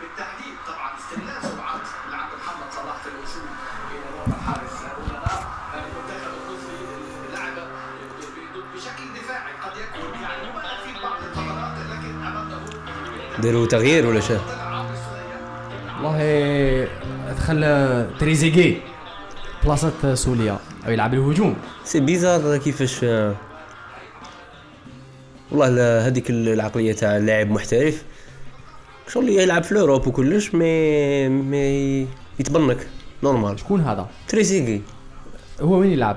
بالتحديد طبعا استغلال سرعه لاعب محمد صلاح في الوصول الى مرمى الحارس ربما المنتخب المصري لعب بشكل دفاعي قد يكون يعني مبالغ في بعض الفترات لكن امامه داروا تغيير ولا شيء والله دخل تريزيجي بلاصة سوليا او يلعب الهجوم سي بيزار كيفاش آه، والله لا- هذيك العقليه تاع اللاعب محترف شغل يلعب في الاوروب وكلش مي مي يتبنك نورمال شكون هذا تريزيغي هو وين يلعب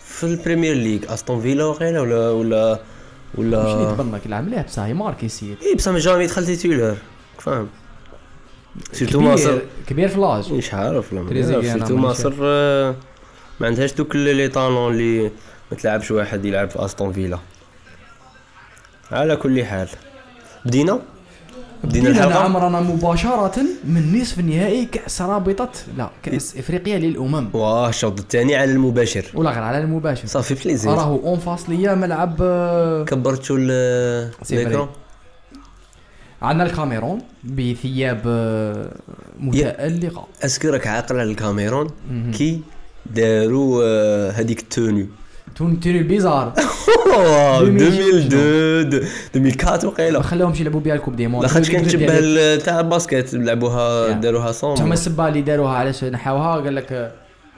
في البريمير ليغ استون فيلا وقيلا ولا ولا مش اللي ولا تبنك يلعب مليح بصح ماركي سيد اي بصح جامي يدخل تيتولار فاهم سيرتو ماسر كبير كبير في لاج مش عارف لما تريزيغي عارف، أنا سيرتو مانيش ماسر آه، ما عندهاش دوك ال- لي طالون اللي ما تلعبش واحد يلعب في استون فيلا على كل حال بدينا بدينا بدينا الحلقة. عمرنا نعم، مباشرة من نصف النهائي كأس رابطة لا إيه. كأس افريقيا للأمم واه الشوط الثاني على المباشر ولا غير على المباشر صافي بليزير راهو اون فاس ليا ملعب آه، كبرتوا ال- سي الاكران عندنا الكاميرون بثياب آه، متألقة اسكو راك عاقل على الكاميرون كي داروا آه، هذيك التوني تون تيري بيزار أوه، 2002. 2002 2004 وقيلا ما خلاهمش يلعبوا بها الكوب دي موند لاخاطش كانت شبه ال- تاع الباسكت لعبوها Yeah. داروها تما صون السبه اللي داروها علاش نحاوها قال لك آه،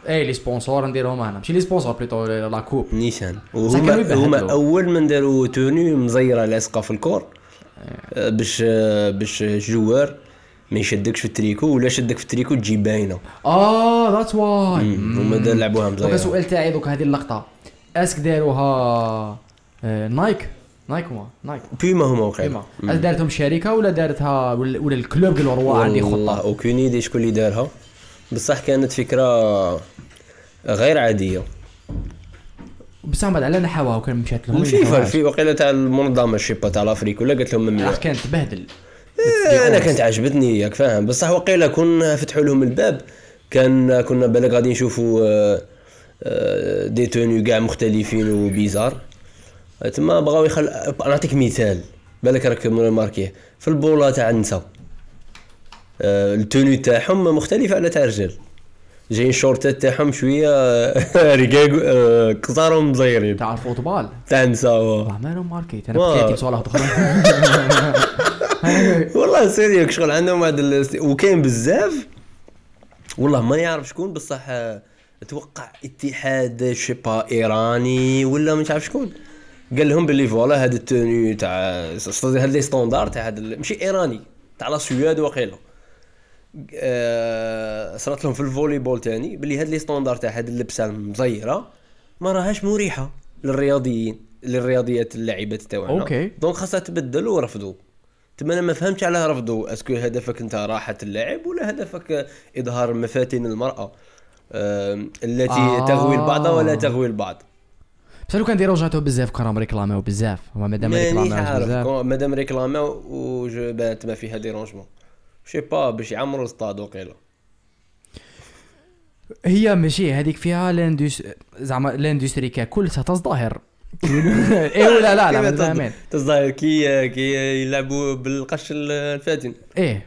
ايه لي سبونسور نديرهم انا ماشي لي سبونسور بليتو لا كوب نيشان بصح كانوا وهما يبهدلوا. هما اول من داروا توني مزيره لاصقه في الكور آه، باش آه، باش الجوار ما يشدكش في التريكو ولا شدك في التريكو تجي باينه اه ذاتس واي مم، هما دا- لعبوها دوكا مزيره السؤال تاعي دوك هذه اللقطه اسك داروها آه، نايك نايك هما نايك بيما هما وقيلا ايما هل دارتهم شركه ولا دارتها ولا ولا الكلوب قالوا روا عندي والله خطه اوكين ايدي شكون اللي دارها بصح كانت فكره غير عاديه بصح من بعد على نحاوها وكان مشات لهم فيفا في وقيله تاع المنظمه شيبا تاع لافريك ولا قالت لهم ممنوع راح كانت تبهدل إيه، انا كانت عجبتني ياك فاهم بصح وقيلا كون فتحوا لهم الباب كان كنا بالك غادي نشوفوا آه، آه، دي تونيو كاع مختلفين وبيزار تما بغاو يخل انا نعطيك مثال بالك راك ماركيه في البوله تاع النساء آه، التونيو تاعهم مختلفه على تاع الرجال جايين الشورتات تاعهم شويه رقاق آه، قصارهم مزيرين تاع الفوتبال تاع النساء والله ما لهم ماركيت انا واو. بكاتي بصالح دخل والله سيريك شغل عندهم هذا ال- وكاين بزاف والله ما نعرف شكون بصح آه، اتوقع اتحاد شيبا ايراني ولا مش عارف شكون قال لهم باللي فوالا هذا التوني تاع هذا لي ستوندار تاع هذا ال- ماشي ايراني تاع لا سويد وقيلا آه، صرات لهم في الفوليبول تاني باللي هاد لي ستوندار تاع هاد اللبسه المزيره ما راهاش مريحه للرياضيين للرياضيات اللاعبات تاعنا أوكي. دونك خاصها تبدل ورفضوا تما انا ما فهمتش علاه رفضوا اسكو هدفك انت راحه اللاعب ولا هدفك اظهار مفاتن المراه آم، التي آه. آه. تغوي البعض ولا تغوي البعض بصح لو كان ديروا جاتو بزاف كان راهم ريكلاميو بزاف هما مادام مانيش ريكلاميو عارف بزاف كون- مادام ريكلامي وجو بانت ما فيها ديرونجمون شي با باش يعمروا السطاد وقيلا هي ماشي هذيك فيها لاندوس زعما لاندوستري ككل تظاهر اي ولا لا لا ما فاهمين تظاهر كي كي يلعبوا بالقش الفاتن ايه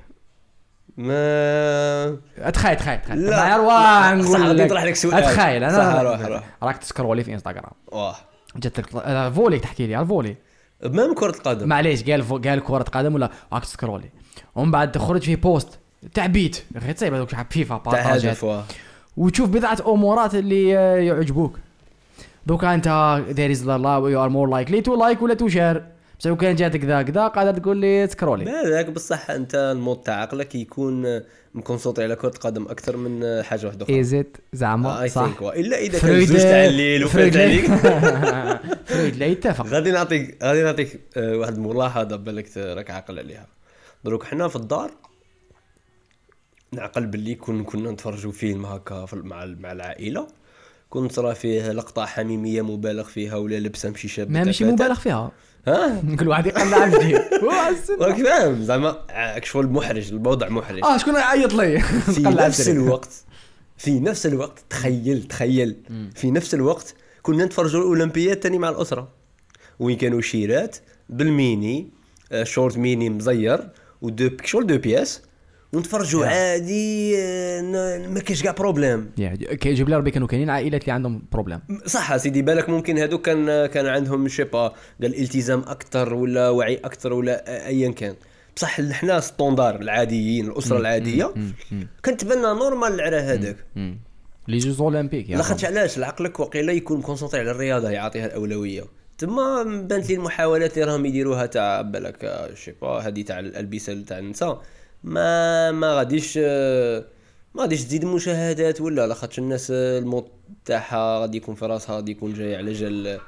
ما اتخيل تخيل تخيل لا. ما راه صح، نقول غادي لك يطرح لك سؤال. اتخيل انا صح، روح، روح. راك تسكرولي في انستغرام واه جات لك آه، فولي تحكي لي على الفولي مام كرة القدم معليش قال فو- قال كرة قدم ولا راك تسكرولي ومن بعد خرج في بوست تاع بيت غير تصيب هذوك شحال فيفا تاع بارطاجات هدف واه وتشوف بضعه امورات اللي آه، يعجبوك دوكا انت there is لا يو ار مور likely تو لايك ولا تو شير بصح لو كان جاتك ذا كذا قادر تقول لي سكرولي بالك بصح انت المود تاع عقلك يكون مكونسونطري على كرة القدم اكثر من حاجة واحدة اخرى ازيت زعما اي إيه، صح ثينك الا اذا كان فرويد زوج تاع الليل وفات فرويد لا- عليك فرويد لا يتفق غادي نعطيك غادي نعطيك آه، واحد الملاحظه بالك ت- راك عاقل عليها دروك حنا في الدار نعقل باللي كون كنا نتفرجوا فيلم هكا في- مع ال- مع العائله كنت راه فيه لقطه حميميه مبالغ فيها ولا لبسه مشي شابه ما ماشي تفاتة. مبالغ فيها ها كل واحد يقلع الجيب هو عسل. راك فاهم زعما عاك شغل محرج الوضع محرج اه شكون عيط لي في قلع نفس الجيب. الوقت في نفس الوقت تخيل تخيل في نفس الوقت كنا نتفرجوا الاولمبياد تاني مع الاسره وين كانوا شيرات بالميني آه، شورت ميني مزير ودو شغل دو بياس ونتفرجوا عادي آه، ن- ما كاش كاع بروبليم يا كيجيب لي ربي كانوا كاينين عائلات اللي عندهم بروبليم صح سيدي بالك ممكن هذوك كان كان عندهم شيبا قال الالتزام اكثر ولا وعي اكثر ولا ايا كان بصح حنا ستوندار العاديين الاسره العاديه كنتبنى نورمال العرا هذاك لي جوز اولمبيك يا لاخاطش علاش عقلك وقيلا يكون كونسونطري على الرياضه يعطيها الاولويه تما بانت لي المحاولات اللي راهم يديروها تاع بالك آه، شي با هذه تاع الالبسه اللي تاع النساء ما ما غاديش آه، ما غاديش تزيد المشاهدات ولا لاخاطش الناس آه، الموت تاعها غادي يكون في راسها غادي يكون جاي على جال آه،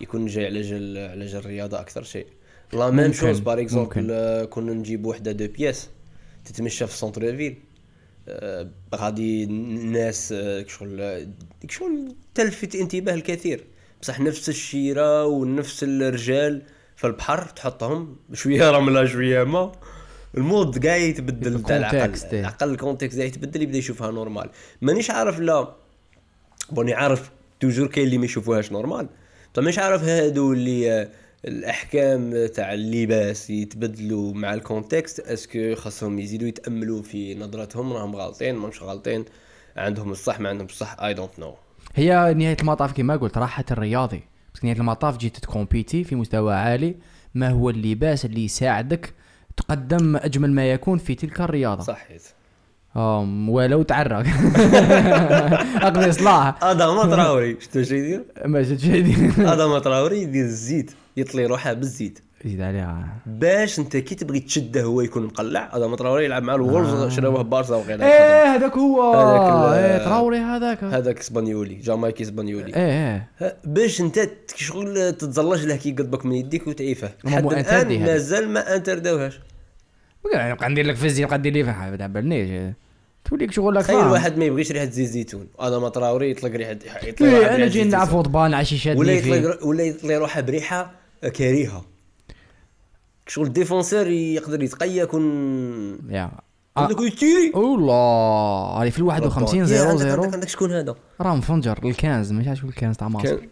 يكون جاي على جال آه، على جال الرياضه اكثر شيء لا ميم ممكن، شوز باغ ممكن. اكزومبل كنا نجيب وحده دو بياس تتمشى في سونتر فيل آه، غادي الناس آه، ديك شغل آه، ديك شغل تلفت انتباه الكثير بصح نفس الشيرة ونفس الرجال في البحر تحطهم شوية رملة شوية ما المود كاع يتبدل تاع العقل الكونتكست، إيه. العقل الكونتكست كاع يتبدل يبدا يشوفها نورمال مانيش عارف لا بوني عارف توجور كاين اللي ما يشوفوهاش نورمال بصح مانيش عارف هادو اللي آه، الاحكام تاع اللباس يتبدلوا مع الكونتكست اسكو خاصهم يزيدوا يتاملوا في نظرتهم راهم غالطين ماهمش غالطين عندهم الصح ما عندهم الصح اي دونت نو هي نهايه المطاف كما قلت راحه الرياضي بس نهايه المطاف جيت تكومبيتي في مستوى عالي ما هو اللباس اللي يساعدك تقدم اجمل ما يكون في تلك الرياضه صحيت أم ولو تعرق اقضي صلاح ادم تراوري شتو شي يدير ما شفت شي يدير. ادم تراوري يدير الزيت يطلي روحه بالزيت زيد عليها باش انت كي تبغي تشده هو يكون مقلع ادم تراوري يلعب مع آه. الولفز شراوه بارسا وغيره ايه هذاك هو إيه، هذاك ال- ايه تراوري هذاك ايه هذاك اسبانيولي جامايكي اسبانيولي ايه ها، باش انت تك- شغل تتزلج له كي يقلبك من يديك وتعيفه ما لحد هو انتردي الان هذا. مازال ما انتردوهاش يعني نبقى ندير لك في الزين نبقى ندير لي فيها ما تعبرنيش توليك شغلك تخيل فاهم. واحد ما يبغيش ريحه زيت زيتون انا ما تراوري يطلق ريحه يطلق ايه واحد انا ريحة جاي زيت نلعب زيتون. فوتبال عشي شادني ولا فيه. يطلق ولا يطلق روحه بريحه كريهه شغل ديفونسور يقدر يتقيا يكون يا آه. عندك يتيري والله هذه في ال 51 0 طيب، عندك- 0 عندك- عندك شكون هذا راه مفنجر الكنز ماشي شكون الكنز تاع مصر كان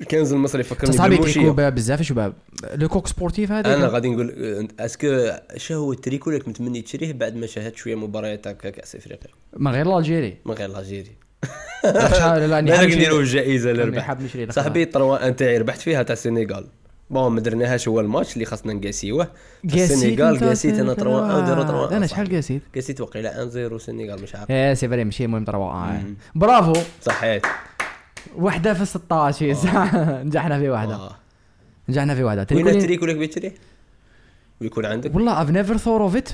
الكنز المصري تا فكرني صاحبي بالموشية تريكو ب- بزاف شباب لو كوك سبورتيف هذا انا غادي نقول أه، اسكو شا هو التريكو اللي كنت متمني تشريه بعد ما شاهدت شويه مباريات تاع كاس افريقيا من غير الجيري من غير الجيري بالك نديرو بالك الجائزه اللي أنا ربحت. حاب نشري لك صاحبي الطروا انت ربحت فيها تاع السنغال بون ما درناهاش هو الماتش اللي خاصنا نقاسيوه السنغال قاسيت انا 3 1 0 3 انا شحال قاسيت قاسيت وقيلا 1 0 سنغال مش عارف ايه سي فري ماشي المهم 3 برافو صحيت وحده في 16 هي صح. نجحنا في وحده آه. نجحنا في وحده وين تريكو- التريكو اللي كنت تشريه ويكون عندك والله اف نيفر ثور اوف ات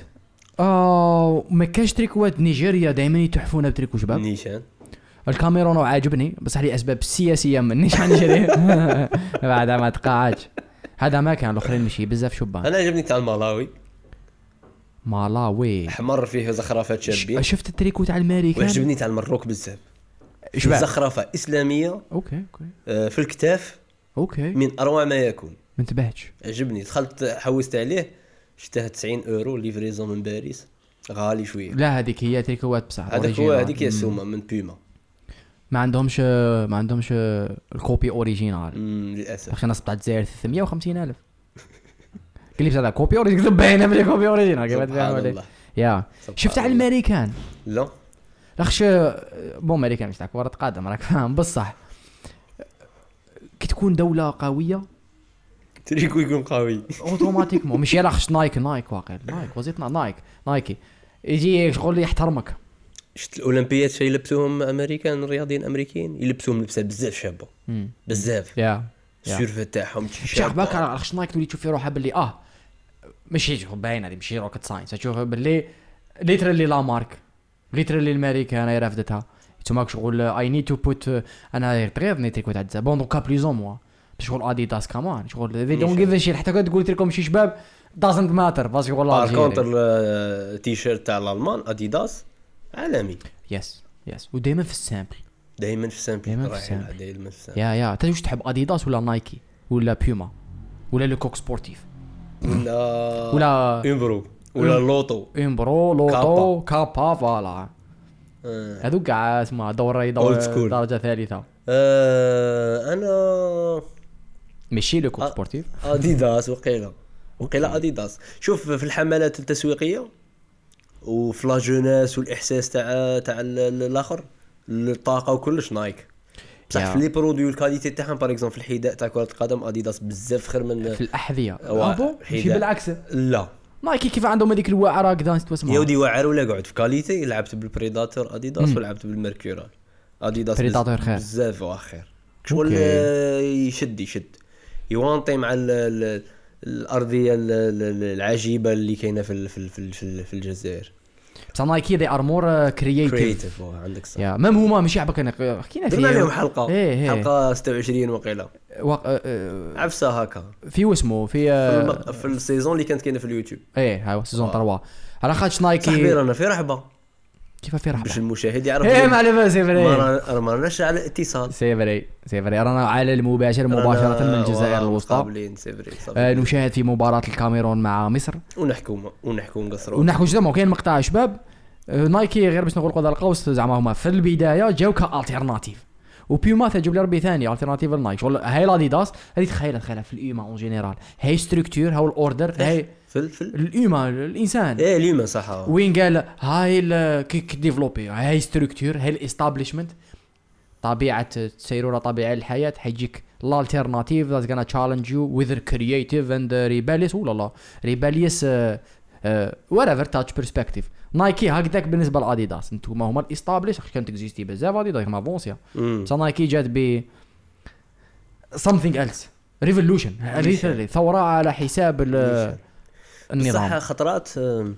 آه، ما كاش تريكوات نيجيريا دائما يتحفونا بتريكو شباب نيشان الكاميرون عاجبني بصح لاسباب سياسيه مانيش حنشري بعد ما تقاعدش هذا ما كان الاخرين مشي بزاف شبان انا عجبني تاع الملاوي مالاوي احمر فيه زخرفات ش- شابين شفت التريكو تاع الماريكان وعجبني تاع المروك بزاف شباب. زخرفه اسلاميه اوكي اوكي آه، في الكتاف اوكي ما من اروع ما يكون انتبهتش عجبني دخلت حوست عليه شتاه 90 اورو ليفريزون من باريس غالي شويه لا هذيك هي تريكوات بصح هذاك هو أوريجينال. هذيك هي السومه من بيوما ما عندهمش ما عندهمش الكوبي اوريجينال مم، للاسف اخي نصب تاع الجزائر 350 الف قال لي بصح هذا كوبي اوريجينال كذب باينه بلي كوبي اوريجينال كيف سبحان تفهم الله يا سبحان شفت على الله. الماريكان لا لاخش بون امريكا مش تاع كره قدم راك فاهم بصح كي تكون دوله قويه تريكو يكون قوي اوتوماتيكمون مش لاخش نايك نايك واقع نايك وزيتنا نايك نايكي يجي شغل يحترمك شفت الاولمبيات شي يلبسوهم امريكان رياضيين امريكيين يلبسوهم لبسه بزاف شابه مم. بزاف يا السيرفي تاعهم شابة. شعبك على لاخش نايك تولي تشوف في روحها باللي اه ماشي شغل باينه هذه ماشي روكت ساينس تشوف باللي ليترالي لا مارك ليترالي الماريكا انا رافدتها تماك شغل اي نيد تو بوت انا تغيظني تريكو تاع الجزائر. بون دوكا بليز اون موا شغل اديداس كمان شغل they don't give a shit حتى كنت تقول تريكو ماشي شباب doesn't matter بس شغل بار كونتر الجيري آه، تيشيرت تاع الالمان اديداس عالمي يس يس ودائما في السامبل دائما في سامبل دايماً في رايح السامبل. يلعب دايما في سامبل يا يا تدري واش تحب اديداس ولا نايكي ولا بيوما ولا لو كوك سبورتيف ولا ولا امبرو ولا لوطو امبرو لوطو كابا فوالا آه. هذوك كاع اسمها دوري دور Old school. درجه ثالثه آه، انا ماشي لو كوك آه. سبورتيف اديداس وقيلا وقيلا اديداس شوف في الحملات التسويقيه وفي لا جوناس والاحساس تاع تاع ال- ال- الاخر الطاقه وكلش نايك بصح Yeah. في لي برودوي والكاليتي تاعهم باغ اكزومبل في الحذاء تاع كره القدم اديداس بزاف خير من في الاحذيه أوا، ابو ماشي حذاء. بالعكس لا نايكي كيف عندهم هذيك الواعره كذا نسيت يا اسمها ودي واعر ولا قعد في كاليتي لعبت بالبريداتور اديداس ولعبت بالميركورال اديداس بز- بريداتور خير. بزاف واخر شغل أوكي. آه، يشد يشد يوانطي مع ال ال الارضيه ال- ال- العجيبه اللي كاينه في ال- في ال- في ال- في ال- في الجزائر بصح نايكي دي ار مور كرييتيف كريتيف عندك صح uh, إيه، يا ميم هما ماشي عباك انا حكينا درنا فيه. لهم حلقه ايه ايه حلقه 26 وقيله وق- آه، آه، عفسه هكا في واسمو في في, آه، المق... في السيزون اللي كانت كاينه في اليوتيوب ايه هاو سيزون آه. 3 على خاطرش صاحبي نايكي رانا في رحبه كيف في باش رحبه المشاهد يعرف ايه بلي ما على بالي سي ما فري رانا- ما راناش على اتصال سي فري سي فري رانا على المباشر مباشره من رانا- الجزائر ورانا الوسطى مقابلين سيفري صافي. آه، نشاهد في مباراة الكاميرون مع مصر ونحكوا ونحكوا نقصروا ونحكوا جدا كاين مقطع شباب آه، نايكي غير باش نغلقوا هذا القوس زعما هما في البداية جاو كالتيرناتيف وبيوما تجيب لي ربي ثاني التيرناتيف لنايك شغل هاي لاديداس هذه تخيل تخيلها في الايما اون جينيرال هاي ستركتور هاو الاوردر إيه، هاي فل فل الايما الانسان ايه اليوم صح وين قال هاي ال- كي كي ديفلوبي هاي ستركتور هاي الاستابليشمنت طبيعه سيروره طبيعه الحياه حيجيك الالتيرناتيف ذات غانا تشالنج يو وذر كرييتيف اند ريباليس ولا لا آه، ريباليس وات ايفر تاتش بيرسبكتيف نايكي هكذاك بالنسبه لاديداس انتوما هما الاستابليش كانت اكزيستي بزاف اديداس ما فونسيا مم. بصح نايكي جات ب something else ريفولوشن Revolution. ثوره على حساب ال- صح النظام خطرات آم،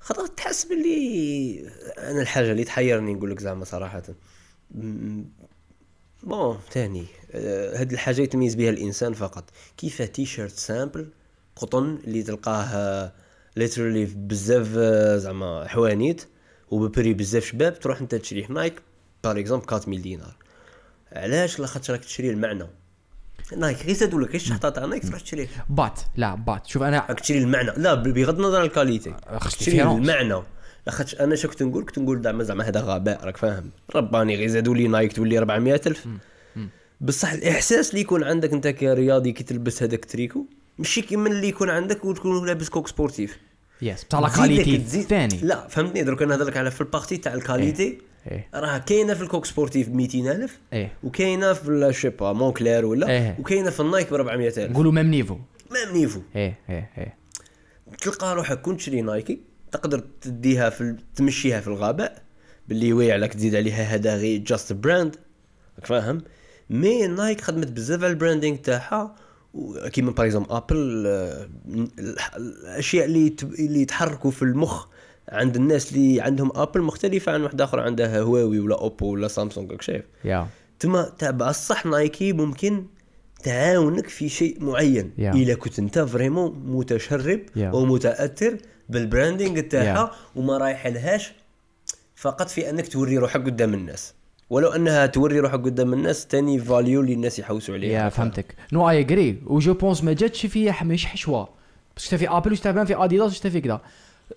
خطرات تحس باللي انا الحاجه اللي تحيرني نقول لك زعما صراحه مم، بون تاني آه، هاد الحاجه يتميز بها الانسان فقط كيف تيشيرت سامبل قطن اللي تلقاه ليترلي بزاف آه، زعما حوانيت وببري بزاف شباب تروح انت تشريه في نايك باغ اكزومبل 4000 دينار علاش لاخاطش راك تشري المعنى نايك غير زادولك غير الشحطه تاع نايك تروح تشريه بات لا بات شوف انا راك تشري المعنى لا ب- بغض النظر على الكاليتي خص تشري ديفيرونس. المعنى لاخاطش انا شو كنت نقول كنت نقول زعما زعما هذا غباء راك فاهم رباني غير زادوا لي نايك تولي 400000 بصح الاحساس اللي يكون عندك انت كرياضي كي تلبس هذاك التريكو ماشي كيما اللي يكون عندك وتكون لابس كوك سبورتيف يس بتاع لا تزيد لك- كاليتي تزيد- الثاني لا فهمتني درك انا نهضر لك على في البارتي تاع الكاليتي إيه. راه كاينه في الكوك سبورتيف ب 200000 إيه. وكاينه في لا شيبا مونكلير ولا إيه. وكاينه في النايك ب 400000 نقولوا ميم نيفو ميم نيفو ايه ايه ايه تلقى روحك كون تشري نايكي تقدر تديها في ال... تمشيها في الغابة باللي واعلك تزيد عليها هذا غير جاست براند راك فاهم مي نايك خدمت بزاف على البراندينغ تاعها و- كيما باغ اكزومبل ابل آه، ال- الاشياء اللي يت- اللي يتحركوا في المخ عند الناس اللي عندهم ابل مختلفه عن واحد اخر عندها هواوي ولا اوبو ولا سامسونج راك شايف يا تما تبع الصح نايكي ممكن تعاونك في شيء معين Yeah. الا كنت انت فريمون متشرب Yeah. ومتاثر بالبراندينغ تاعها وما رايح لهاش فقط في انك توري روحك قدام الناس ولو انها توري روحك قدام الناس تاني فاليو اللي الناس يحوسوا عليها يا فهمتك نو اي اجري وجو بونس ما جاتش فيها حمش حشوه بس شتا في ابل وشتا بان في اديداس وشتا في كذا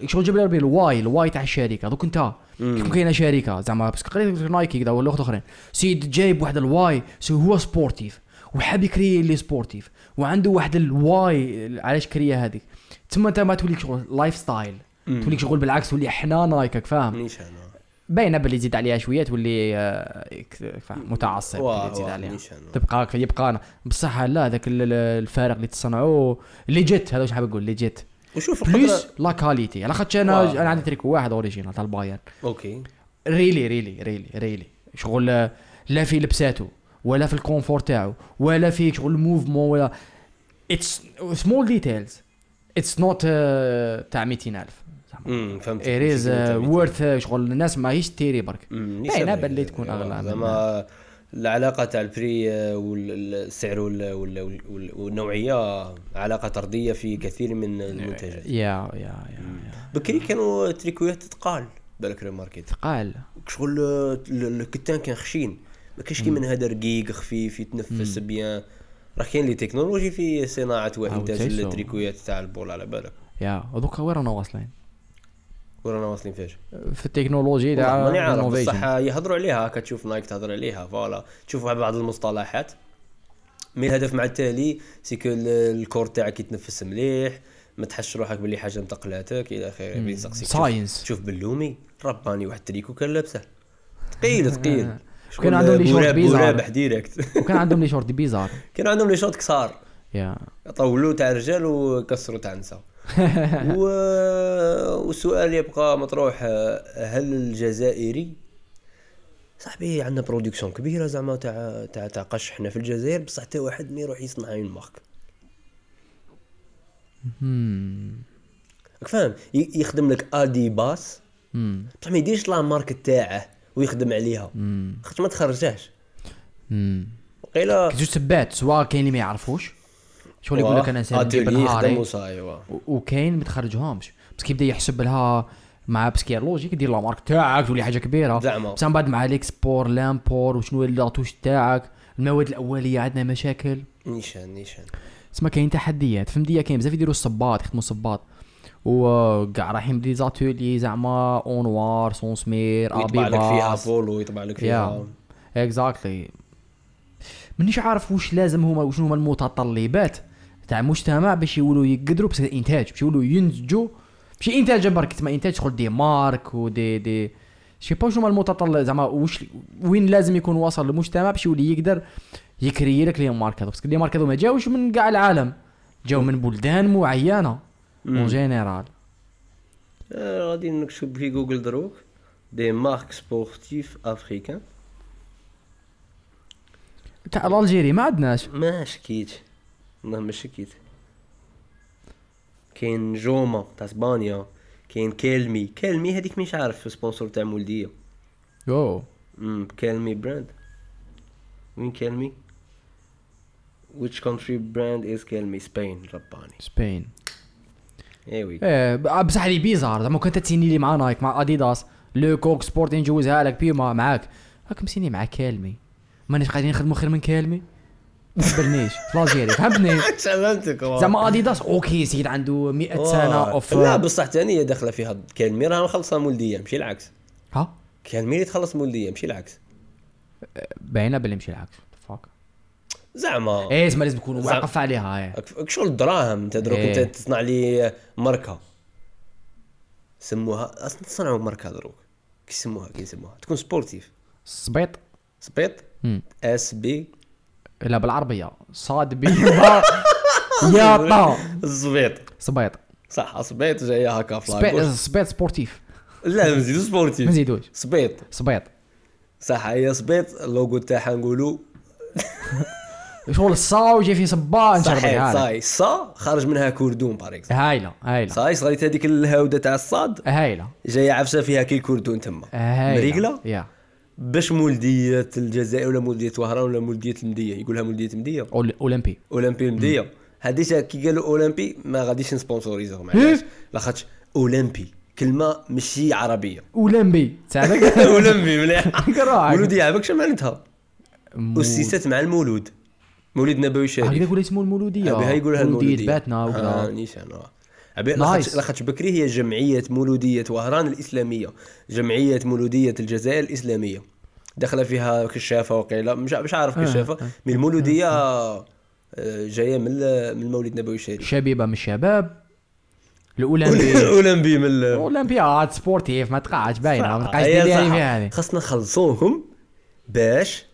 شغل جاب لي ربي الواي الواي تاع الشركه دوك انت كيكون كاينه شركه زعما بس قريت نايكي كذا ولا واحد اخرين سيد جايب واحد الواي سو هو سبورتيف وحاب يكري لي سبورتيف وعنده واحد الواي علاش كريا هذيك تما انت ما توليك شغل لايف ستايل توليك شغل بالعكس تولي حنا نايكك فاهم مانيش انا باينه باللي تزيد عليها شويه تولي آه، إك- فاهم، متعصب واه، اللي تزيد واه، عليها نيشان، واه. تبقى يبقى بصح لا ذاك ال- ال- الفارق اللي تصنعوه اللي جيت هذا واش حاب نقول اللي جيت وشوف بليس القدرة- لا كاليتي على خاطر انا واه. انا عندي تريكو واحد اوريجينال تاع البايرن اوكي ريلي ريلي ريلي ريلي شغل آه، لا في لبساته ولا في الكونفور تاعو ولا في شغل موفمون ولا اتس سمول ديتيلز اتس نوت آه، تاع 200000 زعما امم فهمت اريز وورث uh, شغل الناس ماهيش تيري برك باينه يعني باللي تكون اغلى منها. زعما العلاقه تاع البري آه، والسعر وال- وال- وال- والنوعيه علاقه طرديه في كثير من نعم. المنتجات يا يا يا يا. بكري كانوا تريكويات تقال بالك ريماركيت قال شغل آه، ال- الكتان كان خشين ما كاش كيما هذا رقيق خفيف يتنفس بيان راه كاين لي تكنولوجي في صناعه وانتاج تيسو. التريكويات تاع البول على بالك يا دوكا وين رانا واصلين ورانا واصلين فاش في التكنولوجي والله تاع ماني عارف بصح innovation. يهضروا عليها هكا تشوف نايك تهضر عليها فوالا تشوفوا بعض المصطلحات مي الهدف مع التالي سي كو ال- الكور تاعك يتنفس مليح ما تحسش روحك باللي حاجه انتقلاتك الى اخره بين سقسيك ساينس. شوف باللومي رباني واحد التريكو كان لابسه ثقيل ثقيل آه. كان عندهم لي شورت بيزار. مرابح ديريكت وكان عندهم لي شورت بيزار كان عندهم لي شوط كسار يا طولوا تاع رجال وكسروا تاع نساء و... والسؤال يبقى مطروح آه، هل الجزائري صاحبي عندنا برودكسيون كبيره زعما تاع تاع تاع قش حنا في الجزائر بصح حتى واحد ما يروح يصنع عين مارك راك فاهم ي- يخدم لك ادي باس مم. بصح ما يديرش لا مارك تاعه ويخدم عليها مم. خاطر ما تخرجهاش مم. وقيلا كاين زوج سبات سواء كاين اللي ما يعرفوش شغل يقول لك انا انسان اتيلي ندير بنهاري يخدم وصايوا و- وكاين ما تخرجهمش بس كيبدا يحسب لها مع بسكير لوجيك دير لا مارك تاعك تولي حاجه كبيره زعما. بس من بعد مع الاكسبور لامبور وشنو اللاطوش تاعك المواد الاوليه عندنا مشاكل نيشان نيشان تسمى كاين تحديات فهمتي كاين بزاف يديروا الصباط يخدموا الصباط وكاع رايحين بدي زاتولي زعما اونوار سون سمير ابي يطبع لك فيها باص. بولو يطبع لك فيها يا اكزاكتلي مانيش عارف واش لازم هما وشنو هما المتطلبات تاع المجتمع باش يولوا يقدروا بس الانتاج باش يولوا ينتجوا مش انتاج برك تسمى انتاج شغل دي مارك ودي دي شي با شنو هما المتطلب زعما واش وين لازم يكون واصل المجتمع باش يولي يقدر يكري لك لي مارك هذو باسكو لي مارك هذو ما جاوش من كاع العالم جاو من بلدان معينه اون جينيرال آه، غادي نكتب في جوجل دروك دي مارك سبورتيف افريكان تاع الجيري ما عندناش ما شكيت والله ما شكيت كاين جوما تاع اسبانيا كاين كالمي كالمي هذيك مش عارف سبونسور تاع مولديه يو امم كالمي براند وين كالمي which country brand is كالمي سبين رباني سبين اي وي ايه ب- بصح لي بيزار زعما كنت تسيني لي مع نايك مع اديداس لو كوك سبورت نجوزها لك بيما معاك هاك مسيني مع كالمي مانيش قاعدين نخدموا خير من كالمي ما تبرنيش في الجيري فهمتني سلامتك زعما اديداس اوكي سيد عنده 100 سنه اوف آه. لا بصح ثاني هي داخله فيها كالمي راها مخلصه مولديه ماشي العكس ها كالمي اللي تخلص مولديه ماشي العكس باينه باللي مشي العكس فاك زعما ايه زعما لازم نكون زعما- واقف عليها ايه راك شغل الدراهم انت دروك إيه. انت تصنع لي ماركه سموها اصلا تصنعوا ماركه دروك كي يسموها كي يسموها تكون سبورتيف السبيط سبيط مم. اس بي لا بالعربيه صاد بي با يا طا الزبيط سبيط صح سبيط جايه هكا في سبيط لاكوش. سبيط سبورتيف لا مزيدو ما سبورتيف نزيدوش سبيط سبيط صح هي سبيط اللوغو تاعها نقولوا شغل الصا وجاي فيه صبا نشرب صحيح العالم. صاي صا خرج منها كردون بار اكزومبل هايله هايله صاي صارت هذيك الهوده تاع الصاد هايله جايه عفسه فيها كي كردون تما هايله مريقله يا باش مولديه الجزائر ولا مولديه وهران ولا مولديه المديه يقولها مولديه المديه أول- اولمبي اولمبي المديه هذيك كي قالوا اولمبي ما غاديش نسبونسوريزهم علاش لاخاطش اولمبي كلمه ماشي عربيه اولمبي تعرف اولمبي مليح كراعك. ولودي يعبك شنو معناتها اسست مع المولود مولد نبوي هكذا شريف يقول اسمه المولوديه بها يقولها المولوديه باتنا آه، وكذا نيشان آه. عبي- نايس. لاخاطش لاخاطش بكري هي جمعيه مولوديه وهران الاسلاميه جمعيه مولوديه الجزائر الاسلاميه داخله فيها كشافه وقيله مش مش عارف آه، كشافه من المولوديه آه، جايه من ال- من المولد النبوي الشريف شبيبه من الشباب الاولمبي الاولمبي من ال- اولمبياد سبورتيف آه، ما تقعش باينه ما تقعش هي دير يعني أيوة، صح. فيها هذه خاصنا نخلصوهم باش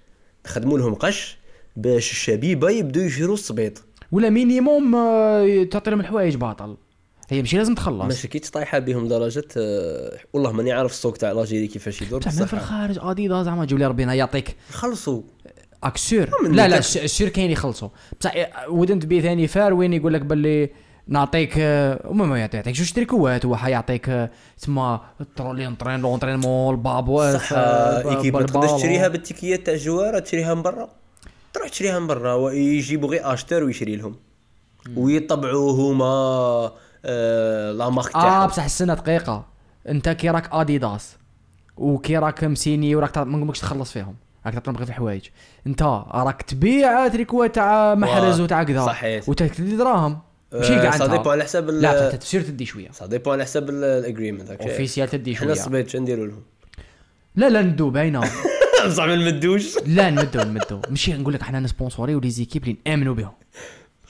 خدموا لهم قش باش الشبيبه يبدو يشيروا الصبيط ولا مينيموم آه، تعطي لهم الحوايج باطل هي ماشي لازم ما تخلص شكيتش طايحه بهم درجه آه، والله ماني عارف السوق تاع لاجيري كيفاش يدور بصح من في بصح الخارج اديداس زعما جولي ربنا يعطيك خلصوا اكسور من لا لا تك- الس- السور كاين يخلصوا بصح آه، ودنت بي ثاني فار وين يقول لك باللي نعطيك آه، وما ما يعطي- يعطيك جوج تريكوات هو يعطيك آه، تما ترولي نطرين لونطرينمون البابوات صح ايكيب ما تقدرش آه، تشريها بالتيكيات تاع جواره تشريها من برا تروح تشريها من برا ويجيبوا غير اشتر ويشري لهم ويطبعوا هما آه، لا مارك اه تاعهم بصح السنه دقيقه انت كي راك اديداس وكي راك مسيني وراك تعط- ما نقولكش تخلص فيهم راك تعطيهم غير في الحوايج انت راك تبيع تريكوات تاع محرز واه، وتاع كذا صحيح. وتدي دراهم ماشي آه، كاع سا ديبون انت على حساب ال- لا تسير تدي شويه سا ديبون على حساب الاجريمنت اوفيسيال تدي حنا شويه الصبيط شنو نديروا لهم لا لا ندو باينه بصح ما نمدوش لا نمدو نمدو ماشي نقول لك حنا نسبونسوري ولي زيكيب اللي نامنوا بهم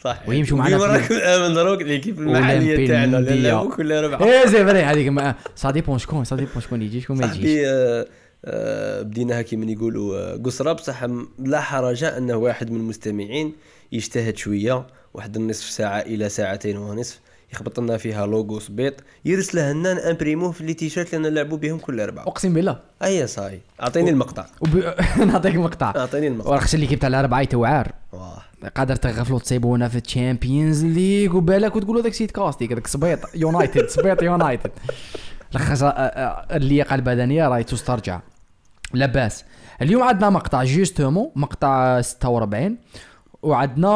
صح ويمشوا معنا في- وراك من دروك ليكيب المحليه أولمبي تاعنا لا المونديال. لا وكل ربعه ايه زي فري هذيك ما- سا ديبون شكون سا ديبون شكون يجي شكون ما يجيش صاحبي آه، آه، بديناها كيما يقولوا آه، قصرى بصح م- لا حرج انه واحد من المستمعين يجتهد شويه واحد النصف ساعه الى ساعتين ونصف يخبط لنا فيها لوغو سبيط يرسله لنا نامبريموه في لي تيشيرت اللي نلعبوا بهم كل ربعه اقسم بالله اي صاي اعطيني المقطع وب... نعطيك مقطع اعطيني المقطع وراك اللي كيب تاع الاربعه يتوعر واه قادر تغفلوا تصيبونا في الشامبيونز ليغ وبالك وتقولوا هذاك سيت كاستي هذاك سبيط يونايتد سبيط آه، يونايتد الخسارة اللياقه البدنيه راهي تسترجع لاباس اليوم عندنا مقطع جوستومون مقطع 46 وعندنا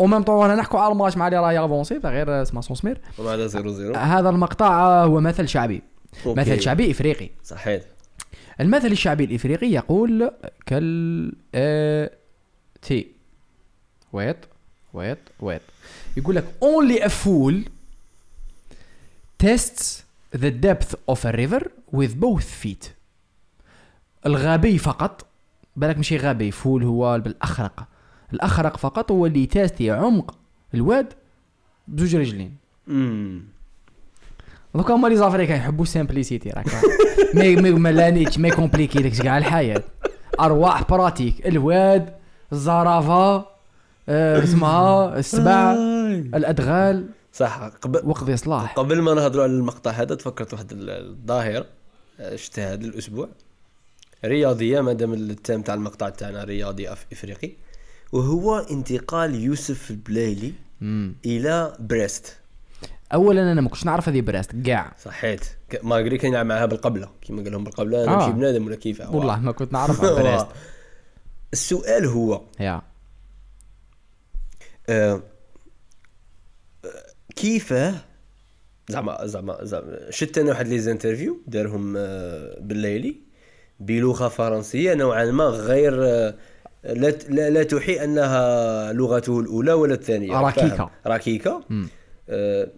او ميم طون وانا نحكوا على الماتش مع اللي راه يافونسي تاع غير اسمها سونسمير ومعنا زيرو زيرو هذا المقطع آه، هو مثل شعبي أوكي. مثل شعبي افريقي صحيح المثل الشعبي الافريقي يقول كال آه، تي ويت ويت ويت يقول لك only a fool tests the depth of a river with both feet الغبي فقط بالك ماشي غبي فول هو بالاخرق الاخرق فقط هو اللي تاستي عمق الواد بزوج رجلين امم دوكا هما لي زافريكان يحبوا السامبليسيتي راك فاهم. ما ما ما لانيتش ما يكومبليكي لكش كاع الحياه ارواح براتيك الواد الزرافه آه، اسمها السبع آي. الادغال صح قبل وقضي صلاح قبل ما نهضروا على المقطع هذا تفكرت واحد ال- الظاهرة آه، شفتها هذا الأسبوع رياضية مادام التام تاع المقطع تاعنا رياضي أف- إفريقي وهو انتقال يوسف البلايلي مم. إلى بريست اولا انا ما كنتش نعرف هذه براست كاع صحيت ك- ما قري كان يلعب معها بالقبلة كيما قال لهم بالقبلة أنا آه. ماشي بنادم ولا كيف أواه. والله ما كنت نعرف عن براست السؤال هو يا آه، كيفاه زعما زعما زعما شفت انا واحد لي زانترفيو دارهم آه، بالليلي بلغه فرنسيه نوعا ما غير آه، لا ت- لا لا توحي انها لغته الاولى ولا الثانيه ركيكة. فاهم؟ ركيكه آه،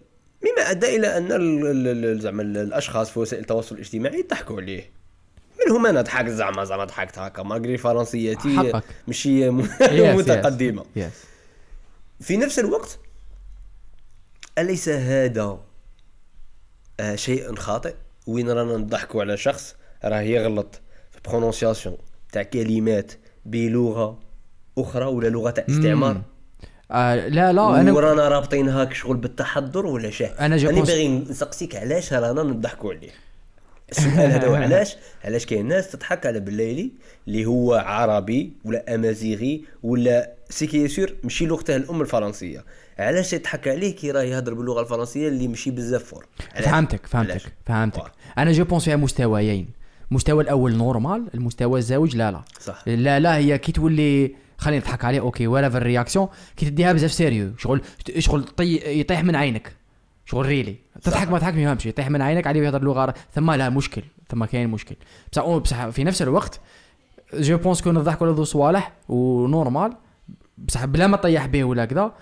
مما ادى الى ان ال- ال- ال- زعما ال- الاشخاص في وسائل التواصل الاجتماعي يضحكوا عليه منهم انا ضحكت زعما زعما ضحكت هكا ماغري فرنسيتي حقك. ماشي م- يس، متقدمه يس في نفس الوقت أليس هذا آه، شيء خاطئ وين رانا نضحكوا على شخص راه يغلط في برونونسياسيون تاع كلمات بلغه اخرى ولا لغه تاع استعمار آه، لا لا انا ورانا رابطين هاك شغل بالتحضر ولا شاه أنا جابونس- باغي نسقسيك علاش رانا نضحكوا عليه السؤال هذا هو علاش علاش كاين ناس تضحك على بلايلي اللي هو عربي ولا امازيغي ولا سيكي سور ماشي لغته الام الفرنسيه علاش تضحك عليه كي راه يهضر باللغه الفرنسيه اللي ماشي بزاف فور علاش؟ فهمتك علاش؟ فهمتك فهمتك واضح. انا جو بونس فيها مستويين المستوى الاول نورمال المستوى الزوج لا لا صح. لا لا هي كي تولي خلينا نضحك عليه اوكي ولا في الرياكسيون كي تديها بزاف سيريو شغل شغل طي يطيح من عينك شغل ريلي تضحك ما تضحك ما يهمش يطيح من عينك عليه يهضر لغه ر- ثم لا مشكل ثم كاين مشكل بصح أو- بصح في نفس الوقت جو بونس كون نضحكوا على ذو صوالح ونورمال بصح بلا ما طيح به ولا كذا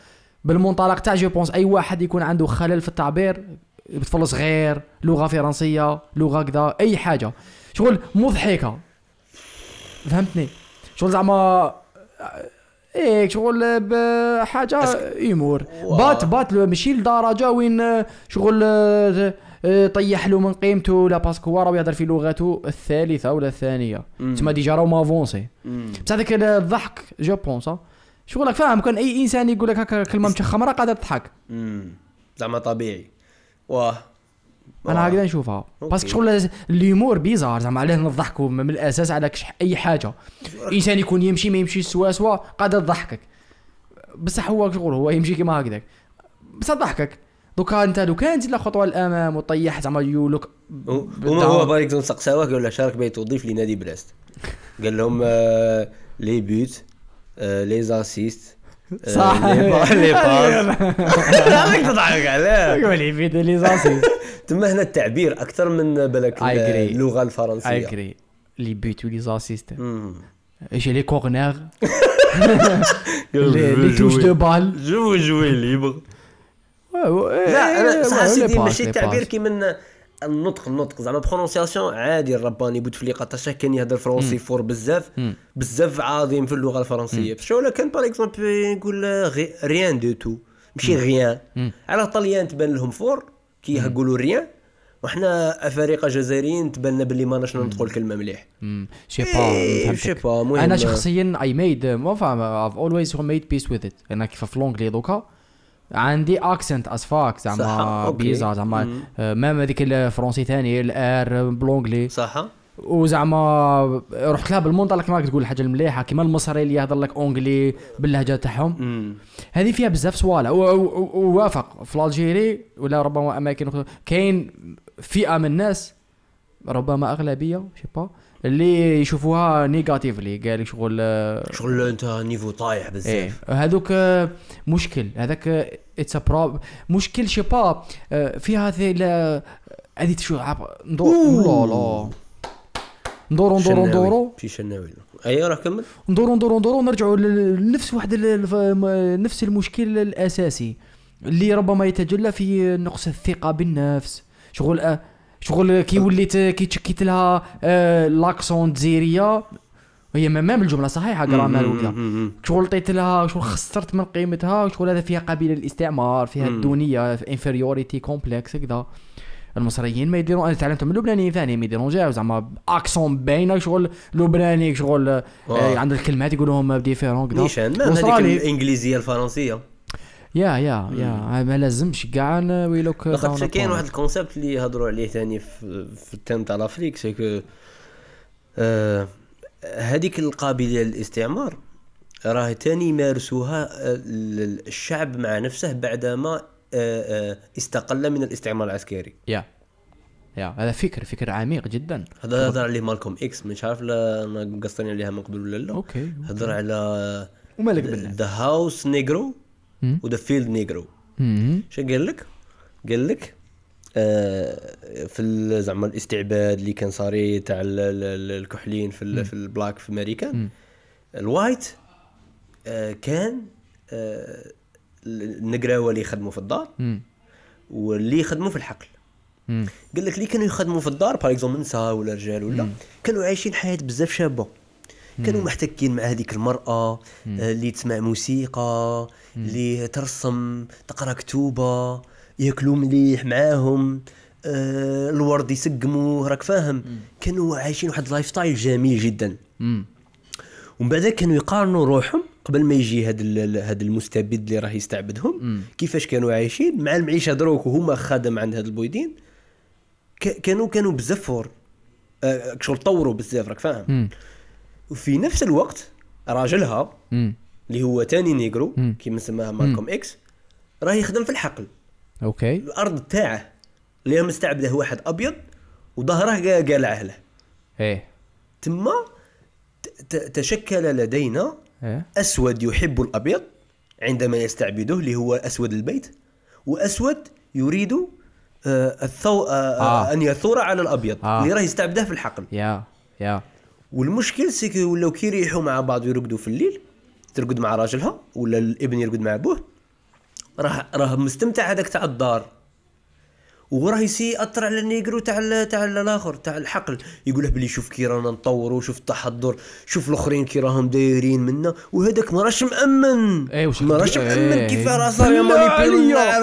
بالمنطلق تاع جو بونس اي واحد يكون عنده خلل في التعبير بطفل صغير لغه فرنسيه لغه كذا اي حاجه شغل مضحكه فهمتني شغل زعما ايه شغل بحاجه يمور واه. بات بات لو- ماشي لدرجه وين آه، شغل آه، آه، طيح له من قيمته لا باسكو هو راه يهضر في لغته الثالثه ولا الثانيه تسمى ديجا راهو مافونسي مم. بصح هذاك الضحك جو بونس ها. شغلك فاهم كان اي انسان يقول لك هكا كلمه مشخمره قادر تضحك مم. زعما طبيعي واه واه. انا هكذا نشوفها آه. أوكي. باسكو شغل اليومور بيزار زعما علاه نضحكوا من الاساس على كش اي حاجه انسان يكون يمشي ما يمشيش سوا سوا قادر تضحكك بصح هو شغل هو يمشي كيما هكذاك بصح ضحكك دوكا انت لو كان تزيد خطوه للامام وطيح زعما يو لوك و- وما هو باغ اكزومبل سقساوه قال له شارك بيت وظيف لنادي بريست قال لهم آه، لي بوت آه، لي زاسيست آه، صح. لي با- لي باس عليك تضحك علاه يقول لي في لي زاسيس تما هنا التعبير اكثر من بالك I agree. اللغه الفرنسيه اجري لي بيت ولي زاسيست مم. ايش لي كورنير قال لي له لي توش دو بال جو جوي ليبر لا إيه، لا انا صح سيدي ماشي التعبير كي من النطق النطق زعما برونسياسيون عادي الرباني بوتفليقه تاع كان يهضر فرونسي فور بزاف مم. بزاف عظيم في اللغه الفرنسيه بصح ولا كان باغ اكزومبل يقول غي- ريان دو تو ماشي غيان على الطليان تبان لهم فور كي يقولوا ريان وحنا افارقه جزائريين تبان لنا باللي ما ناش ننطقوا الكلمه مليح شي إيه، با شي با، المهم- انا شخصيا اي ميد ما فاهم I've always made peace with it انا كيف في لونجلي دوكا عندي اكسنت از فاك صح، زعما أوكي. بيزار زعما آه، مام هذيك الفرونسي ثاني الار بلونجلي صح وزعما رحت لها بالمنطلق كما تقول الحاجه المليحه كيما المصري اللي يهضر لك اونجلي باللهجه تاعهم هذه فيها بزاف سوالة و- و- و- ووافق في الجيري ولا ربما اماكن اخرى كاين فئه من الناس ربما اغلبيه شي با اللي يشوفوها نيجاتيفلي قال لك شغل آه، شغل انت نيفو طايح ايه بزاف هذوك آه، مشكل هذاك آه، اتس بروب مشكل شي با آه، فيها هذه ال- هذه شو عب- ندور لا لا ندورو ندورو شناوي. ندورو شي شناوي اي راه كمل ندورو ندورو ندورو نرجعوا لل- لنفس واحد ال- الف- م- نفس المشكل الاساسي اللي ربما يتجلى في نقص الثقه بالنفس شغل أ- شغل كي وليت كي تشكيت لها آه، لاكسون جزيريه هي ما- مام الجمله صحيحه جرامر وكذا شغل عطيت لها شغل خسرت من قيمتها شغل هذا فيها قبيله الاستعمار فيها الدونيه انفيريوريتي كومبلكس كذا المصريين ما يديرون انا تعلمت من اللبنانيين ثاني ما يديرون جاو زعما اكسون باينه شغل لبناني شغل آه، آه. عند الكلمات يقولوهم ديفيرون كذا نيشان ما هذيك وصرالي- الانجليزيه الفرنسيه يا يا يا ما لازمش كاع ن- ويلوك لاخاطش داون كاين upon. واحد الكونسيبت اللي يهضروا عليه ثاني في, في التيم تاع لافريك سكو آه هذيك القابله للاستعمار راه ثاني مارسوها آه، ال- الشعب مع نفسه بعدما آه، آه، استقل من الاستعمار العسكري يا يا هذا فكر فكر عميق جدا هذا هضر عليه مالكوم اكس مش عارف لا أنا قصرنا عليها من قبل ولا لا اوكي هضر على ومالك بالله ذا هاوس نيجرو مم. وذا فيلد نيجرو مم. شو قال لك؟ قال لك آه، في ال- زعما الاستعباد اللي كان صاري تاع ال- ال- ال- الكحلين في ال- في البلاك في امريكا الوايت آه، كان آه، النقراوه اللي يخدموا في الدار مم. واللي يخدموا في الحقل مم. قال لك اللي كانوا يخدموا في الدار باغ اكزومبل نساء ولا رجال ولا كانوا عايشين حياه بزاف شابه كانوا محتكين مع هذيك المراه آه، اللي تسمع موسيقى اللي ترسم تقرا كتوبه ياكلوا مليح معاهم آه، الورد يسقموه راك فاهم كانوا عايشين واحد اللايف ستايل جميل جدا مم. ومن بعد كانوا يقارنوا روحهم قبل ما يجي هذا هذا المستبد اللي راه يستعبدهم كيفاش كانوا عايشين مع المعيشه دروك وهما خدم عند هاد البويدين ك- كانوا كانوا بزاف فور آه، شغل طوروا بزاف راك فاهم مم. وفي نفس الوقت راجلها مم. اللي هو تاني نيجرو كيما سماها مالكوم اكس راه يخدم في الحقل اوكي الارض تاعه اللي هي مستعبده واحد ابيض وظهره قا- قالعه له ايه تما ت- ت- تشكل لدينا ايه أسود يحب الأبيض عندما يستعبده اللي هو أسود البيت وأسود يريد آه، الثو... آه، آه. آه. أن يثور على الأبيض آه. آه. اللي راه يستعبده في الحقل يا يا والمشكل سيكي ولاو كيريحوا مع بعض ويرقدوا في الليل ترقد مع راجلها ولا الابن يرقد مع أبوه راه راه مستمتع هذاك تاع الدار وراه يسي ياثر على النيجرو تاع ال- تاع ال- الاخر تاع الحقل يقول له بلي شوف كي رانا نطوروا شوف التحضر شوف الاخرين كي راهم دايرين منا وهذاك ما راش مأمن إيه، وش ما راش خدم- مأمن إيه. كيف راه صار يا بالله ماني عليا.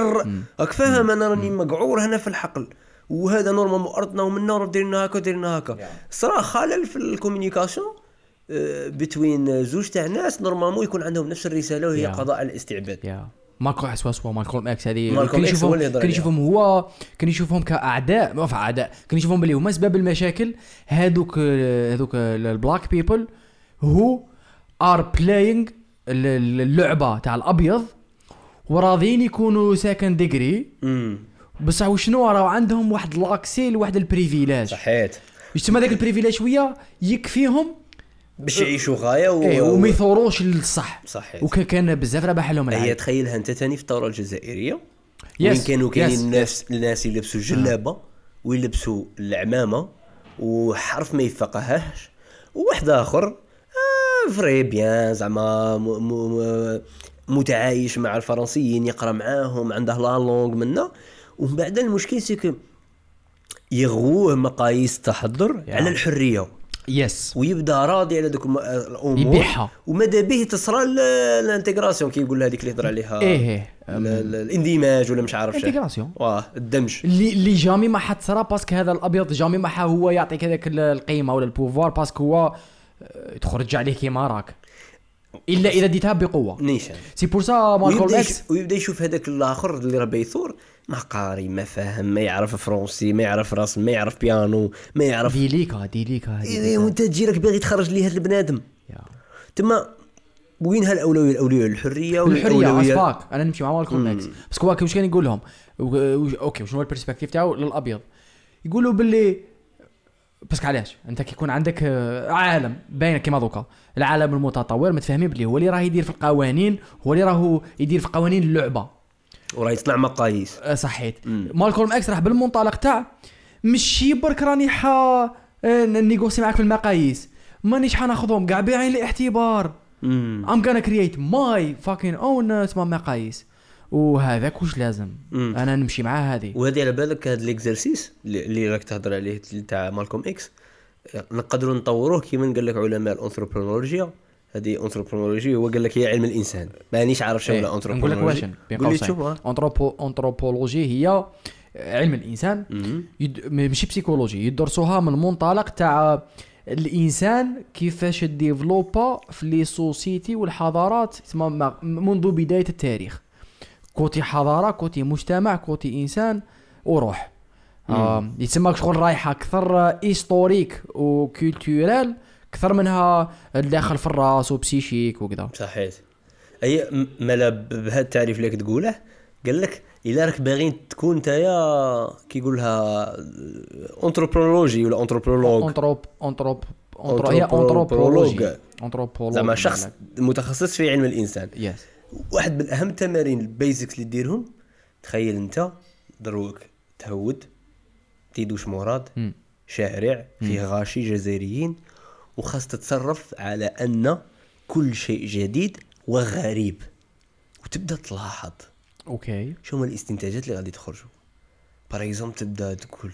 راك فاهم انا راني مقعور هنا في الحقل وهذا نورمال ارضنا ومنا وراه دايرنا هكا ودايرنا هكا صرا خلل في الكوميونيكاسيون بتوين زوج تاع ناس نورمالمون يكون عندهم نفس الرساله وهي يا. قضاء على الاستعباد يا مالكوم حسوا سوا مالكوم اكس هذه مالكوم كان إكس هو اللي يشوفهم يضرب كان عليها. يشوفهم هو كان يشوفهم كاعداء ما في اعداء كان يشوفهم باللي هما اسباب المشاكل هذوك آه، هذوك آه، البلاك بيبل هو ار بلاينج اللعبه تاع الابيض وراضيين يكونوا ساكن ديجري امم بصح وشنو راه عندهم واحد لاكسي لواحد البريفيلاج صحيت اش تسمى ذاك البريفيلاج شويه يكفيهم باش يعيشوا غايه و... ايه وما يثوروش للصح صحيح. وكان بزاف ربح لهم هي العالم تخيلها انت تاني في الثوره الجزائريه Yes. وين كانوا كاينين Yes. آه. الناس الناس يلبسوا الجلابه ويلبسوا العمامه وحرف ما يفقهاش وواحد اخر آه، فري بيان زعما م- م- م- متعايش مع الفرنسيين يقرا معاهم عنده لا لونغ منا ومن بعد المشكل سيكو يغوه مقاييس التحضر يا. على الحريه يس ويبدا راضي على دوك الم- الامور يبيعها. وماذا به تصرى ال- الانتيغراسيون كي يقول هذيك اللي هضر عليها ايه إيه. ال- ال- الاندماج ولا مش عارف شنو انتجراسيون واه الدمج اللي اللي جامي ما حتصرى باسكو هذا الابيض جامي ما حا هو يعطيك هذاك ال- القيمه ولا البوفوار باسكو هو آه، تخرج عليه كيما راك الا اذا ديتها بقوه نيشان سي بور سا مالكولم ويبدا اكس يش- ويبدا يشوف هذاك الاخر اللي راه يثور ما قاري ما فاهم ما يعرف فرونسي ما يعرف رسم ما يعرف بيانو ما يعرف ديليكا ديليكا إيه، هذه وانت تجي راك باغي تخرج ليه هذا البنادم تما وينها الاولويه الاولويه للحريه ولا الحريه الأولوية- اسفاك انا نمشي مع مالكولم اكس باسكو هو واش كان يقول لهم و- و- اوكي وشنو هو البرسبكتيف تاعو للابيض يقولوا باللي باسكو علاش انت كيكون عندك آه، عالم باين كيما دوكا العالم المتطور متفاهمين باللي هو اللي راه يدير في القوانين هو اللي راهو يدير في قوانين اللعبه وراه يطلع مقاييس آه، صحيت مالكولم اكس راح بالمنطلق تاع مشي برك راني حا آه، نيغوسي معاك في المقاييس مانيش حناخذهم كاع بعين الاعتبار امم ام gonna كرييت ماي فاكين اون اسمها uh, مقاييس وهذاك واش لازم مم. انا نمشي مع هذه وهذه على بالك هذا الاكزرسيس اللي- اللي راك تهضر عليه تاع مالكوم اكس نقدروا نطوروه كيما قال لك علماء الانثروبولوجيا هذه انثروبولوجي هو قال لك هي علم الانسان مانيش عارف شنو إيه، ولا نقول لك واش انثروبولوجي بين قول لي قوسين. شوف آه. أنتروبو- انثروبولوجي هي علم الانسان يد... ماشي بسيكولوجي يدرسوها من المنطلق تاع الانسان كيفاش ديفلوبا في لي سوسيتي والحضارات تسمى ما- منذ بدايه التاريخ كوتي حضاره كوتي مجتمع كوتي انسان وروح آه يتسمى شغل رايحه اكثر هيستوريك وكولتورال اكثر منها الداخل في الراس وبسيشيك وكذا صحيت اي م- مالا ب- بهذا التعريف اللي راك تقوله قال لك الا راك باغي تكون نتايا كي يقولها انثروبولوجي ولا انثروبولوج انتروب انتروب انترو- هي أنثروبولوج. انثروبولوجي انثروبولوج زعما شخص متخصص في علم الانسان يس واحد من اهم التمارين البيزكس اللي ديرهم تخيل انت دروك تهود تيدوش مراد مم. شارع فيه غاشي جزائريين وخاص تتصرف على ان كل شيء جديد وغريب وتبدا تلاحظ اوكي شو هما الاستنتاجات اللي غادي تخرجوا باغ اكزومبل تبدا تقول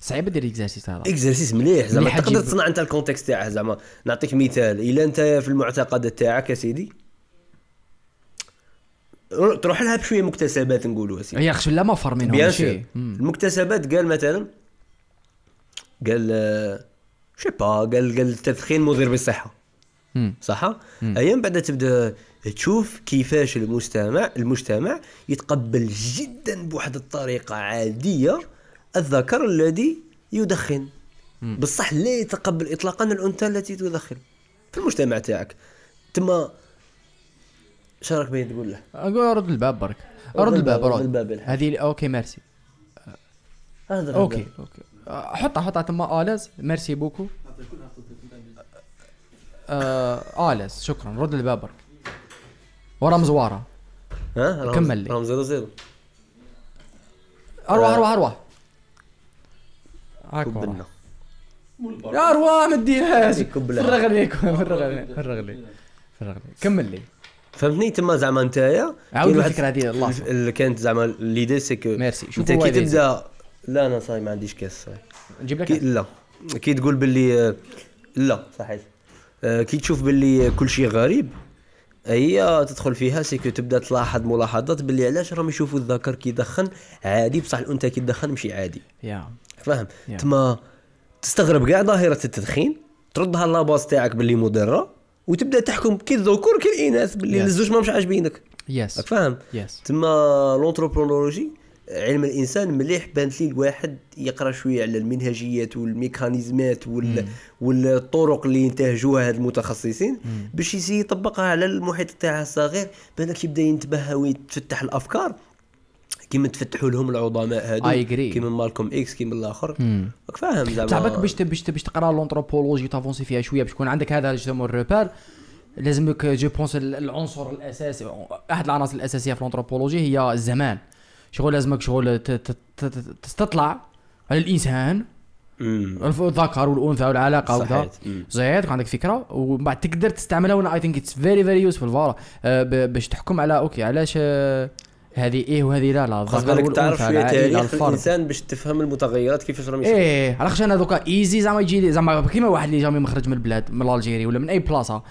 صعيب دير اكزارسيس هذا اكزرسيس مليح زعما مليح تقدر تجيب- تصنع انت الكونتكست تاعه زعما نعطيك مثال الا انت في المعتقدات تاعك يا سيدي تروح لها بشويه مكتسبات نقولوا يا سيدي هي خش لا ما فر منهم بيان شي. سور مم. المكتسبات قال مثلا قال آه، شي با قال قال التدخين مضر بالصحه مم. صح هيا من بعد تبدا تشوف كيفاش المجتمع المجتمع يتقبل جدا بواحد الطريقه عاديه الذكر الذي يدخن بصح لا يتقبل اطلاقا الانثى التي تدخن في المجتمع تاعك تما شارك بين تقول له اقول رد الباب برك رد رد الباب الباب، رد رد الباب الحاج. هذه اوكي ميرسي هذا اوكي اوكي آه، حطها حطها تما اليز ميرسي بوكو آه اليز شكرا رد الباب برك ورا مزواره ها راهم- كمل لي. راهم زيرو زيرو اروح آه. اروح اروح هاك ورا. كبنا يا ارواح ما تديرهاش يكب لها. فرغ ليك فرغ لي فرغ لي فرغ لي كمل لي فهمتني تما زعما نتايا عاود كاين واحد الفكرة هذه، الله يسلمك. اللي كانت زعما ليدي سي كو ميرسي. شوف انت هو كي ليدي. تبدا لا انا صاي ما عنديش كاس صاي نجيب كي... لك لا كي تقول باللي لا صحيح آه، كي تشوف باللي كل شيء غريب هي تدخل فيها سي كو تبدا تلاحظ ملاحظات باللي علاش راهم يشوفوا الذكر كيدخن عادي بصح الانثى كيدخن ماشي عادي يا فاهم Yeah. تما تستغرب كاع ظاهره التدخين تردها لاباس تاعك باللي مضره وتبدا تحكم كي الذكور كي الاناث باللي Yes. الزوج ما مش عاجبينك يس راك فاهم يس تما لونتربرونولوجي علم الانسان مليح بانت لي الواحد يقرا شويه على المنهجيات والميكانيزمات وال... والطرق اللي ينتهجوها هاد المتخصصين باش يسي يطبقها على المحيط تاعها الصغير بانك يبدا ينتبه ويتفتح الافكار كيما تفتحوا لهم العظماء هادو I agree. كيما مالكوم اكس كيما الاخر راك فاهم زعما بصح بالك باش ت- باش ت- باش تقرا لونتروبولوجي تافونسي فيها شويه باش يكون عندك هذا جوستومون الروبار لازمك جو بونس ال- العنصر الاساسي احد العناصر الاساسيه في لونتروبولوجي هي الزمان شغل لازمك شغل ت- ت- ت- تستطلع على الانسان مم. الف- الذكر والانثى والعلاقه صحيت. وكذا مم. زيد كان عندك فكره ومن بعد تقدر تستعملها وانا اي ثينك اتس فيري فيري يوسفول فوالا باش تحكم على اوكي علاش آه، هذه ايه وهذه لا لا خاص الذكر بالك تعرف والانثى شويه العائله تاريخ الفرد الانسان باش تفهم المتغيرات كيفاش راهم يصيروا ايه على خاطر انا دوكا ايزي زعما يجي لي زعما كيما واحد اللي جامي مخرج من البلاد من الجيري ولا من اي بلاصه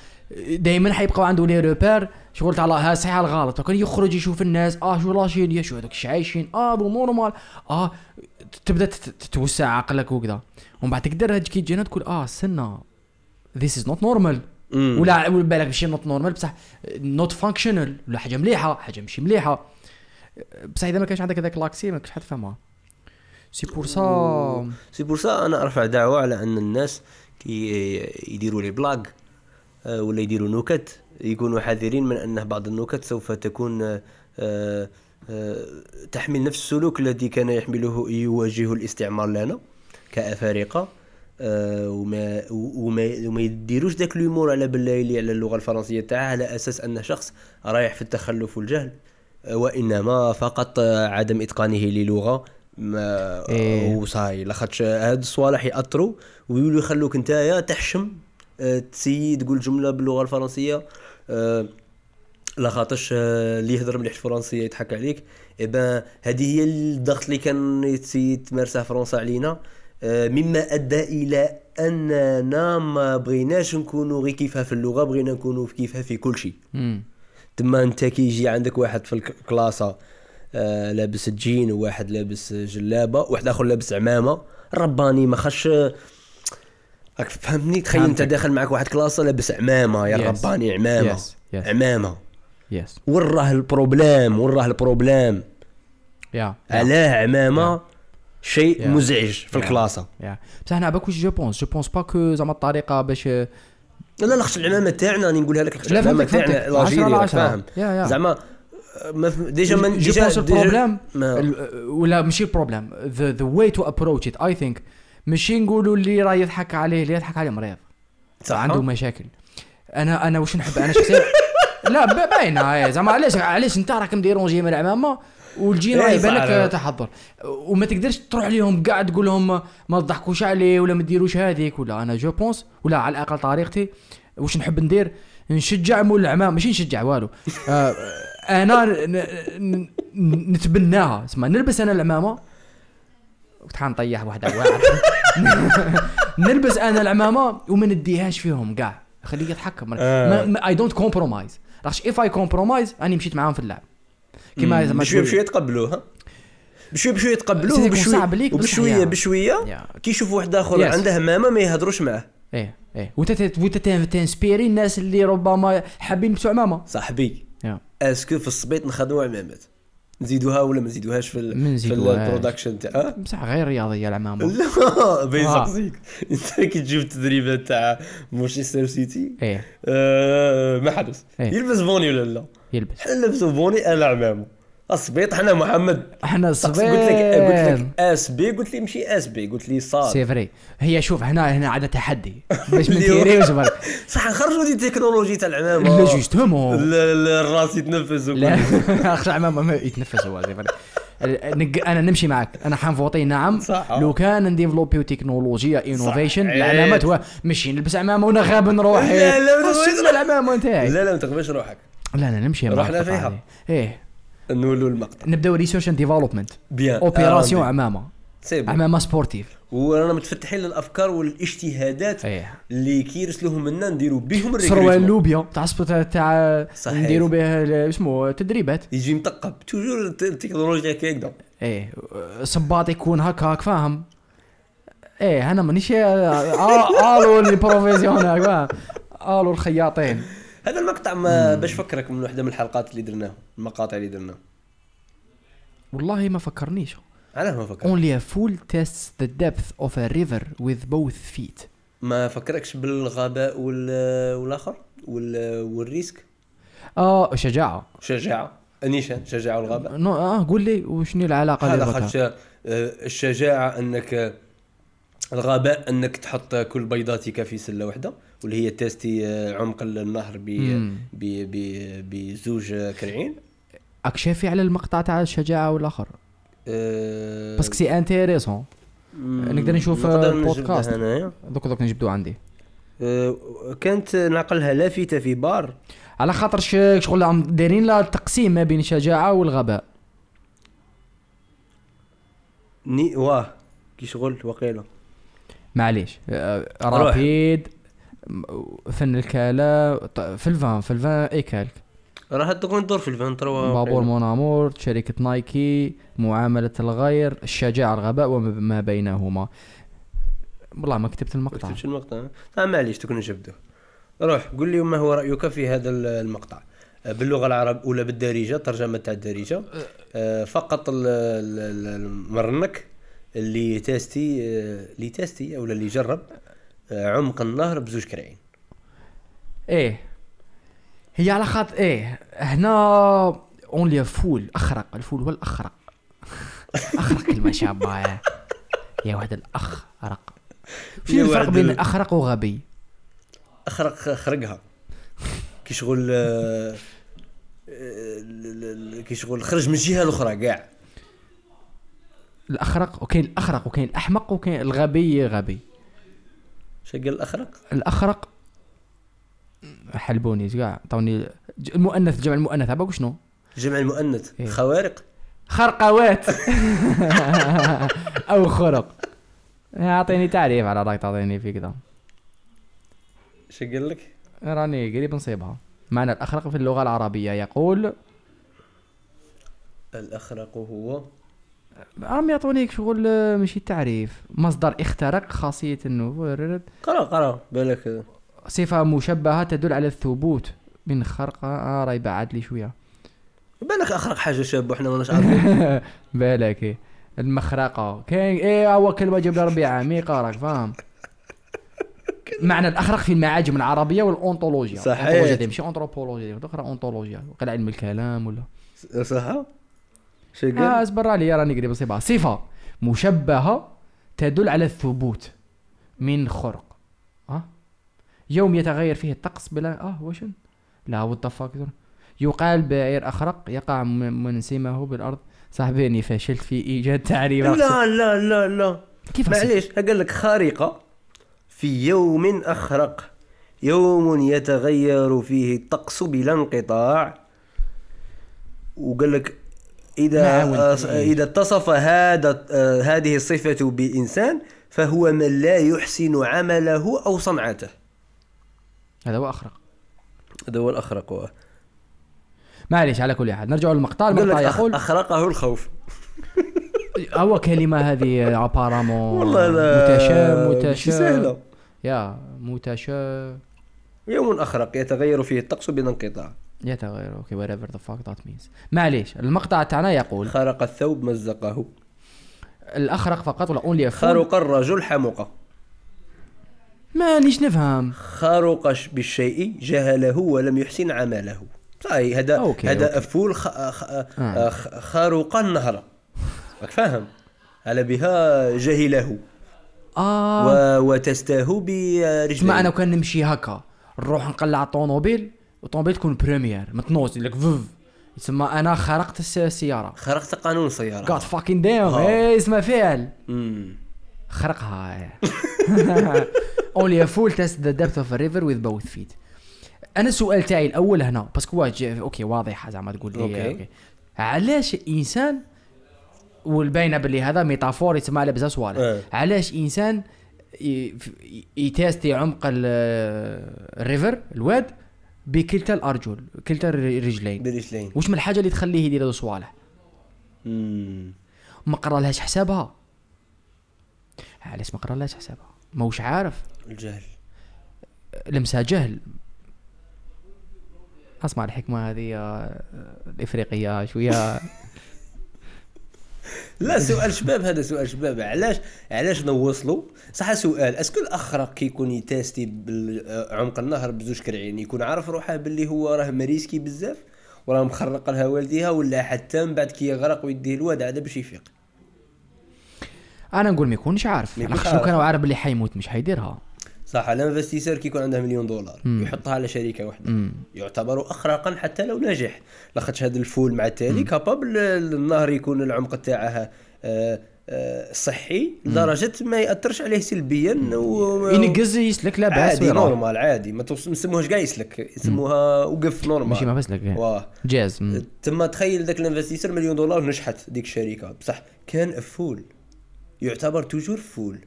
دائما حيبقاو عنده لي روبير شغل تاع لا ها صحيح على الغلط وكان يخرج يشوف الناس اه شو لاشينيا شو هذوك الش عايشين اه دو نورمال اه ت- تبدا تت- تتوسع عقلك وكذا ومن بعد تقدر هاد كي تجينا تقول اه استنى ذيس از نوت نورمال مم. ولا ولا بالك ماشي نوت نورمال بصح نوت فانكشنال ولا حاجه مليحه حاجه ماشي ملاحه بصح اذا ما كانش عندك هذاك لاكسي ما كنتش حتفهمها سي بور سا سي بور سا انا ارفع دعوه على ان الناس كي يديروا لي بلاغ آه، ولا يديروا نكت يكونوا حذرين من ان بعض النكت سوف تكون آه، آه، آه، تحمل نفس السلوك الذي كان يحمله يواجهه الاستعمار لنا كافارقه آه، وما وما وما يديروش ذاك اليومور على بالله اللي على اللغه الفرنسيه تاعها على اساس انه شخص رايح في التخلف والجهل آه، وانما فقط آه، عدم اتقانه للغه ما إيه. وصاي لاخاطش هاد الصوالح ياثروا ويولوا يخلوك نتايا تحشم آه، تسيي تقول جمله باللغه الفرنسيه آه، لاخاطش آه، اللي يهضر مليح الفرنسيه يضحك عليك اي بان هذه هي الضغط اللي كان يتسيي تمارسه فرنسا علينا آه، مما ادى الى اننا ما بغيناش نكونوا غير كيفها في اللغه بغينا نكونوا كيفها في كل شيء مم. تما انت كي يجي عندك واحد في الكلاسه آه لابس جين وواحد لابس جلابه واحد اخر لابس عمامه الرباني ما خش راك فهمتني تخيل انت فهمتك. داخل معك واحد كلاسه لابس عمامه يا Yes. الرباني عمامه Yes, yes. عمامه يس وين راه البروبلام وين راه البروبلام يا علاه عمامه شيء Yeah. مزعج في Yeah. الكلاسه يا بصح انا باك واش جو بونس جو بونس با كو زعما الطريقه باش لا لا لا خش العمامه تاعنا راني نقولها لك خش العمامه فهمتك تاعنا فهمتك 10 الجيري على راك 10 فاهم يا يا زعما آه، ما فهم- ديجا ما جو ديجا بونس ديجا- البروبليم ما- ال- ولا ماشي البروبليم ذا ذا واي تو ابروتش ات اي ثينك ماشي نقولوا اللي راه يضحك عليه اللي يضحك عليه مريض صح عنده مشاكل انا انا واش نحب انا شخصيا لا ب- باينه إيه، زعما علاش علاش انت راك مديرونجي من العمامه والجين راه إيه، يبان صح، لك إيه. آه، تحضر وما تقدرش تروح لهم كاع تقول لهم ما تضحكوش عليه ولا ما ديروش هذيك ولا انا جو بونس ولا على الاقل طريقتي واش نحب ندير نشجع مول العمام ماشي نشجع والو آه، انا ن- ن- ن- نتبناها اسمع نلبس انا العمامه وتحان نطيح واحد واعر نلبس انا العمامه وما نديهاش فيهم كاع خليه يضحك آه. اي دونت كومبرومايز لاش اف اي كومبرومايز راني مشيت معاهم في اللعب كيما زعما بشويه تقول- بشويه تقبلوه ها بشويه بشويه سيدي تقبلوه يكون بشويه صعب عليك، بصح وبشويه يا- بشويه يا. كي يشوفوا واحد اخر Yes. عنده همامه ما يهضروش معاه ايه ايه وتتنسبيري الناس اللي ربما حابين يلبسوا عمامه صاحبي يا. اسكو في الصبيط نخدموا عمامات نزيدوها ولا ما نزيدوهاش في ال- ما في نزيدوهاش. البرودكشن تاع بصح غير رياضيه العمامه لا آه. بيزقزيك انت كي تجيب التدريبه تاع مانشستر سيتي ايه آه، ما حدث إيه. يلبس بوني ولا لا يلبس حنا نلبسوا بوني انا عمامه الصبيط حنا محمد احنا قلت لك قلت صغير لك آه. اس بي قلت لي مشي اس بي قلت لي صاد سي فري هي شوف هنا هنا عاد تحدي باش من اللي هو- تيريوش برك صح نخرجوا دي التكنولوجي تاع العمامه لا جوستومون ال- ال- الراس يتنفس وكل لا خشع ما ما يتنفس هو زي فري. ال- نق- انا نمشي معك انا حنفوطي نعم صح. لو كان نديفلوبيو تكنولوجيا انوفيشن عيب. العلامات هو ماشي نلبس عمامه وانا غاب نروح لا، لا، لا، خش لا. العمامه نتاعي لا لا لا ما تقبلش روحك لا نمشي معك رحنا في فيها. هذه. ايه نولوا المقطع نبداو ريسيرش اند ديفلوبمنت بيان آه، اوبيراسيون عمامه سي بون. عمامه سبورتيف ورانا متفتحين للافكار والاجتهادات ايه. اللي كيرسلوهم لنا نديروا بهم سروال الريكروتمون. لوبيا تاع سبورت- تاع صحيح. نديروا به ال- اسمه تدريبات يجي مثقب توجور الت- التكنولوجيا كيكدا ايه صباط يكون هكاك فاهم ايه انا مانيش آه، الو لي بروفيسيونال فاهم الو الخياطين هذا المقطع ما باش فكرك من وحده من الحلقات اللي درناها المقاطع اللي درناها والله ما فكرنيش علاه ما فكرك only a fool tests the depth of a river with both feet ما فكركش بالغباء وال- والاخر وال- والريسك اه شجاعه شجاعه نيشان شجاعه والغباء نو اه قول لي وشنو العلاقه هذا ديال خدش الشجاعة أنك الغباء أنك تحط كل بيضاتك في سلة واحدة واللي هي تيستي آه، عمق النهر ب مم. ب- ب- بزوج آه، كرعين راك شافي على المقطع تاع الشجاعه والاخر آه، باسكو سي انتيريسون مم، نقدر نشوف، آه، نقدر نجبدها بودكاست. هنايا. دوك دوك نجبدو عندي آه، كانت نعقلها لافتة في بار على خاطر ش- شغل عم دايرين لها تقسيم ما بين الشجاعه والغباء ني واه كي شغل وقيله معليش آه، رابيد م- فن الكالا ط- في الفان في الفان اي كالك راه تكون ندور في الفان تروا بابور مونامور شركة نايكي معاملة الغير الشجاعة الغباء وما بينهما والله ما كتبت المقطع كتبت المقطع آه معليش تكون جبدوه روح قول لي ما هو رايك في هذا ال- المقطع آه، باللغه العربيه ولا بالدارجه ترجمه تاع الدارجه آه، فقط ال- ال- ال- المرنك اللي تاستي آه، اللي تاستي ولا اللي جرب آه، عمق النهر بزوج كرعين ايه هي على خاطر ايه هنا اون لي فول اخرق الفول هو الاخرق اخرق كلمه شابه يا- يا واحد الاخرق يا شنو الفرق واحد بين ال- اخرق وغبي اخرق خرقها كي شغل آه، آه، ال- ال- كي شغل خرج من الجهه الاخرى كاع الاخرق وكاين الاخرق وكاين الاحمق وكاين الغبي غبي شا قال الاخرق الاخرق حلبوني كاع عطوني ج- المؤنث جمع المؤنث عباك شنو جمع المؤنث إيه. خوارق خرقوات او خرق اعطيني تعريف على رايك تعطيني في كذا شا قال لك راني قريب نصيبها معنى الأخرق في اللغة العربية يقول الاخرق هو عم يعطونيك شغل آه، ماشي تعريف مصدر اخترق خاصية انه قرا قرا بالك صفة مشبهة تدل على الثبوت من خرق آه راي بعد لي شوية بالك اخرق حاجه شاب وحنا ماناش عارفين بالك إيه. المخرقة كاين ايه هو كلمة جبل ربي عميقة راك فاهم معنى الاخرق في المعاجم العربية والاونطولوجيا صحيح. أونطولوجيا دي مش انثروبولوجيا دي واحدة اخرى اونطولوجيا قال علم الكلام ولا صح شو اه قال؟ اصبر علي راني قريب نصيبها صفة مشبهة تدل على الثبوت من خرق اه يوم يتغير فيه الطقس بلا اه وشن لا وات يقال بعير اخرق يقع م- منسمه بالارض صاحبي اني فشلت في ايجاد تعريف لا لا لا لا كيف أصف؟ معليش قال لك خارقه في يوم اخرق يوم يتغير فيه الطقس بلا انقطاع وقال لك اذا نعم. آه، اذا اتصف هذا آه، هذه الصفه بانسان فهو من لا يحسن عمله او صنعته هذا هو اخرق هذا هو الاخرق هو. معليش على كل حال نرجع للمقطع قال لك المقطع أخ- يقول اخرقه الخوف هو كلمه هذه ابارامون والله لا متشا ماشي متشا سهله يا متشا يوم اخرق يتغير فيه الطقس بلا انقطاع يتغير اوكي وات ايفر ذا فاك ذات مينز معليش المقطع تاعنا يقول خرق الثوب مزقه الاخرق فقط ولا اونلي خرق الرجل حمقه مانيش نفهم خرق ش- بالشيء جهله ولم يحسن عمله صحيح هذا أوكي، هذا أوكي. آه. افول خ... خ... آه، خ... خرق النهر راك فاهم على بها جهله اه و... و... وتستاه اسمع برجله انا كان نمشي هكا نروح نقلع طوموبيل وطوموبيل تكون بريمير متنوز لك فف يسمى انا خرقت الس- السياره خرقت قانون جاد السيارة فاكين دام آه. ايه اسمها فعل مم. خرقها اونلي ا فول تيست ذا ديبث اوف ريفر وذ بوث فيت انا السؤال تاعي الاول هنا باسكو واج- اوكي واضحه زعما تقول لي أوكي. اوكي, علاش انسان والباينه باللي هذا ميتافور يتسمى على بزاف إيه. صوالح علاش انسان ي- ي- يتيستي عمق ال- الريفر الواد بكلتا الارجل كلتا الرجلين برجلين واش من الحاجه اللي تخليه يدير هذو الصوالح مم. ما قرالهاش حسابها علاش ما قرالهاش حسابها موش عارف الجهل لمسها جهل اسمع الحكمه هذه آه، الافريقيه شويه لا سؤال شباب هذا سؤال شباب علاش علاش نوصلوا صح سؤال اسكو الاخرق كيكون يتاستي بعمق النهر بزوج كرعين يكون عارف روحه باللي هو راه مريسكي بزاف وراه مخرق لها والديها ولا حتى من بعد كي يغرق ويديه الواد عاد باش يفيق انا نقول ما يكونش عارف ما على يكونش خاطر لو عارف. كان هو عارف بلي حيموت مش حيديرها صح الانفستيسور كيكون عنده مليون دولار مم. يحطها على شركه واحده مم. يعتبر اخرقا حتى لو نجح لاخاطش هذا الفول مع التالي كابابل النهر يكون العمق تاعها آه، آه، صحي لدرجه ما ياثرش عليه سلبيا و- ينقز يسلك لا باس عادي ويروح. نورمال عادي ما توص- ما نسموهاش كاع يسلك يسموها وقف نورمال ماشي ما بسلك واه جاز مم. تما تخيل ذاك الانفستيسور مليون دولار نجحت ديك الشركه بصح كان فول يعتبر توجور فول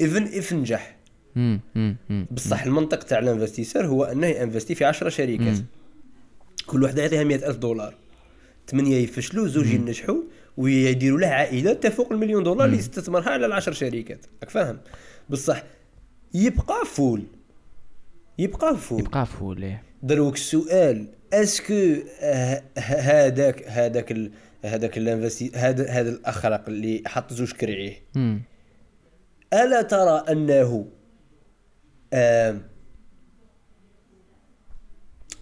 ايفن اف نجح مم، مم، مم. بصح المنطق تاع الانفستيسور هو انه ينفستي في 10 شركات كل وحده يعطيها 100000 دولار ثمانيه يفشلوا زوج ينجحوا ويديروا له عائله تفوق المليون دولار اللي يستثمرها على العشر شركات راك فاهم بصح يبقى فول يبقى فول يبقى فول إيه. دروك السؤال اسكو هذاك هذاك ال- هذاك الانفستي هذا هذا الاخرق اللي حط زوج كرعيه مم. الا ترى انه آم،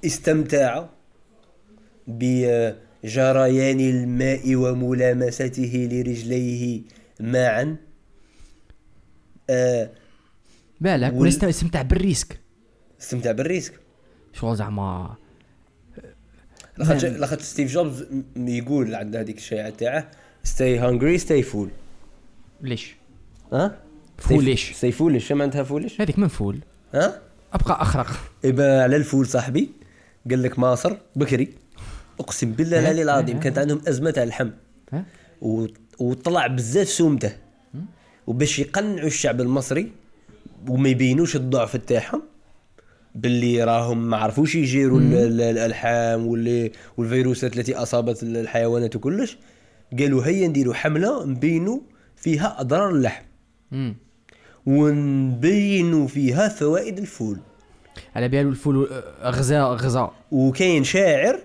استمتع بجريان الماء وملامسته لرجليه معا آه، بالك وال- ولا استمتع بالريسك استمتع بالريسك شغل زعما لاخاطش نعم. لاخاطش ستيف جوبز م- يقول عند هذيك الشائعه تاعه ستاي هانجري ستاي فول ليش ها فوليش. ستاي فوليش معناتها فوليش هذيك من فول ها ابقى اخرق إبا على الفول صاحبي قال لك ماصر بكري اقسم بالله العلي العظيم كانت عندهم ازمه تاع اللحم ها؟ و- وطلع بزاف سومته وباش يقنعوا الشعب المصري وما يبينوش الضعف تاعهم باللي راهم ما عرفوش يجيروا ال- ال- الالحام واللي والفيروسات التي اصابت ال- الحيوانات وكلش قالوا هيا نديروا حمله نبينوا فيها اضرار اللحم مم. ونبينوا فيها فوائد الفول على بالو الفول آه، غزاء غزاء وكاين شاعر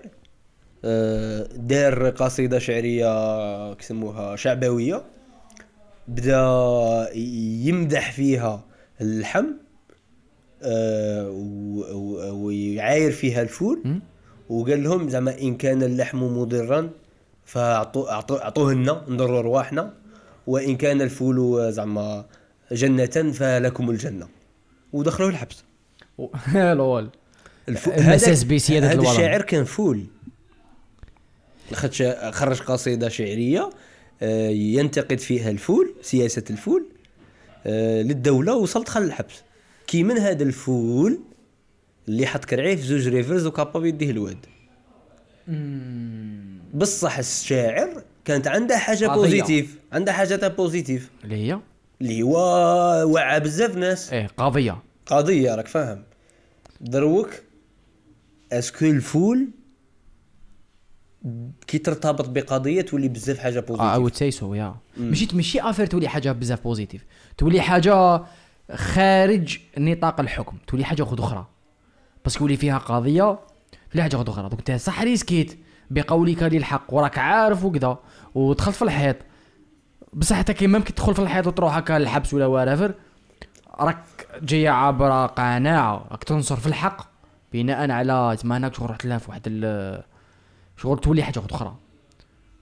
آه، دار قصيده شعريه كسموها شعبويه بدا يمدح فيها اللحم آه، و- و- ويعاير فيها الفول وقال لهم زعما ان كان اللحم مضرا فاعطوه اعطوه لنا نضروا رواحنا وان كان الفول زعما جنه فلكم الجنه ودخلوه الحبس لول الف... المساس بسيادة هذا الورم. الشاعر كان فول خدش خرج قصيدة شعرية آه، ينتقد فيها الفول سياسة الفول آه، للدولة وصل دخل الحبس كي من هذا الفول اللي حط كرعيه في زوج ريفرز وكابا يديه الواد بصح الشاعر كانت عنده حاجة قضية. بوزيتيف عنده حاجة تاع بوزيتيف اللي هي اللي هو وعى بزاف ناس ايه قضيه قضيه راك فاهم دروك اسكو الفول كي ترتبط بقضيه تولي بزاف حاجه اه بوزيتيف اي سي سو يا ماشي ماشي افير تولي حاجه بزاف بوزيتيف تولي حاجه خارج نطاق الحكم تولي حاجه خد اخرى باسكو يولي فيها قضيه تولي حاجه خد اخرى دونك انت صح ريسكيت بقولك للحق وراك عارف وكذا ودخلت في الحيط بصح حتى كي ممكن تدخل في الحيط وتروح هكا للحبس ولا ورافر راك جاي عبر قناعه راك تنصر في الحق بناء على تما هناك شغل رحت لها في واحد ال- شغل تولي حاجه خد اخرى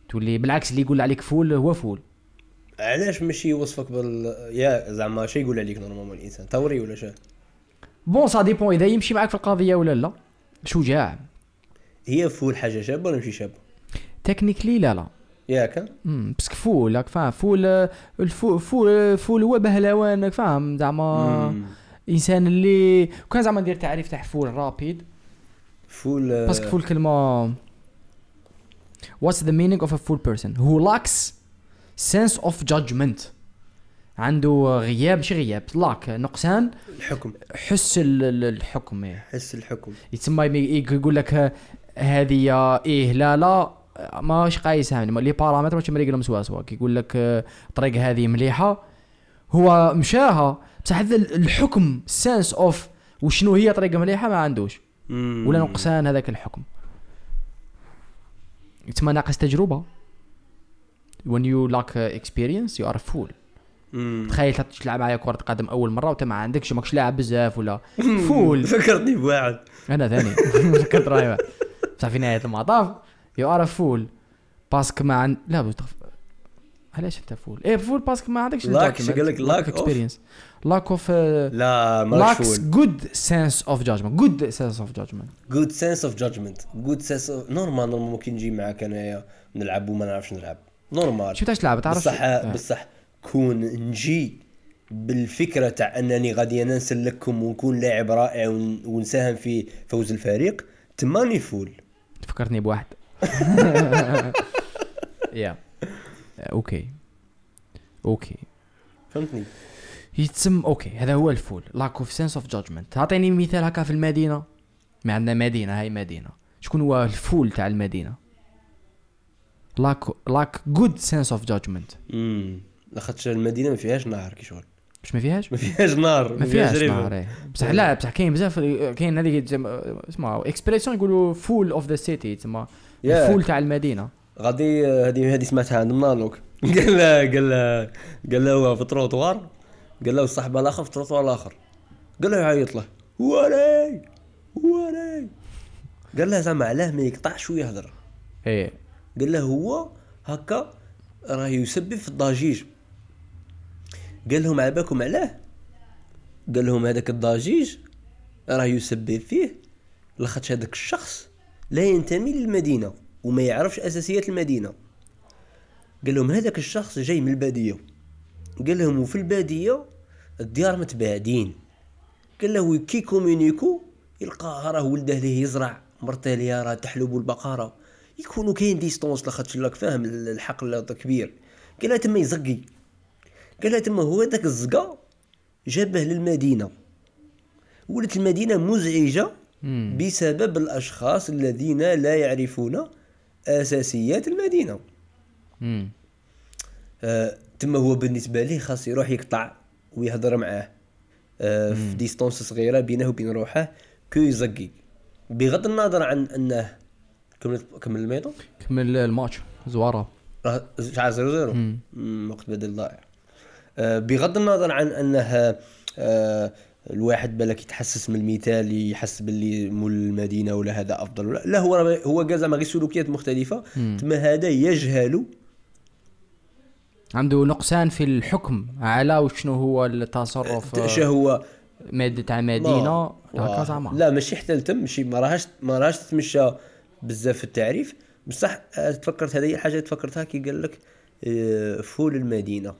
تولي بالعكس اللي يقول عليك فول هو فول علاش ماشي يوصفك بال يا زعما شي يقول عليك نورمالمون الانسان ثوري ولا شا بون سا ديبون اذا يمشي معاك في القضيه ولا لا شجاع هي فول حاجه شابه ولا ماشي شابه تكنيكلي لا لا ياك مم، باسكو فول راك فاهم فول آه، الفو فول آه، فول هو بهلوان راك فاهم زعما مم. انسان اللي كان زعما ندير تعريف تاع فول رابيد فول آه، باسكو فول كلمه What's the meaning of a fool person who lacks sense of judgment عنده غياب مش غياب لاك نقصان الحكم حس ال- ال- الحكم إيه. حس الحكم يتسمى يم- يق- يقول لك ه- هذه إيه لا لا ماش قايسها يعني لي بارامتر ماشي مريق لهم سوا سوا كيقول لك آه، طريق هذه مليحه هو مشاها بصح هذا ال- الحكم سنس اوف وشنو هي طريقه مليحه ما عندوش مم. ولا نقصان هذاك الحكم يتسمى ناقص تجربه when you lack uh, experience you are a fool مم. تخيل حتى تلعب معايا كره قدم اول مره وانت ما عندكش ماكش لاعب بزاف ولا فول فكرتني بواحد انا ثاني كنت رايبه بصح في نهايه المطاف يو ار فول باسك ما عن لا بتخف... علاش انت فول ايه فول باسك ما عندكش Lack، شو قال لك؟ Lack of- اكسبيرينس لاك اوف لا ماكش لاكس فول جود سنس اوف جادجمنت جود سنس اوف جادجمنت جود سنس اوف جادجمنت جود سنس اوف نورمال نورمال ممكن نجي معاك انايا نلعب وما نعرفش نلعب نورمال شفت علاش تلعب تعرف بصح آه. بصح كون نجي بالفكره تاع انني غادي انا نسلككم ونكون لاعب رائع ون- ونساهم في فوز الفريق تماني فول فكرتني بواحد Uh, يا اوكي اوكي فهمتني يتسم اوكي هذا هو الفول لاك اوف سنس اوف جادجمنت تعطيني مثال هكا في المدينه ما عندنا مدينه هاي مدينه شكون هو الفول تاع المدينه لاك لاك جود سنس اوف جادجمنت امم لاخاطش المدينه ما فيهاش نهر كي شغل باش ما فيهاش ما فيهاش نهر ما فيهاش ريفر. نهار إيه. بصح لا بصح كاين بزاف كاين هذيك تسمى- اسمها اكسبريسيون يقولوا فول اوف ذا سيتي تسمى ياك. الفول تاع المدينه غادي هذه هذه سمعتها عند منالوك قال له قال له قال له هو في التروطوار قال له الصاحب الاخر في التروطوار الاخر قال له يعيط له وراي وراي قال له زعما علاه ما يقطعش ويهضر ايه قال له هو هكا راه يسبب في الضجيج قال لهم على بالكم علاه قال لهم هذاك الضجيج راه يسبب فيه لاخاطش هذاك الشخص لا ينتمي للمدينه وما يعرفش اساسيات المدينه قال لهم هذاك الشخص جاي من الباديه قال لهم وفي الباديه الديار متباعدين قال له كي كومونيكو يلقاها راه ولده ليه يزرع مرته ليه راه تحلب البقره يكونوا كاين ديستونس لاخاطش راك فاهم الحقل كبير قال لها تما يزقي قال لها تما هو داك الزقا جابه للمدينه ولات المدينه مزعجه بسبب الاشخاص الذين لا يعرفون اساسيات المدينه امم آه، تما هو بالنسبه ليه خاص يروح يقطع ويهضر معاه آه، في ديستونس صغيره بينه وبين روحه كو يزقي بغض النظر عن انه كمل كمل الميطو كمل الماتش زواره راه شعار زيرو زيرو مم، وقت بدل ضائع آه، بغض النظر عن انها آه، الواحد بالك يتحسس من المثال يحس باللي مول المدينه ولا هذا افضل ولا لا هو راه- هو كاع زعما غير سلوكيات مختلفه تما هذا يجهل عنده نقصان في الحكم على وشنو هو التصرف آه، شهوه مادة تاع ما- مدينة هكا واه. زعما لا ماشي حتى التم ماشي ما راهاش ما راهاش تتمشى بزاف في التعريف بصح آه، تفكرت هذه هي الحاجه اللي تفكرتها كي قال لك آه، فول المدينه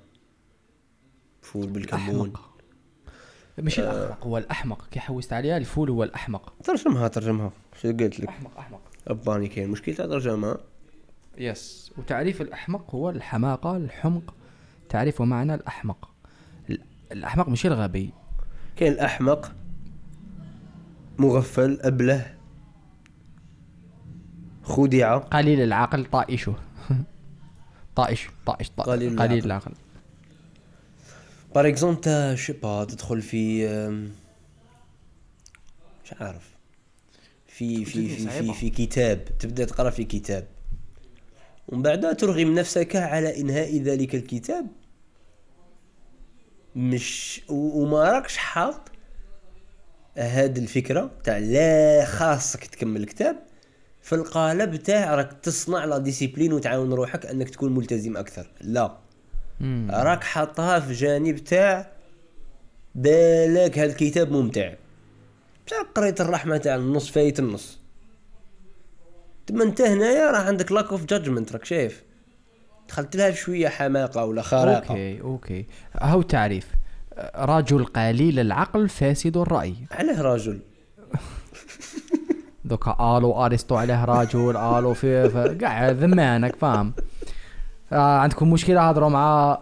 فول بالكمون أحمق. ماشي الأخمق هو الأحمق كي حوست عليها الفول هو الأحمق ترجمها ترجمها شو قلت لك أحمق أحمق اباني كاين مشكل تاع ترجمها يس وتعريف الأحمق هو الحماقة الحمق تعريف ومعنى الأحمق ال- الأحمق ماشي الغبي كاين الاحمق مغفل ابله خديعه قليل العقل طائشه طائش طائش طائش قليل قليل, العقل. العقل باغ اكزومبل تا شي با تدخل في آم، مش عارف في في جدني في صعيبة. في, في كتاب تبدا تقرا في كتاب ومن بعد ترغم نفسك على انهاء ذلك الكتاب مش و- وما راكش حاط هاد الفكره تاع لا خاصك تكمل الكتاب في القالب تاع راك تصنع لا ديسيبلين وتعاون روحك انك تكون ملتزم اكثر لا مم. راك حاطها في جانب تاع بالك هذا الكتاب ممتع بصح قريت الرحمه تاع النص فايت النص تما انت هنايا راه عندك لاك اوف جادجمنت راك شايف دخلت لها شويه حماقه ولا خراقه أوكي أوكي هاو تعريف آه، رجل قليل العقل فاسد الرأي علاه رجل دوكا الو ارسطو عليه رجل الو في في- كاع ذمانك فاهم آه عندكم مشكله هضروا مع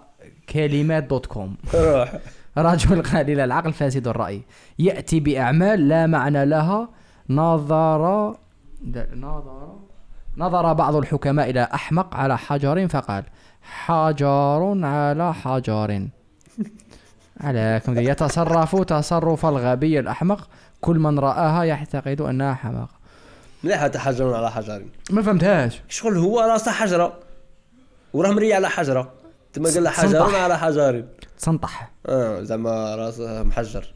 كلمات دوت كوم روح رجل قليل العقل فاسد الراي ياتي باعمال لا معنى لها نظر لا- نظر نظر بعض الحكماء الى احمق على حجر فقال حجر على حجر عليكم يتصرف تصرف الغبي الاحمق كل من راها يعتقد انها حماقه مليح حتى حجر على حجر ما فهمتهاش شغل هو راسه حجره وراه مري على حجره تما قال لها حجر صنطح. على حجر تسنطح اه زعما راسه محجر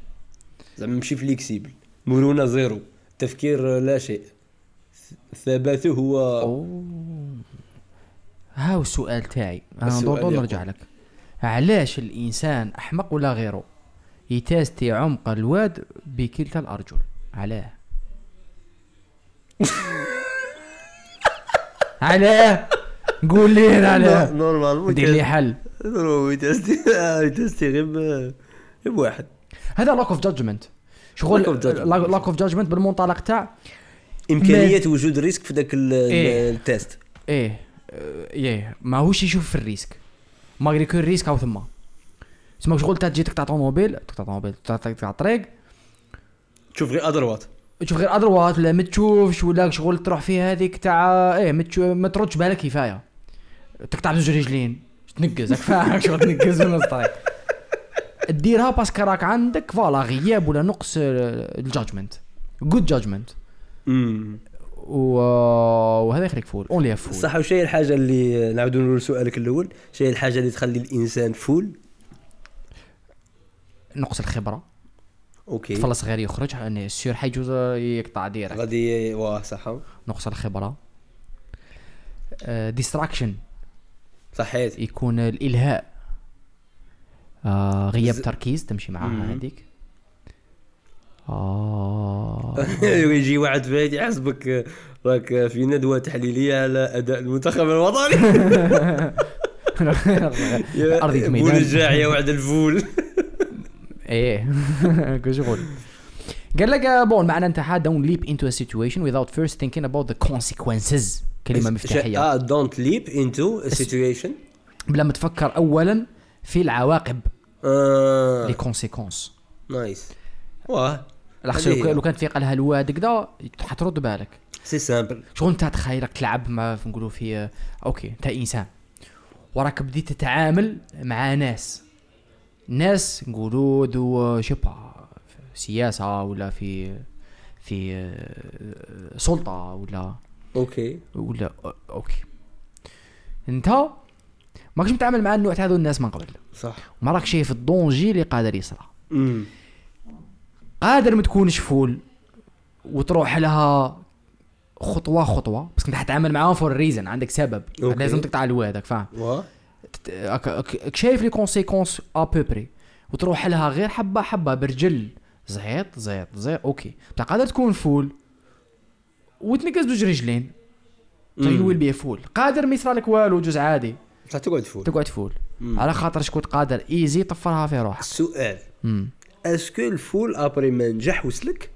زعما ماشي فليكسيبل مرونه زيرو تفكير لا شيء ثباته هو ها هو السؤال تاعي انا السؤال نضوضو يقول. نرجع لك علاش الانسان احمق ولا غيره يتاستي عمق الواد بكلتا الارجل علاه علاه قول لي هنا علاه نورمال دير لي حل نورمال آه، تستي تستي غير غير واحد هذا لاك اوف جادجمنت Lack of judgment. شغل لاك اوف جادجمنت بالمنطلق تاع امكانيه وجود ريسك في ذاك ال- إيه. ال- التيست ايه آه، ايه ماهوش يشوف في الريسك ماغري كو الريسك او ثما تسمى شغل تا تجي تقطع طوموبيل تقطع طوموبيل تقطع- تقطع طريق تشوف غير ادروات تشوف غير ادروات ولا ما تشوفش ولا شغل تروح فيها هذيك تاع ايه ما تشو- ما تردش بالك كفايه تقطع بزوج رجلين تنقز راك فاهم شغل تنقز من الطريق ديرها باسكو راك عندك فوالا غياب ولا نقص آه، الجادجمنت جود جادجمنت امم وهذا يخليك فول اونلي هاف فول صح وش هي الحاجه اللي نعاودوا نقول سؤالك الاول شي هي الحاجه اللي تخلي الانسان فول نقص الخبره اوكي طفل صغير يخرج يعني السير حيجوز يقطع ديرك غادي واه صح نقص الخبره ديستراكشن صحيت يكون الالهاء آه غياب ز- تركيز تمشي مم. معاها هذيك آه يجي واحد فهد يحسبك راك في ندوه تحليليه على اداء المنتخب الوطني يا أرضية فول ميدان. الجاعيه وعد الفول ايه كل شغل قال لك آه، بون معنى انتهى don't leap into a situation without first thinking about the consequences كلمه مفتاحيه اه دونت ليب انتو سيتويشن بلا ما تفكر اولا في العواقب لي اه كونسيكونس نايس واه لاخش هذه لو هي. لو كان في قالها الواد كدا حترد بالك سي سامبل شغل انت تخيلك تلعب ما نقولوا في اوكي انت انسان وراك بديت تتعامل مع ناس ناس نقولوا ذو شبا سياسه ولا في في آه، سلطه ولا اوكي ولا آه، اوكي انت ماكش متعامل مع النوع تاع هذو الناس من قبل صح ما راك شايف الدونجي اللي قادر يصرى امم قادر ما تكونش فول وتروح لها خطوه خطوه بس كنت حتعامل معاهم فور ريزن عندك سبب أوكي. لازم تقطع الوادك فاهم واه تت- أك- أك- أك- شايف لي كونسيكونس ابوبري وتروح لها غير حبه حبه برجل زيط زيط زيط اوكي بصح قادر تكون فول وتنقز بجوج رجلين يو ويل بي فول قادر ما يصرى لك والو جوز عادي بصح تقعد فول تقعد فول مم. على خاطر شكون قادر ايزي طفرها في روحك السؤال مم. اسكو الفول ابري ما نجح وسلك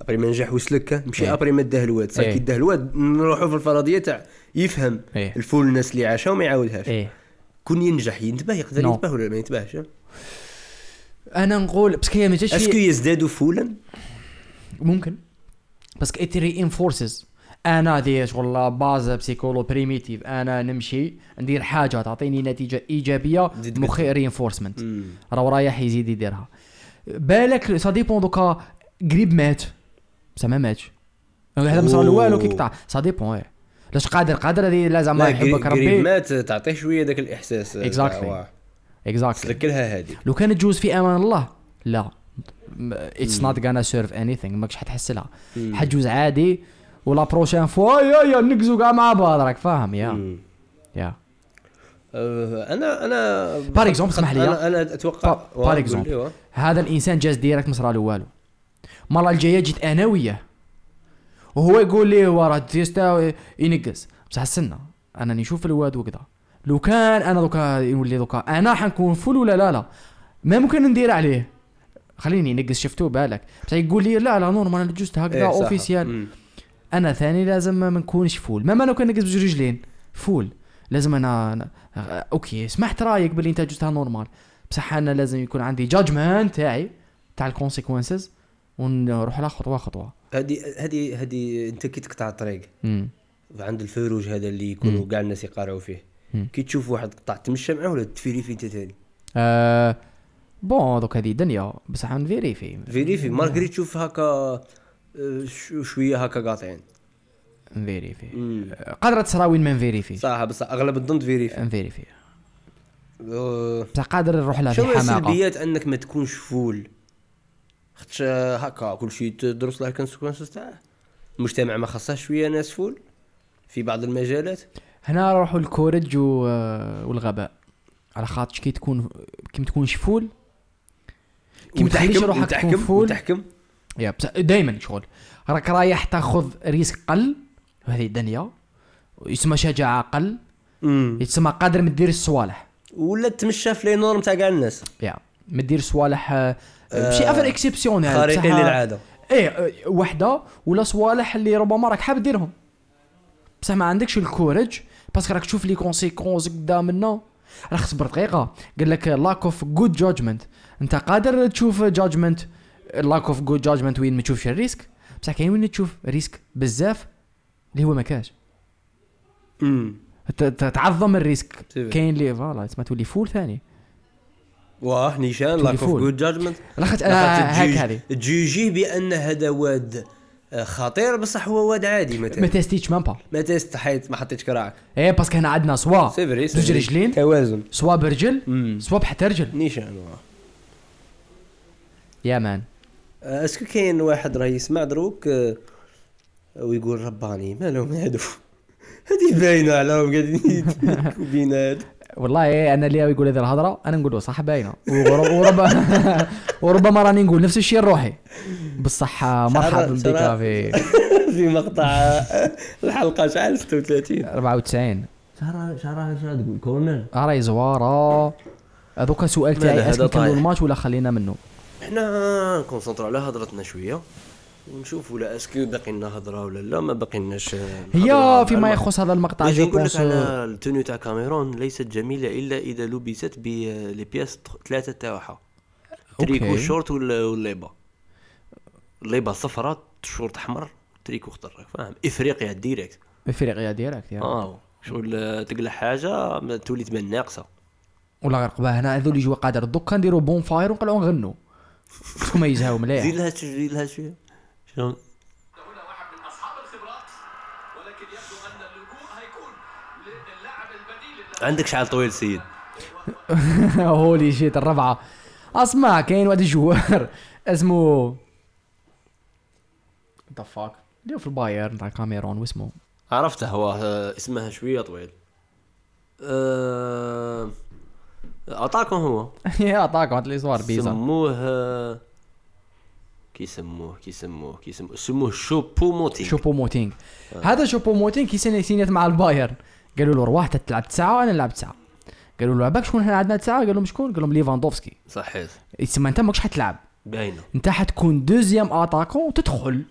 ابري ما نجح وسلك ماشي إيه. ابري ما داه الواد صح إيه. كي داه الواد نروحوا في الفرضيه تاع يفهم إيه. الفول الناس اللي عاشها وما يعاودهاش ايه كون ينجح ينتبه يقدر نو. ينتبه ولا ما ينتبهش انا نقول بس هي ما جاتش اسكو يزداد فولا ممكن بس ات رينفورسز انا ذي شغل باز بسيكولو بريميتيف انا نمشي ندير حاجه تعطيني نتيجه ايجابيه زيد مخي رينفورسمنت راه رايح يزيد يديرها بالك سا ديبون دوكا قريب مات بس ما ماتش هذا ما صار له والو كي قطع سا ديبون ايه لاش قادر قادر هذه لا زعما ما يحبك قريب ربي مات تعطيه شويه ذاك الاحساس آه، Exactly. واه. اكزاكتلي سلك لها هذه لو كانت تجوز في امان الله لا اتس نوت غانا سيرف اني ثينغ ماكش حتحس لها حتجوز عادي ولا بروشين فوا يا يا نقزو كاع مع بعض راك فاهم يا مم. يا آه، انا انا Par exemple، اسمح لي. انا انا اتوقع Par- par واه، قول لي، exemple. واه. هذا الانسان جاز ديريكت ما صرالو والو المره الجايه جيت انا وياه وهو يقول لي هو راه تيستا ينقص بصح استنى انا نشوف الواد وكذا لو كان انا دوكا يولي دوكا انا حنكون فول ولا لا لا ما ممكن ندير عليه خليني نقص شفتو بالك بصح يقول لي لا لا نورمال انا جوست هكذا إيه، صح. اوفيسيال مم. انا ثاني لازم ما نكونش فول مهما لو كان نقص بجوج رجلين فول لازم انا أنا- اوكي سمحت رايك باللي انت جوزتها نورمال بصح انا لازم يكون عندي جادجمنت تاعي تاع الكونسيكونسز ونروح لها خطوه خطوه هذه هذه هذه انت كي تقطع الطريق امم عند الفروج هذا اللي يكونوا كاع الناس يقارعوا فيه مم. كي تشوف واحد قطع تمشى معاه ولا تفيريفي انت ثاني آه بون دوك هذه دنيا بصح نفيريفي فيريفي مارغريت تشوف هكا آه، شو- شويه هكا قاطعين نفيريفي مم. قادرة تصرا وين ما نفيريفي صح بصح اغلب الظن تفيريفي نفيريفي آه، بصح قادر نروح لها في شنو هي حماقه السلبيات انك ما تكونش فول خاطش آه، هكا كل شيء تدرس له الكونسيكونسز تاعه المجتمع ما خصهاش شويه ناس فول في بعض المجالات هنا نروحوا الكورج و... آه، والغباء على خاطر كي تكون كي ما تكونش فول كي ما تخليش وتحكم روحك تكون وتحكم فول وتحكم يا بس دائما شغل راك رايح تاخذ ريسك قل هذه الدنيا يسمى شجاعه قل مم. يسمى قادر ما دير الصوالح ولا تمشى في لي نورم تاع كاع الناس يا ما دير صوالح آه، شي افر اكسبسيونيل خارقين يعني بصح- للعاده ايه آه، وحده ولا صوالح اللي ربما راك حاب ديرهم بصح ما عندكش الكورج باسكو راك تشوف لي كونسيكونس قدام منا راح اصبر دقيقه قال لك لاك اوف جود جادجمنت انت قادر تشوف جادجمنت لاك اوف جود جادجمنت وين ما تشوفش الريسك بصح كاين وين تشوف ريسك بزاف اللي هو ما كاش امم ت- ت- تعظم الريسك سيبك. كاين اللي فوالا تسمى تولي فول ثاني واه نيشان تولي لاك اوف فول. جود جادجمنت لاخت هاك آه، هذه تجوجي بان هذا واد آه، خطير بصح هو واد عادي ما مثلا تستيتش مام با ما تستحيت ما حطيتش كراعك ايه باسكو هنا عندنا سوا سي فري سي زوج فري. رجلين توازن سوا برجل مم. سوا بحتى رجل نيشان واه يا مان آه، اسكو كاين واحد راه يسمع دروك آه، ويقول رباني مالهم هادو هذه باينه علىهم قاعدين يتكلموا بينات والله إيه انا اللي يقول هذه الهضره انا نقول له صح باينه ورب- وربما وربما راني نقول نفس الشيء لروحي بصح مرحبا شعر- بك شعر- في في مقطع آه، الحلقه شحال 36 94 شهر شهر شهر تقول كورنر راهي زواره هذوك سؤال مالا تاعي هذا اسكو نكملوا طايح. الماتش ولا خلينا منه احنا نكونسونطرو على هضرتنا شويه ونشوف ولا اسكو باقي لنا هضره ولا لا ما آه، باقي لناش هي فيما يخص هذا المقطع جو جو نقول لك بونس على التوني تاع كاميرون ليست جميله الا اذا لبست بلي بياس ثلاثه تاعها تريكو أوكي. شورت وال- والليبه الليبه صفراء الشورت احمر تريكو خضر فاهم افريقيا ديريكت افريقيا ديريكت يا اه شغل تقلع حاجه ما تولي تبان ناقصه ولا غير قبا هنا هذول يجوا قادر دوكا نديروا بون فاير ونقلعوا نغنوا هما يزهاو زيد مليح لها شويه زيد لها شويه شنو؟ هنا واحد من اصحاب الخبرات ولكن يبدو ان اللجوء هيكون للاعب البديل اللي عندك شعر طويل سيد هولي شيت الربعه اسمع كاين واحد الجوار اسمه ذا فاك اللي هو في البايرن تاع الكاميرون واسمه عرفته هو آه، اسمها شويه طويل آه، عطاكم هو يا عطاك واحد لي صوار بيزا سموه آه، كي سموه كي سموه كي سموه سموه شوبو موتي شوبو موتينغ هذا شوبو موتينغ كي سنة- سينيت مع البايرن قالوا له روح تلعب تسعه انا نلعب تسعه قالوا له عباك شكون هنا عندنا تسعه قال لهم شكون قال لهم ليفاندوفسكي صحيت يسمى انت ماكش حتلعب باينه انت حتكون دوزيام اتاكون وتدخل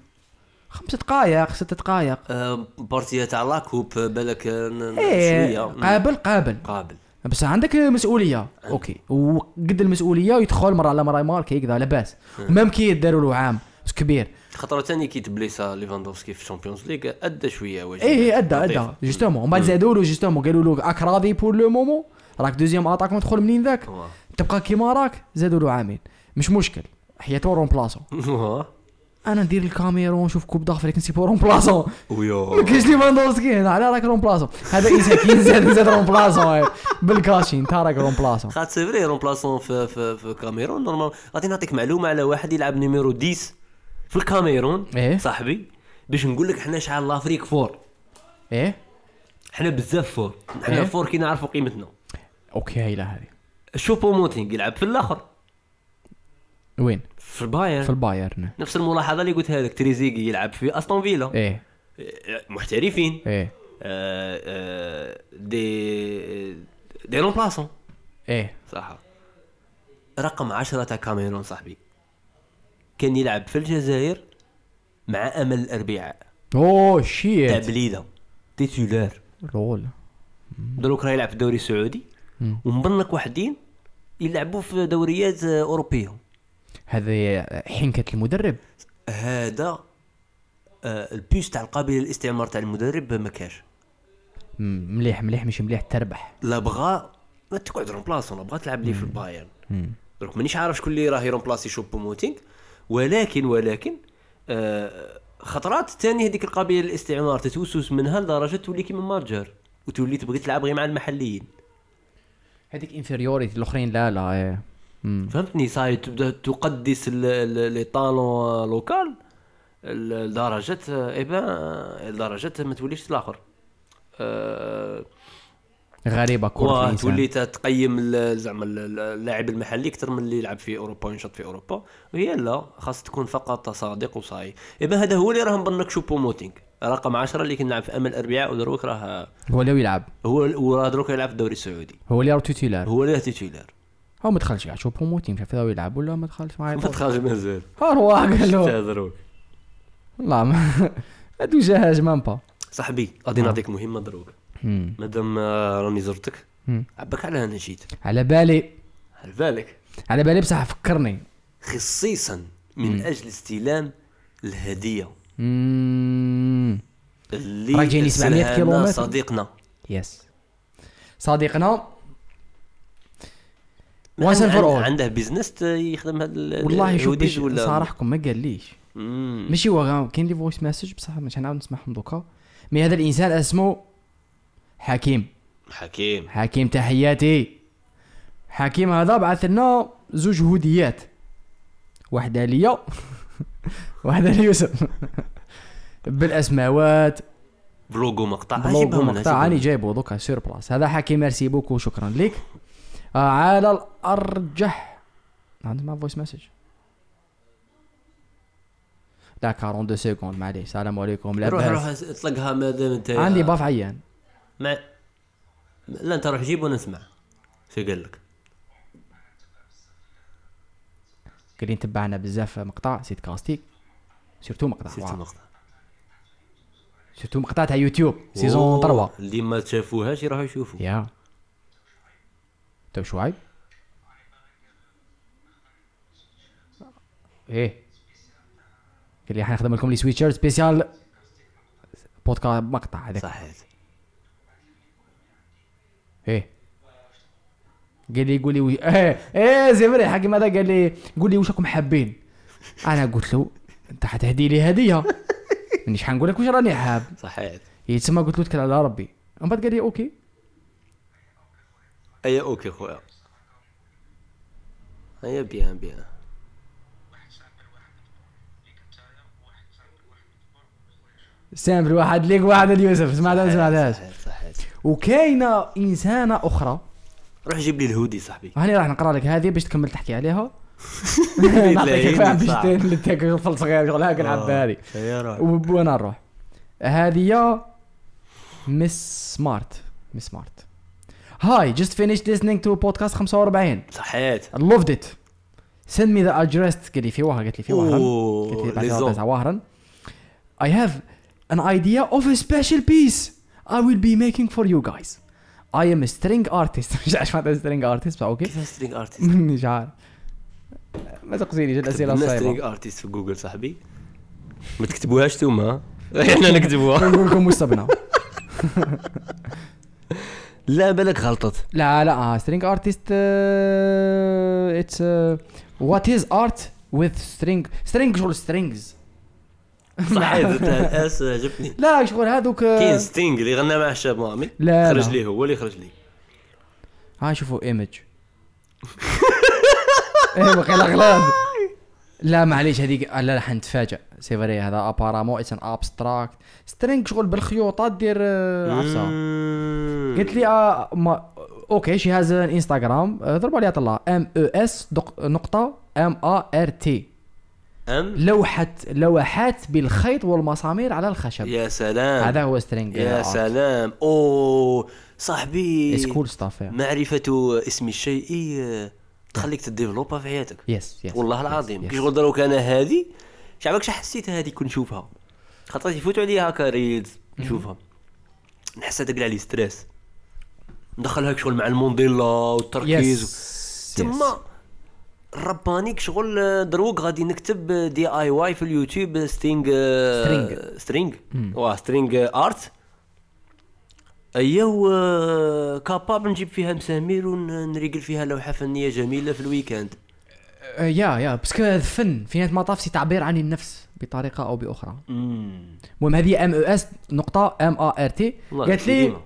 خمسة دقائق ست دقائق آه، بارتيه تاع لاكوب آه، بالك آه، ن- ن- ايه شويه مم. قابل قابل قابل بس عندك مسؤوليه اوكي وقد المسؤوليه ويدخل مره على مره يمارك هكذا لاباس ميم كي داروا له عام بس كبير خطره ثاني كي تبليسا ليفاندوفسكي في الشامبيونز ليغ ادى شويه واجد ايه ايه ادى ادى أه. جوستومون ومن بعد زادوا له جوستومون قالوا له راك راضي بور لو مومون راك دوزيام اتاكون تدخل منين ذاك واه. تبقى كيما راك زادوا له عامين مش مشكل حياتو رون بلاصو انا ندير الكاميرون نشوف كوب دافريك نسيبو رون بلاصو ويو كاش لي ماندوسكي هنا على راك رون بلاصو هذا ايزاكي زاد زاد رون بلاصو بالكاشي انت راك رون بلاصو خاطر سي فري رومبلاسون في في في الكاميرون نورمال غادي نعطيك معلومه على واحد يلعب نيميرو 10 في الكاميرون إيه. صاحبي باش نقول لك حنا شحال لافريك فور ايه حنا بزاف فور حنا إيه. فور كي نعرفوا قيمتنا اوكي هايله هذه شوبو مونتينغ يلعب في الاخر وين في البايرن في البايرن نفس الملاحظه اللي قلتها لك تريزيجي يلعب في استون فيلا ايه إيه، محترفين ايه آه، آه، دي دي رومبلاسون ايه صح رقم عشرة تاع كاميرون صاحبي كان يلعب في الجزائر مع امل الاربعاء اوه تاع شيت بليده تيتولار رول دروك راه يلعب في الدوري السعودي مم. ومبنك وحدين يلعبوا في دوريات آه، اوروبيه هذه حنكه المدرب هذا آه، البيس تاع القابله للاستعمار تاع المدرب ما كاش مم، مليح مليح مش مليح تربح لا بغا ما تقعد رومبلاسون لا بغا تلعب لي في البايرن دروك مانيش عارف شكون اللي راه يرومبلاسي شوبو موتينغ ولكن ولكن آه خطرات تاني هذيك القابله للاستعمار تتوسوس منها لدرجه تولي كيما مارجر وتولي تبغي تلعب غير مع المحليين هذيك انفيريوريتي الاخرين لا لا ايه مم. فهمتني صاي تبدا تقدس ال- ال- لي طالون لوكال ال- لدرجه اي إيه بان لدرجه ما توليش الاخر آه، غريبه كره واه، تولي الانسان تا- تقيم ال- زعما ال- ال- اللاعب المحلي اكثر من اللي يلعب في اوروبا وينشط في اوروبا وهي لا خاص تكون فقط صادق وصاي اذا هذا هو اللي راه مبنك شوبو موتينغ رقم 10 اللي كنا نلعب في امل الاربعاء ودروك راه هو اللي يلعب هو وراه دروك يلعب في الدوري السعودي هو اللي راهو توتيلار هو اللي تيتولار هو ما دخلش يعني شوف هو موتين شاف هذا يلعب ولا ما دخلش معايا ما تخرج مازال هو قال له تاع دروك والله ما ما دوجاهاش مام با صاحبي غادي نعطيك مهمه دروك مم. مادام آه، راني زرتك مم. عباك على انا جيت على بالي على بالك على بالي بصح فكرني خصيصا من مم. اجل استلام الهديه مم. اللي راك جايني 700 أرسلها لنا كيلومتر؟ صديقنا يس صديقنا Once and for عن- all. عنده بيزنس ت- يخدم هاد ال- والله شوف الهوديز باش نصارحكم ما قاليش مم. ماشي هو غا- كاين لي فويس مسج بصح مش هنعاود نسمعهم دوكا مي هذا الانسان اسمه حكيم حكيم حكيم تحياتي حكيم هذا بعث لنا زوج هوديات واحده ليا واحده ليوسف بالاسماوات بلوغو مقطع بلوغ عجبهم ومقطع عجبهم. راني جايبو دوكا سير بلاص هذا حكيم ميرسي بوكو شكرا لك آه، على الارجح عندي مع فويس مسج لا 42 سكوند معليش السلام عليكم روح روح آه. لاباس اطلقها مادام انت عندي باف عيان ما لا انت روح جيب ونسمع شو قال لك قال لي تبعنا بزاف مقطع سيت كاستيك سيرتو مقطع سيت واو. المقطع سيرتو مقطع تاع يوتيوب سيزون 3 اللي ما شافوهاش يروحوا يشوفوا يا تو شعيب ايه قال لي حنخدم لكم لي سويتشر سبيسيال بودكاست مقطع هذاك صحيت ايه قال لي قول لي وي... ايه ايه زي فري حق ماذا قال لي قول لي واش راكم حابين انا قلت له انت حتهدي لي هديه مانيش حنقول لك واش راني حاب صحيت يتسمى قلت له اتكل على ربي من بعد قال لي اوكي اي اوكي خويا اي بيان بيان سامبل واحد ليك واحد ليوسف سمعتها ما سمعتهاش صحيت صحيت وكاينه انسانه اخرى روح جيب لي الهودي صاحبي هاني راح نقرا لك هذه باش تكمل تحكي عليها نعطيك تلاهيني الفهم باش صعب. تاكل الفل صغير شغل هاك آه، نعب هذه يا روح و- وانا نروح هذه يا مس سمارت مس سمارت هاي just finished listening to podcast 45 صحيت I loved it send me the address قال لي في واحد قالت لي في واحد أوه، قالت لي les بعد hommes. تاع واحد I have an idea of a special piece I will be making for you guys I am a string artist مش عارف معناتها string artist بصح اوكي كيف سترينج ارتيست مش عارف ما تقصينيش الاسئله سترينج الصعيبه ارتيست في جوجل صاحبي ما تكتبوهاش توما احنا نكتبوها نقول لكم مستبنا لا بالك غلطت لا لا سترينج ارتست اتس وات از ارت وذ سترينج سترينج شغل سترينجز صحيت انت الاس عجبني لا شغل هذوك آه، كاين ستينج اللي غنى مع الشاب مامي لا، خرج لا. ليه هو اللي خرج ليه ها شوفوا ايمج ايه وقيلا غلط لا معليش هذيك آه، لا لا حنتفاجئ سي فري هذا آه، ابارامون اتس ان ابستراكت سترينج شغل بالخيوطات دير آه، عفسه مم. قلت لي آه ما اوكي شي هاز ان انستغرام آه، ضربوا عليها طلع ام او اس نقطه ام ا ار تي ام لوحه لوحات بالخيط والمسامير على الخشب يا سلام هذا هو آه، سترينج يا سلام اوه صاحبي سكول ستاف معرفة اسم الشيء آه، تخليك تديفلوبا في حياتك يس يس والله يس، العظيم يس. كي شغل دروك انا هذه شعبك شحال حسيت هذه كون نشوفها خاطر يفوتوا عليا هكا ريلز نشوفها نحس هذاك علي ستريس ندخلها شغل مع المونديلا والتركيز يس تما الربانيك شغل آه، دروك غادي نكتب آه، دي اي واي في اليوتيوب آه، سترينج آه، سترينج. سترينج واه سترينج آه، ارت ايوا آه، كاباب نجيب فيها مسامير ونريقل فيها لوحه فنيه جميله في الويكاند آه، يا يا باسكو هذا فن في نهايه المطاف سي تعبير عن النفس بطريقه او باخرى المهم هذه ام او اس نقطه ام ا ار تي والله قالت لي قديمة.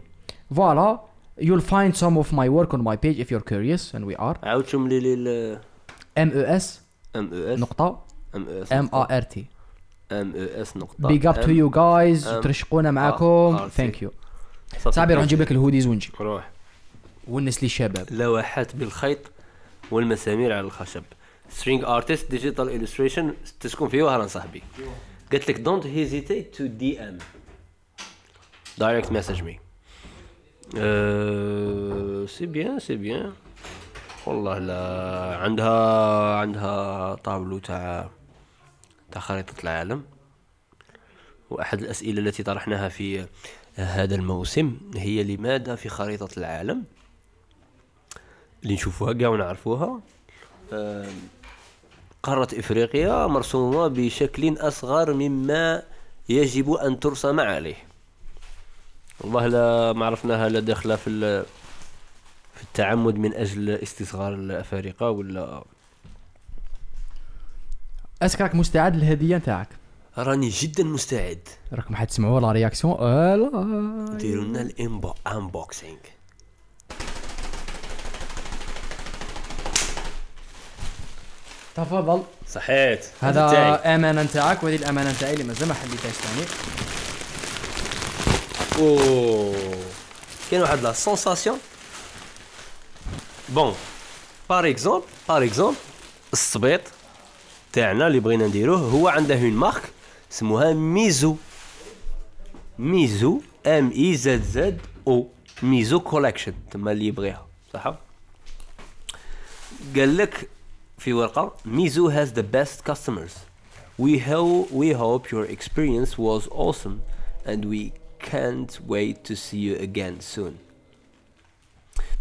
فوالا you'll find some of my work on my page if you're curious and we are عاود شم لي E لي ام او اس ام او اس نقطه ام او اس ام ا ار تي ام او اس نقطه بيج اب تو يو جايز طيب، M- آه، ترشقونا معاكم R- RT. ثانك يو صاحبي روح نجيب لك الهوديز ونجي روح ونس لي الشباب لوحات بالخيط والمسامير على الخشب سترينج ارتست ديجيتال الستريشن تشكون فيه وهران صاحبي قلت لك دونت هيزيتيت تو دي ام دايركت مسج مي سي بيان سي بيان والله لا عندها عندها طابلو تاع تاع خريطة العالم وأحد الأسئلة التي طرحناها في هذا الموسم هي لماذا في خريطة العالم اللي نشوفوها كاع ونعرفوها آم، قارة إفريقيا مرسومة بشكل أصغر مما يجب أن ترسم عليه والله لا ما عرفناها لا داخلة في ال- في التعمد من أجل استصغار الأفارقة ولا اسكرك مستعد للهديه نتاعك راني جدا مستعد راكم حتسمعوا لا رياكسيون آه لا ديروا لنا الانبو انبوكسينغ تفضل صحيت تاعي. هذا امانه نتاعك وهذه الامانه نتاعي اللي مازال ما حليتهاش ثاني اوه كاين واحد لا سونساسيون بون بار اكزومبل بار اكزومبل الصبيط تاعنا اللي بغينا نديروه هو عنده اون مارك سموها ميزو ميزو ام اي زد زد او ميزو كولكشن تما اللي يبغيها صح قال لك في ورقه ميزو has the best customers we hope we hope your experience was awesome and we can't wait to see you again soon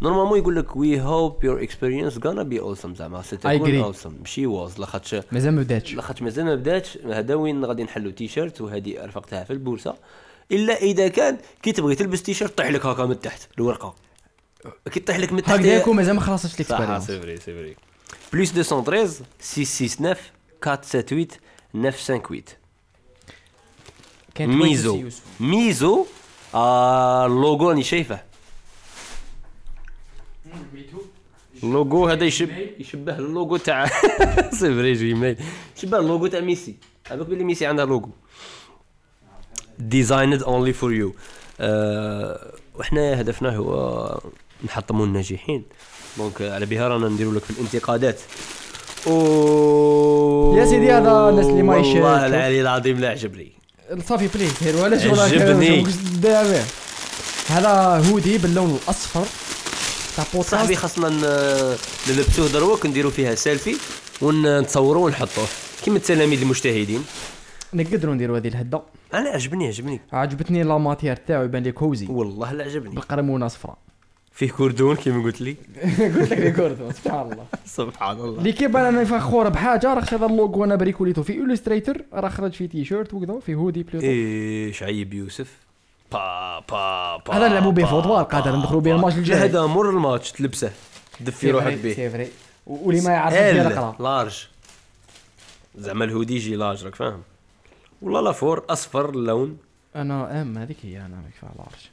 نورمالمون يقول لك we hope your experience gonna be awesome زعما ستكون agree. awesome ماشي was لاخاطش مازال ما بداتش لاخاطش مازال ما بداتش هذا وين غادي نحلو تيشيرت وهذه رفقتها في البورصه الا اذا كان كي تبغي تلبس تيشيرت طيح لك هكا من تحت الورقه كي طيح لك من تحت هكذا يكون مازال ما خلصتش صح ليكسبيريونس سي فري سي فري بلس 213 669 478 958 كانت ميزو ميزو آه، اللوغو راني شايفه اللوغو هذا يشب يشبه اللوغو تاع سي فري جيميل يشبه اللوغو تاع ميسي عرفت بلي ميسي عندها لوغو ديزايند اونلي فور يو وحنا آه، هدفنا هو نحطموا الناجحين دونك على بها رانا نديروا لك في الانتقادات اوه يا سيدي هذا الناس اللي ما يش- والله العلي العظيم لا عجبني صافي بليز هير ولا شغلك عجبني. دابا هذا هودي باللون الاصفر تاع بوتاس صاحبي خاصنا ن- نلبسوه دروك نديرو فيها سيلفي ونتصورو ونحطوه كيما التلاميذ المجتهدين نقدروا نديروا هذه الهده انا عجبني عجبني عجبتني لا ماتير تاعو يبان لي كوزي والله لا عجبني بالقرمونه صفراء فيه كردون كيما قلت لي قلت لك ريكورد سبحان الله سبحان الله اللي كيبان انا فخور بحاجه راه هذا اللوغو انا بريكوليتو في الستريتر راه خرج في تي شيرت وكذا في هودي بلوتو ايه شعيب يوسف با با با هذا نلعبوا به با- فوتبال با- قادر ندخلوا به با. الماتش الجاي هذا مر الماتش تلبسه تدفي روحك به إيه، سي فري و- واللي ما يعرفش ديال القرا لارج زعما الهودي يجي لارج راك فاهم والله لا فور اصفر اللون انا ام هذيك هي انا ماك فيها لارج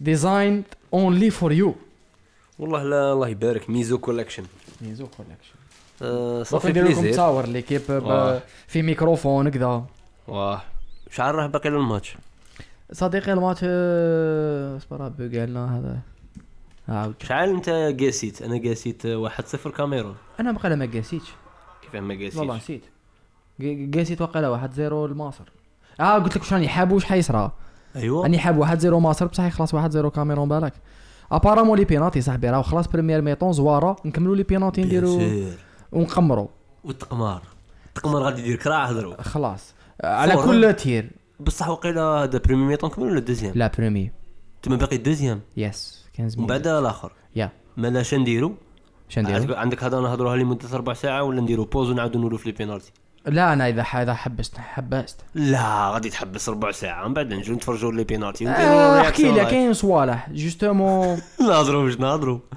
ديزاين اونلي فور يو والله لا الله يبارك ميزو كولكشن ميزو كولكشن آه، صافي صافي ندير لكم بليزير تصاور اللي كيب ب- آه. في ميكروفون كذا واه شعار راه باقي للماتش صديقي الماتش آه، اصبر بوق لنا هذا آه، عاود شعال انت قاسيت انا قاسيت 1-0 كاميرون انا بقى ما قاسيتش كيف ما والله قاسيت نسيت ق- قاسيت وقيلا 1 0 لمصر اه قلت لك شاني حاب وش حيصرى ايوا راني حاب 1 0 مصر بصح يخلص 1 0 كاميرون بالك ابارامون لي بيناتي صاحبي راهو خلاص بريمير ميطون زواره نكملوا لي بيناتي نديروا بيان سير. ونقمروا والتقمار التقمار غادي يدير كراع هضروا خلاص على فورا. كل تير بصح وقيلا هذا بريمي ميطون كمل ولا الدوزيام لا بريمي تما باقي الدوزيام يس 15 ومن بعد مينوت الاخر يا مالا شا نديرو شنديرو عندك- عندك هضره نهضروها لمده ربع ساعه ولا نديرو بوز ونعاودو نولو في لي بينالتي لا انا اذا ح- اذا حبست حبست لا غادي تحبس ربع ساعه من بعد نجيو نتفرجوا لي بينالتي آه، احكي لي كاين صوالح جوستومون نهضروا باش نهضروا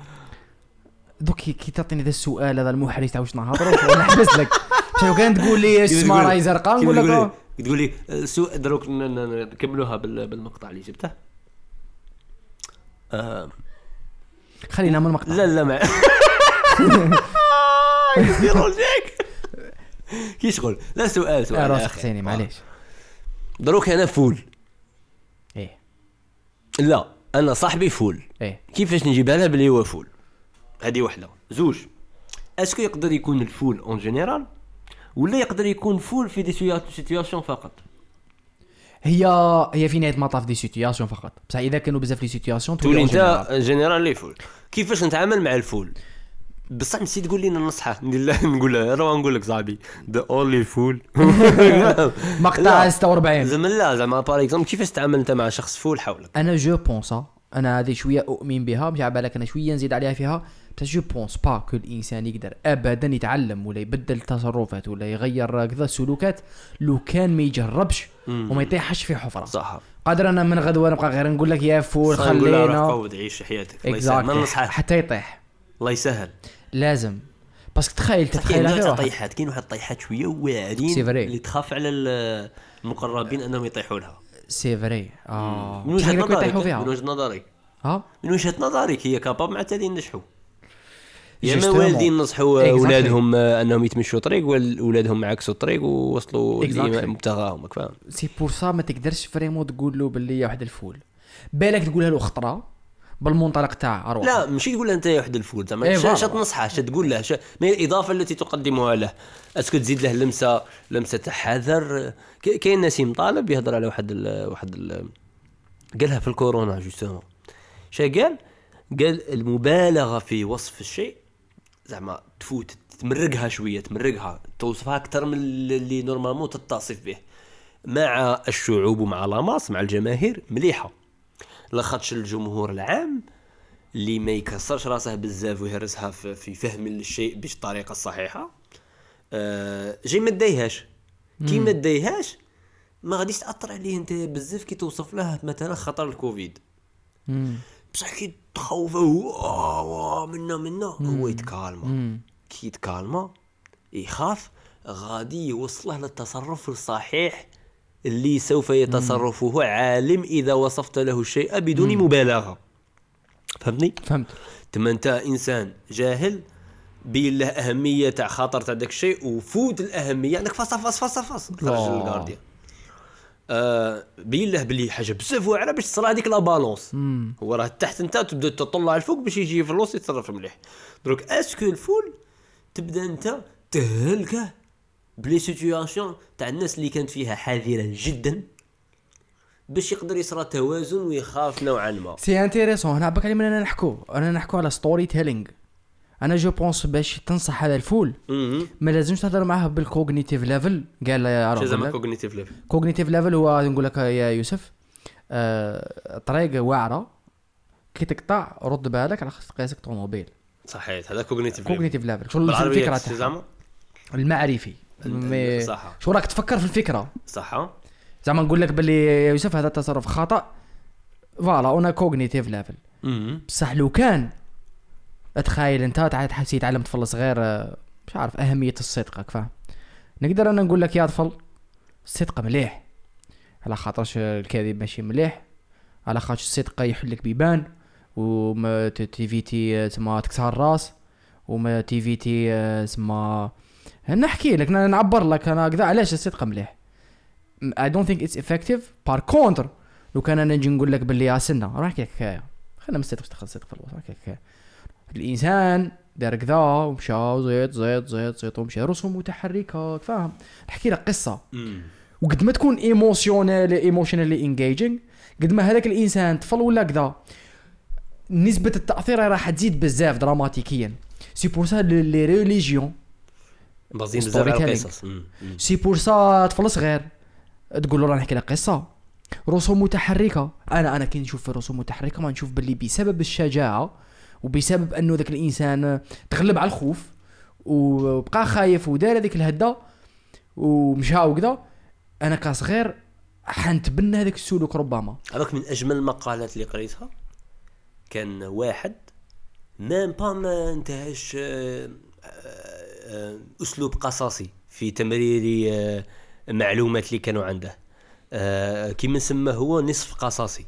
دوك كي- كي تعطيني ذا السؤال هذا المحرج تاع واش نهضروا ولا حبس لك شنو كان تقول لي اسمها راهي زرقاء نقول لك آه. تقول لي آه، سو دروك ن- ن- نكملوها بال- بالمقطع اللي جبته آه، خلينا من المقطع لا لا ما يديروا لك كي شغل لا سؤال آه، سؤال راسك آخر. حسيني معليش دروك انا فول ايه لا انا صاحبي فول ايه كيفاش نجيبها لها بلي هو فول هذه وحده زوج اسكو يقدر يكون الفول اون جينيرال ولا يقدر يكون فول في دي سيا- سيتياسيون فقط هي هي في نهايه المطاف دي سيتياسيون فقط بصح اذا كانوا بزاف لي سيتياسيون تولي تولي انت انت جينيرال لي فول كيفاش نتعامل مع الفول بصح نسيت تقول لي ننصحه ندير له- نقول له راه نقول لك صاحبي ذا اونلي فول مقطع لا. 46 زعما لا زعما بار اكزومبل كيفاش تتعامل انت مع شخص فول حولك انا جو بونس انا آه. هذه شويه اؤمن بها مش على بالك انا شويه نزيد عليها فيها بس جو بونس با كو الانسان يقدر ابدا يتعلم ولا يبدل تصرفات ولا يغير كذا السلوكات لو كان ما يجربش وما يطيحش في حفره صح قادر انا من غدوه نبقى غير نقول لك يا فول خلينا روح خلينا قود عيش حياتك الله يسهل ما Exactly. نصحك حتى يطيح الله يسهل لازم باسكو تخيل كاين تتخيل ناس غير واحد. طيحات كاين واحد الطيحات شويه واعرين سي فري. اللي تخاف على ال- المقربين آه. انهم يطيحوا لها سي فري اه من وجهه شحال يكون نظرك يطيحوا من فيها آه. وجهه نظرك ها من وجهه نظرك هي كاباب مع التالي نجحوا يا اما Justement. والدين نصحوا Exactly. اولادهم انهم يتمشوا طريق واولادهم عكسوا الطريق ووصلوا Exactly. لمبتغاهم راك فاهم سي بور سا ما تقدرش فريمون تقول له باللي يا واحد الفول بالك تقولها له خطره بالمنطلق تاع اروح لا ماشي تقول له انت يا وحد الفول زعما إيه، شا- فوالا. شا تنصحه شا تقول له شا ما هي الاضافه التي تقدمها له اسكو تزيد له لمسه لمسه تاع حذر ك- كاين نسيم طالب يهضر على واحد ال واحد ال قالها في الكورونا جوستومون شا قال قال المبالغه في وصف الشيء زعما تفوت تمرقها شويه تمرقها توصفها اكثر من اللي نورمالمون تتصف به مع الشعوب ومع لاماس مع الجماهير مليحه لخاطش الجمهور العام اللي ما يكسرش راسه بزاف ويهرسها في في فهم الشيء باش الطريقه الصحيحه آه جاي ما تديهاش كي ما تديهاش ما غاديش تاثر عليه انت بزاف كي توصف له مثلا خطر الكوفيد مم. بصح كي تخوفه آه، هو منا منا هو يتكالما كي يتكالما يخاف غادي يوصله للتصرف الصحيح اللي سوف يتصرفه عالم اذا وصفت له الشيء بدون مبالغه فهمتني فهمت تما انت انسان جاهل بين له اهميه تاع خاطر تاع داك الشيء وفوت الاهميه عندك فص فص فص فص خرج آه. للغارديان آه بين له بلي حاجه بزاف واعره باش تصرى هذيك لا بالونس هو راه تحت انت تبدا تطلع الفوق باش يجي في الوسط يتصرف مليح دروك اسكو الفول تبدا انت تهلكه بلي سيتياسيون تاع الناس اللي كانت فيها حذره جدا باش يقدر يصرى توازن ويخاف نوعا ما سي انتيريسون هنا بالك علينا نحكو انا نحكو على ستوري تيلينغ انا جو بونس باش تنصح هذا الفول مهم. ما لازمش تهضر معاه بالكوغنيتيف ليفل قال له يا شو راه زعما بالك. كوغنيتيف ليفل كوغنيتيف ليفل هو نقول لك يا يوسف آه، طريق واعره كي تقطع رد بالك على خاطر قياسك طوموبيل صحيح هذا كوغنيتيف ليفل كوغنيتيف ليفل شغل بالعربية الفكره تحسي تاعها زعما المعرفي ال- مي- صح. شو راك تفكر في الفكره صح زعما نقول لك باللي يا يوسف هذا تصرف خطا فوالا اون كوغنيتيف ليفل بصح لو كان اتخيل انت تعال تحسي تعلم طفل صغير آه، مش عارف اهميه الصدق راك فاهم نقدر انا نقول لك يا طفل الصدق مليح على خاطرش الكذب ماشي مليح على خاطرش الصدق يحلك بيبان وما ت- تيفيتي آه، تسمى تكسر الراس وما تيفيتي آه، تسمى نحكي لك انا نعبر لك انا كذا علاش الصدق مليح اي دونت ثينك اتس افكتيف بار كونتر لو كان انا نجي نقول لك باللي يا سنه راه كيك حكايه خلينا ما نصدقش دخل صدق في الوسط راه كيك حكايه الانسان دار كذا ومشى زيت زيت زيت زيت ومشى رسوم متحركه فاهم نحكي لك قصه وقد ما تكون ايموشنال ايموشنالي انجيجينج قد ما هذاك الانسان طفل ولا كذا نسبه التاثير راح تزيد بزاف دراماتيكيا سي بور سا لي ريليجيون بازين Storytelling. بزاف على القصص مم. مم. سي بور سا طفل صغير تقول له راه نحكي لك قصه رسوم متحركه انا انا كي نشوف في الرسوم المتحركه ما نشوف باللي بسبب الشجاعه وبسبب انه ذاك الانسان تغلب على الخوف وبقى خايف ودار هذيك الهده ومشى وكذا انا كصغير حنتبنى هذاك السلوك ربما هذاك من اجمل المقالات اللي قريتها كان واحد مام با ما انتهاش آه، آه، آه، اسلوب قصصي في تمرير آه، معلومات اللي كانوا عنده آه، كيما سماه هو نصف قصصي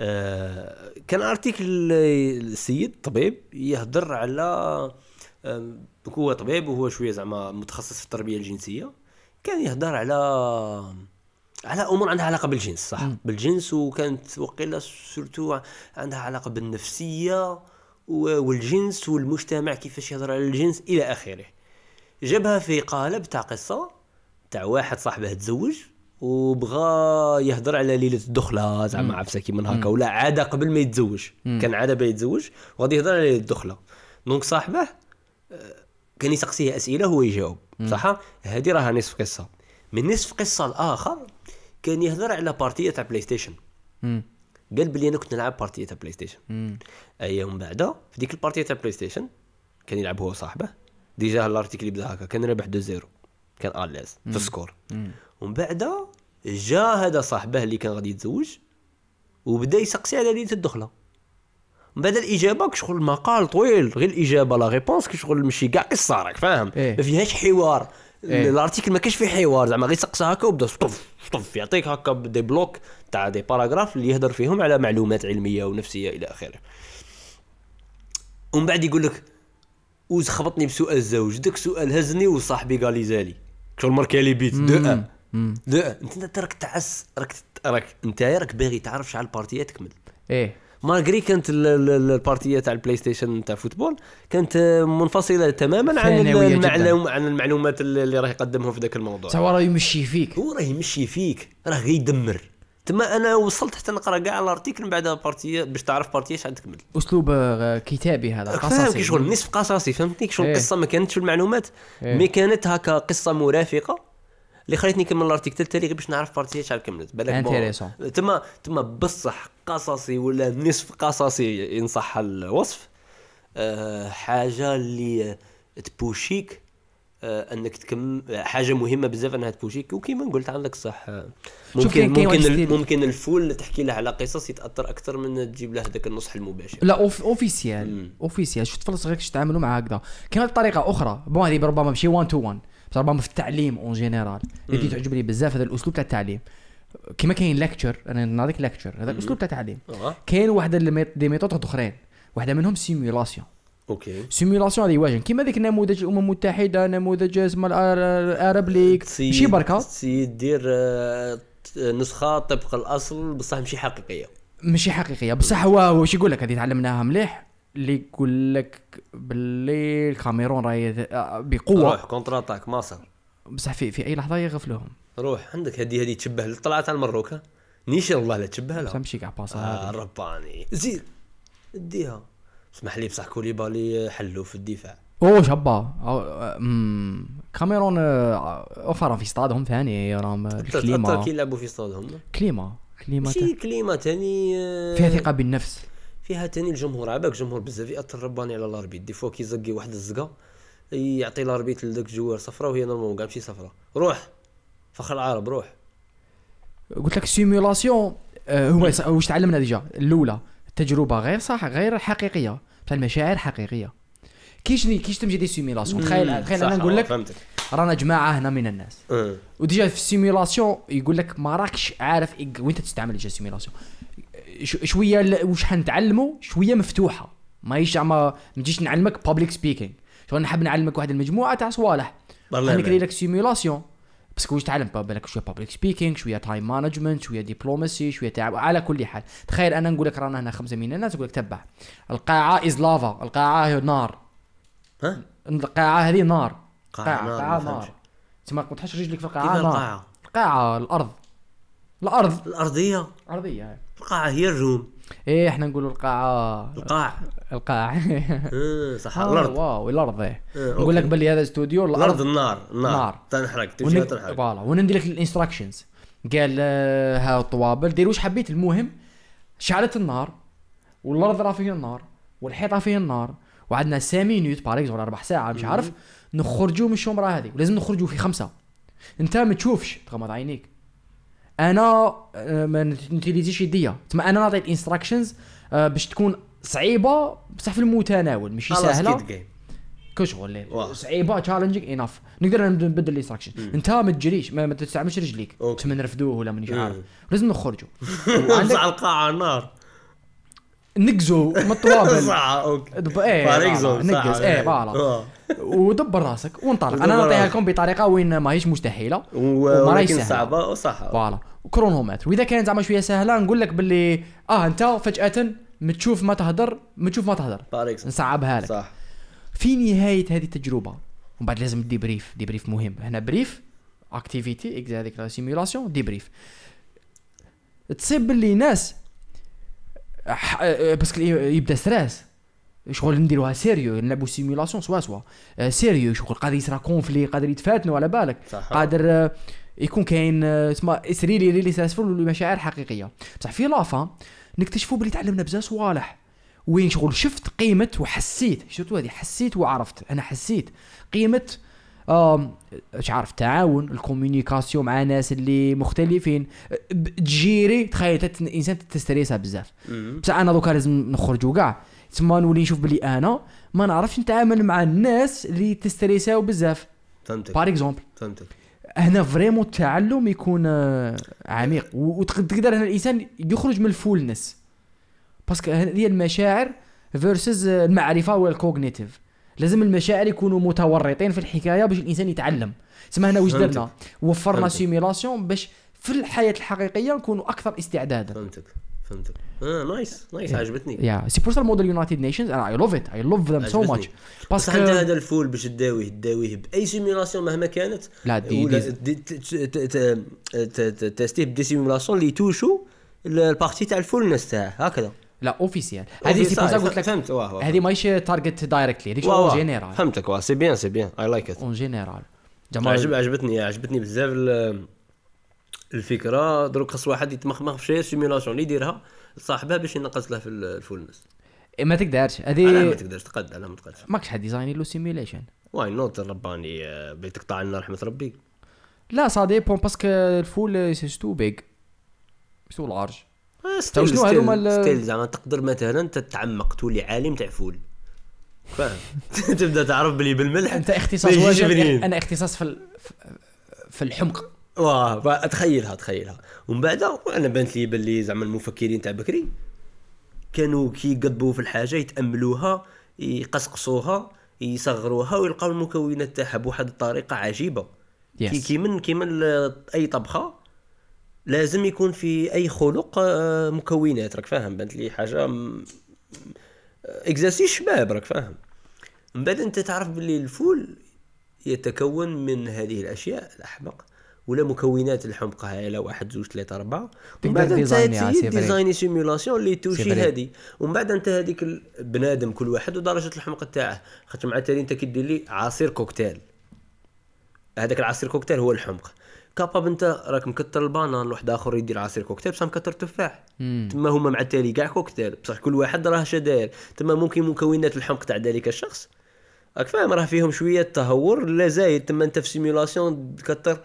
آه، كان ارتيكل السيد طبيب يهضر على آه، هو طبيب وهو شويه زعما متخصص في التربيه الجنسيه كان يهضر على على امور عندها علاقه بالجنس صح بالجنس وكانت وقيلا سورتو عندها علاقه بالنفسيه و- والجنس والمجتمع كيفاش يهضر على الجنس الى اخره جابها في قالب تاع قصه تاع واحد صاحبه تزوج وبغى يهضر على ليله الدخله زعما عفسه كي من هكا ولا عاده قبل ما يتزوج كان عاده باه يتزوج وغادي يهضر على ليله الدخله دونك صاحبه آه، كان يسقسيه اسئله هو يجاوب صح هذه راها نصف قصه من نصف قصه الاخر كان يهضر على بارتيه تاع بلاي ستيشن قال بلي انا كنت نلعب بارتيه تاع بلاي ستيشن اي من بعد في ديك البارتيه تاع بلاي ستيشن كان يلعب هو وصاحبه ديجا الارتيكل يبدا هكا كان رابح 2 0 كان اليز في السكور ومن بعد جا هذا صاحبه اللي كان غادي يتزوج وبدا يسقسي على ليله الدخله من بعد الاجابه كشغل مقال طويل غير الاجابه لا ريبونس كشغل ماشي كاع قصه راك فاهم إيه. ما فيهاش حوار إيه. الارتيكل ما كانش فيه حوار زعما غير سقسا هكا وبدا طف طف يعطيك هكا دي بلوك تاع دي باراغراف اللي يهضر فيهم على معلومات علميه ونفسيه الى اخره ومن بعد يقول لك وز خبطني بسؤال الزوج داك السؤال هزني وصاحبي قال لي زالي شغل ماركا لي بيت دو ان دو ان انت انت راك تعس راك راك انت راك باغي تعرف شحال بارتيه تكمل ايه مالغري كانت ال- ال- ال- البارتيه تاع البلاي ستيشن تاع فوتبول كانت آه، منفصله تماما عن ثانوية جداً. المعلوم عن المعلومات اللي اللي راه يقدمهم في ذاك الموضوع بصح هو راه يمشي فيك هو راه يمشي فيك راه غير يدمر تما انا وصلت حتى نقرا كاع الارتيكل من بعد بارتيه باش تعرف بارتيه شحال تكمل اسلوب آه، كتابي هذا فاهم قصصي كي شغل نصف قصصي فهمتني كي شغل إيه. القصه ما كانتش في المعلومات إيه. مي كانت هكا قصه مرافقه اللي خلتني نكمل الارتيكل التالي غير باش نعرف بارتيه شحال كملت بالك بون- Intéressant. تما تما بصح قصصي ولا نصف قصصي ان صح الوصف أه حاجه اللي تبوشيك أه انك تكم حاجه مهمه بزاف انها تبوشيك وكيما قلت عندك صح آه، شوف ممكن كاين- كاين واحد ممكن ال- ستيل. ممكن الفول تحكي له على قصص يتاثر اكثر من تجيب له هذاك النصح المباشر لا أوف اوفيسيال اوفيسيال شفت طفل صغير كيفاش يتعاملوا مع هكذا كاين طريقه اخرى بون هذه ربما ماشي 1 تو 1 بس ربما في التعليم اون جينيرال اللي تعجبني بزاف هذا الاسلوب تاع التعليم كما كاين ليكتشر انا نعطيك ليكتشر هذا الاسلوب تاع التعليم أه. كاين واحد الميط- دي ميثود اخرين واحده منهم سيمولاسيون اوكي سيمولاسيون هذه واجن كيما ذاك النموذج الامم المتحده نموذج اسمه الارب ليك تسي- ماشي بركه تسي دير آه، ت- نسخه طبق الاصل بصح ماشي حقيقيه ماشي حقيقيه بصح هو هو شو يقول لك هذه تعلمناها مليح اللي يقول لك باللي الكاميرون راهي روح بقوه كونتر اتاك مصر بصح في في اي لحظه يغفلوهم روح عندك هذه هذه تشبه للطلعه تاع المروك ها؟ نيشان الله لا تشبه بصح لها ماشي كاع باصا آه هذه. رباني زيد اديها اسمح لي بصح كوليبالي حلو في الدفاع اوه شابا أو- أم، كاميرون اوفر في استادهم ثاني راهم تأثر الكليما كي يلعبوا في صادهم كليما كليما ماشي كليمه تاني آه، فيها ثقه بالنفس فيها تاني الجمهور عباك الجمهور بزاف ياثر رباني على الاربيت دي فوا كي يزقي واحد الزقه يعطي الاربيت لذاك الجوار صفراء وهي نورمالمون كاع ماشي صفراء روح فخر العرب روح قلت لك سيمولاسيون هو يس- واش تعلمنا ديجا الاولى التجربه غير صح غير حقيقيه بصح المشاعر حقيقيه كيش كيش تمشي دي سيمولاسيون تخيل تخيل انا صح، نقول آه، لك فهمتك رانا جماعه هنا من الناس أه. وديجا في السيمولاسيون يقول لك ما راكش عارف إيك- وين تستعمل ديجا السيمولاسيون ش- شويه ل- وش حنتعلمو شويه مفتوحه ماهيش زعما ما تجيش نعلمك بابليك سبيكينغ شغل نحب نعلمك واحد المجموعه تاع صوالح الله نكري يعينك. لك سيمولاسيون باسكو واش تعلم با- بالك شويه بابليك سبيكينغ شويه تايم مانجمنت شويه دبلوماسي شويه تاع على كل حال تخيل انا نقول لك رانا هنا خمسه من الناس نقول لك تبع القاعه از لافا القاعه هي نار ها القاعه هذه نار قاعة نار، قاعه ما فهمتش. نار تما ما تحش رجلك في كيف القاعه نار القاعة؟ القاعه الارض الارض الارضيه ارضيه القاعه هي الروم ايه احنا نقولوا القاعه القاع القاع أه، صح آه، الارض واو الارض ايه آه، نقول لك أوكي. باللي هذا استوديو الارض النار نار. النار تنحرق تمشي ونك... تنحرق فوالا وندير لك الانستراكشنز قال آه، ها الطوابل دير واش حبيت المهم شعلت النار والارض راه فيه النار والحيط راه فيه النار وعندنا 5 مينوت باغ اكزومبل ربع ساعه مش عارف نخرجوا من الشومره هذه ولازم نخرجوا في خمسه انت ما تشوفش تغمض عينيك انا آه، ما نتيليزيش يديا تما انا نعطي الانستراكشنز باش تكون صعيبه بصح في المتناول ماشي خلاص سهله كيد جيم كشغل ليه واو. صعيبه تشالنجينج اناف نقدر نبدل الانستراكشن انت ما تجريش ما, ما تستعملش رجليك أوكي. تسمى نرفدوه ولا مانيش عارف مم. لازم نخرجوا بصح وعندك القاعه نار نقزوا من الطوابل صح اوكي دب- ايه فار فوالا، اكزومبل، صح، نقز ايه فوالا آه. ودبر راسك وانطلق انا ودبر نعطيها راسك. لكم بطريقه وين ماهيش مستحيله و- وما راهيش ولكن سهله صعبه صح فوالا وكرونومتر واذا كانت زعما شويه سهله نقول لك باللي اه انت فجاه ما تشوف ما تهدر ما تشوف ما تهدر فار اكزومبل. نصعبها لك صح في نهايه هذه التجربه ومن بعد لازم دي بريف دي بريف مهم هنا بريف اكتيفيتي اكز هذيك لا سيمولاسيون دي بريف تصيب باللي ناس ح- آه، باسكو يبدا ستريس شغل نديروها سيريو نلعبوا سيمولاسيون سوا سوا آه، سيريو شغل قادر يصرا كونفلي قادر يتفاتنوا على بالك صح. قادر آه، يكون كاين آه، تسمى اتس ريلي ريلي ساسفول والمشاعر حقيقيه بصح في لافا نكتشفوا بلي تعلمنا بزاف صوالح وين شغل شفت قيمه وحسيت شفتوا هذه حسيت وعرفت انا حسيت قيمه آم، مش عارف التعاون الكوميونيكاسيون مع ناس اللي مختلفين ب- تجيري تخيل تت- الانسان تستريسها بزاف Mhm. بصح انا دوكا لازم نخرجوا كاع تسمى نولي نشوف بلي انا ما نعرفش نتعامل مع الناس اللي تستريساو بزاف فهمتك بار اكزومبل فهمتك هنا فريمون التعلم يكون آه، عميق و- وتقدر هنا الانسان يخرج من الفولنس باسكو هذه المشاعر آه، فيرسز المعرفه والكوغنيتيف لازم المشاعر يكونوا متورطين في الحكايه باش الانسان يتعلم تسمى هنا واش فهمتك. درنا وفرنا فهمتك. سيميلاسيون باش في الحياه الحقيقيه نكونوا اكثر استعدادا فهمتك فهمتك اه نايس نايس عجبتني يا سي بور سا الموديل يونايتد نيشنز انا اي لوف ات اي لوف ذم سو عجبتني. ماتش بصح انت هذا الفول باش تداويه تداويه باي سيميلاسيون مهما كانت لا، دي- ولا دي- دي- ت- ت- ت- ت- ت- تستيه بدي سيميلاسيون اللي يتوشوا ال- البارتي تاع الفولنس تاعه هكذا لا اوفيسيال هذه سي بور سا صحيح، قلت لك فهمت واه واه. هذه ماهيش تارجت دايركتلي هذيك واه، شغل واه. جينيرال فهمتك واه سي بيان سي بيان اي لايك ات اون جينيرال عجب عجبتني عجبتني بزاف ال- الفكره دروك خاص واحد يتمخمخ في شي سيميلاسيون اللي يديرها لصاحبها باش ينقص له في ال- الفولنس إيه، ما تقدرش علاه ما هذه تقدرش تقد علاه ما تقدرش ماكش حد ديزايني له سيميليشن واي نوت الرباني آه، بيتقطع لنا رحمه ربي لا سا ديبون باسكو الفول تو بيج سو لارج آه، ستيل شنو هذوما ال- ستيل, ستيل زعما تقدر مثلا تتعمق تولي عالم تاع فول فاهم تبدا تعرف بلي بالملح انت اختصاص ما يجيش واجد منين. انا اختصاص في ال- في- في الحمق واه فا- تخيلها تخيلها ومن بعد انا بانت لي باللي زعما المفكرين تاع بكري كانوا كي يقضبوا في الحاجه يتاملوها يقصقصوها يصغروها ويلقاو المكونات تاعها بواحد الطريقه عجيبه Yes. كي كيما كيما ال- اي طبخه لازم يكون في اي خلق آه، مكونات راك فاهم بانت لي حاجه م- اكزاسيس شباب راك فاهم من بعد انت تعرف باللي الفول يتكون من هذه الاشياء الاحمق ولا مكونات الحمقى على واحد زوج ثلاثة أربعة ومن بعد تقدر أنت ديزاينيها، تسيي سي فري. ديزايني سيمولاسيون اللي توشي فري. هذه ومن بعد أنت هذيك ال- بنادم كل واحد ودرجة الحمقى تاعه خاطر مع التالي أنت كي دير لي عصير كوكتيل هذاك العصير كوكتيل هو الحمق كاباب انت راك مكتر البانان واحد اخر يدير عصير كوكتيل بصح مكتر تفاح تما هما مع التالي كاع كوكتيل بصح كل واحد راه شداير تما ممكن مكونات الحمق تاع ذلك الشخص راك فاهم راه فيهم شويه تهور لا زايد تما انت في سيمولاسيون كتر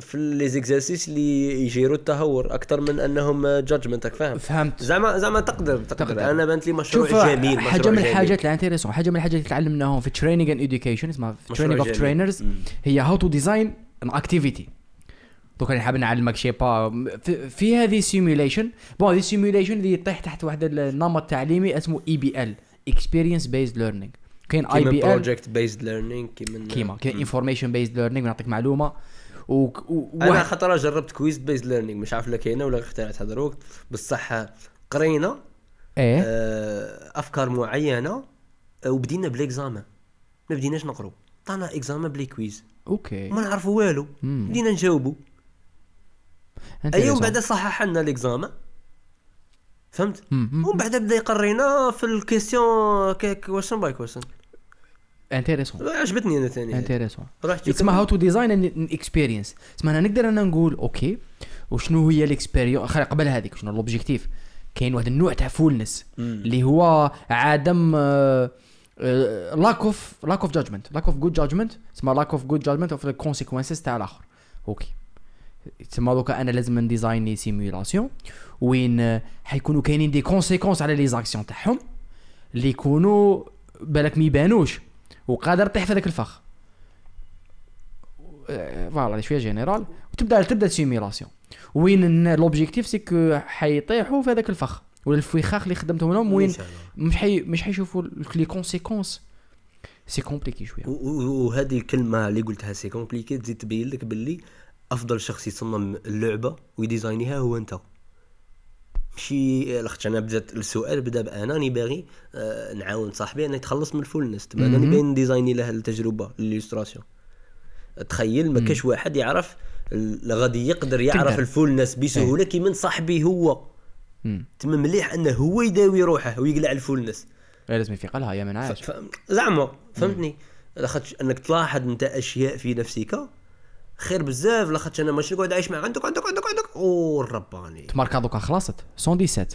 في لي زيكزاسيس اللي يجيروا التهور اكثر من انهم جادجمنت راك فاهم فهمت زعما زعما تقدر تقدر, تقدر. انا بانت لي مشروع شوف جميل حاجه مشروع من جميل. الحاجات اللي انتريسون حاجه من الحاجات اللي تعلمناهم في تريننج اند اديوكيشن اسمها مشروع تريننج اوف جميل. ترينرز مم. هي هاو تو ديزاين ان اكتيفيتي دوك انا حاب نعلمك شي با في, في هذه سيميوليشن بون هذه سيميوليشن اللي يطيح تحت واحد النمط التعليمي اسمه E اي بي ال اكسبيرينس بيزد ليرنينغ كاين اي كيما بي ال بروجكت بيزد ليرنينغ كيما كيما كاين انفورميشن بيزد ليرنينغ نعطيك معلومه و, و... انا واحد- خطره جربت كويز بيز ليرنينغ مش عارف لا كاينه ولا اخترعتها دروك بصح قرينا ايه آه، افكار معينه آه، وبدينا بالاكزامان ما بديناش نقرو عطانا اكزامان بلي كويز اوكي ما نعرفوا والو بدينا نجاوبوا اي ومن بعد صحح لنا ليكزامان فهمت ومن بعد بدا يقرينا في الكيستيون كويشن باي كويشن انتريسون عجبتني انا ثاني انتريسون رحت تسمى هاو تو ديزاين ان اكسبيرينس تسمى انا نقدر انا نقول اوكي وشنو هي الاكسبيرينس خلي قبل هذيك شنو لوبجيكتيف كاين واحد النوع تاع فولنس اللي هو عدم آه، لاك اوف لاك اوف جادجمنت لاك اوف جود جادجمنت تسمى لاك اوف جود جادجمنت اوف الكونسيكونسز تاع الاخر اوكي تسمى دوكا انا لازم نديزايني سيمولاسيون وين آه، حيكونوا كاينين دي كونسيكونس على لي زاكسيون تاعهم اللي يكونوا بالك ما يبانوش وقادر تطيح في هذاك الفخ آه، فوالا شويه جينيرال وتبدا تبدا سيميلاسيون وين إن لوبجيكتيف سي كو حيطيحوا في هذاك الفخ ولا الفخاخ اللي خدمتهم لهم وين إن شاء الله. مش حي مش حيشوفوا لي كونسيكونس سي كومبليكي شويه و- و- وهذه الكلمه اللي قلتها سي كومبليكي تزيد تبين لك باللي افضل شخص يصمم اللعبه ويديزاينيها هو انت ماشي لاخت انا بدات السؤال بدا بانا راني باغي آه، نعاون صاحبي انه يتخلص من الفولنس تما انا اللي باين ديزايني له التجربه الاليستراسيون تخيل ما كاش واحد يعرف ال- غادي يقدر يعرف تقدر. الفولنس بسهوله كي من صاحبي هو مم. تما مليح انه هو يداوي روحه ويقلع الفولنس إيه، لازم يفيق لها يا من عايش ف- ف- زعما فهمتني لاخاطش انك تلاحظ انت اشياء في نفسك خير بزاف لاخاطش انا ماشي نقعد عايش مع عندك عندك عندك عندك ورباني تماركا دوكا خلصت 117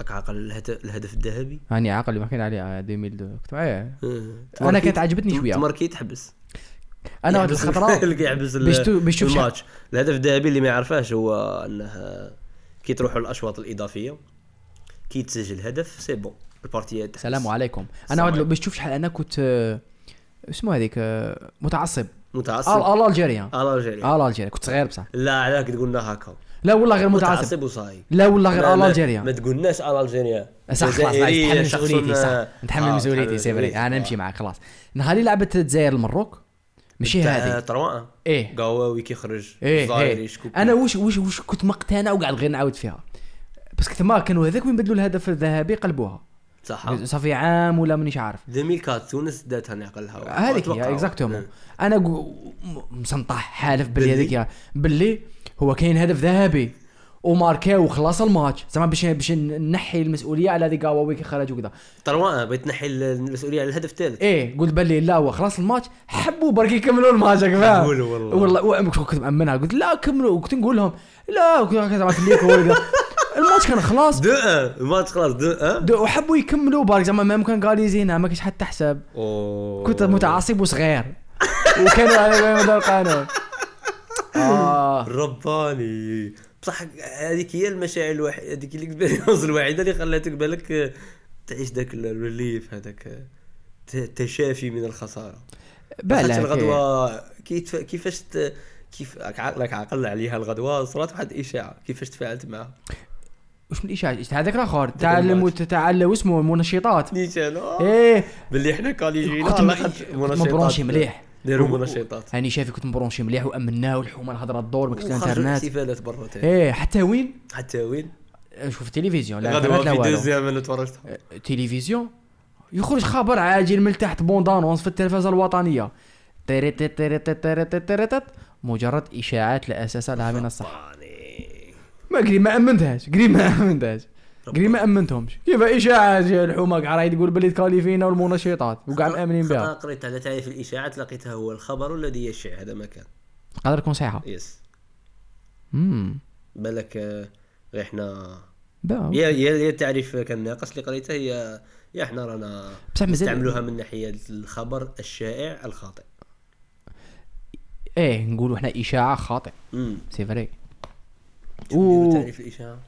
راك عاقل الهت- الهدف الذهبي راني عاقل ما كان عليها 2002 إيه. كنت معايا آه. انا تماركي- أه. كانت عجبتني شويه تماركي تحبس انا واحد يحبس- الخطره اللي يحبس باش تو- باش ال- تشوف شي- الماتش الهدف الذهبي اللي ما يعرفهاش هو انه كي تروحوا الاشواط الاضافيه كي تسجل هدف سي بون البارتيه تحبس. السلام عليكم انا السلام واحد عليكم. باش تشوف شحال انا كنت آه، اسمو هذيك آه، متعصب آه، متعصب آه. ال الجيريان الجيريا ال الجيريان كنت صغير بصح لا عليك تقولنا هكا لا والله آه. غير متعصب متعصب وصاي لا والله غير ما- ال ما- الجيريان ما تقولناش الجيريا أه، صح خلاص لا، جزائرية، نتحمل شخص مسؤوليتي ما- صح نتحمل آه، مسؤوليتي سي فري انا نمشي معك خلاص نهار اللي لعبت الجزائر المروك ماشي تاع هذه آه، طروان ايه قهواوي كيخرج ايه, الجزائري إيه. شكون انا وش وش وش كنت مقتنع وقاعد غير نعاود فيها بس كنت ما كانوا هذاك وين بدلوا الهدف الذهبي قلبوها صح صافي عام ولا مانيش عارف 2004 تونس داتها نعقلها هذيك أتوقع. إيه. هي اكزاكتومون انا قو- م- مسنطح حالف باللي باللي؟ هذيك هي- باللي هو كاين هدف ذهبي وماركا وخلاص الماتش زعما باش باش نحي المسؤوليه على هذيك قواوي كي خرج وكذا طروان بغيت نحي المسؤوليه على الهدف الثالث ايه قلت باللي لا هو خلاص الماتش حبوا برك يكملوا الماتش راك فاهم حبولوا والله. والله وأنا كنت مأمنها قلت لا كملوا كنت نقول لهم لا وكنت زعما كليك هو اللي قال. الماتش كان خلاص دو ان الماتش خلاص دو ان دو- وحبوا يكملوا برك زعما ما كان غاليزينا ما كاينش حتى حساب كنت متعصب وصغير وكانوا على مدى القانون اه رباني بصح هذيك هي المشاعر الوحيده هذيك الاكسبيريونس الوحيده اللي خلاتك بالك آه، تعيش ذاك الريليف هذاك آه، ت- تشافي من الخساره بلا خاطر هكايا. الغدوه كي تف... كيفاش ت... كيف راك عاق- راك عقل عليها الغدوه صرات واحد الاشاعه كيفاش تفاعلت معها وش من اشاعه تاع ذاك الاخر تاع الماتش. المت- تاع ال- واسمه المنشطات نيت انا ايه آه. باللي حنا كاليجينا كنت على م- خاطر كنت مبرونشي مليح داروا و- مناشطات هاني شافي كنت مبرونشي مليح وامناه والحومه الهضره الدور ما كنتش وخرجوا الانترنت احتفالات برا تاني. ايه حتى وين حتى وين شوف التلفزيون لا غدوه انترنت لا في والو دوزيام انا تفرجتها التلفزيون يخرج خبر عاجل من تحت بوندانونس في التلفزه الوطنيه تيريت تيريت تيريت تيريت مجرد اشاعات لا اساس لها من الصحه رباني. ما قري ما امنتهاش قري ما امنتهاش قري ما امنتهمش كيف اشاعه جا الحومه كاع راهي تقول باللي تكاليفينا والمنشطات وكاع مامنين خطأ بها قريت على تعريف الاشاعات لقيتها هو الخبر الذي يشع هذا ما كان تقدر تكون صحيحه يس امم بالك آه، غير حنا با. يا يا يا التعريف كان ناقص اللي قريته هي يا حنا رانا بصح مازال- نستعملوها من ناحيه الخبر الشائع الخاطئ ايه نقولوا احنا اشاعه خاطئ امم سي فري نديرو و تعريف الاشاعه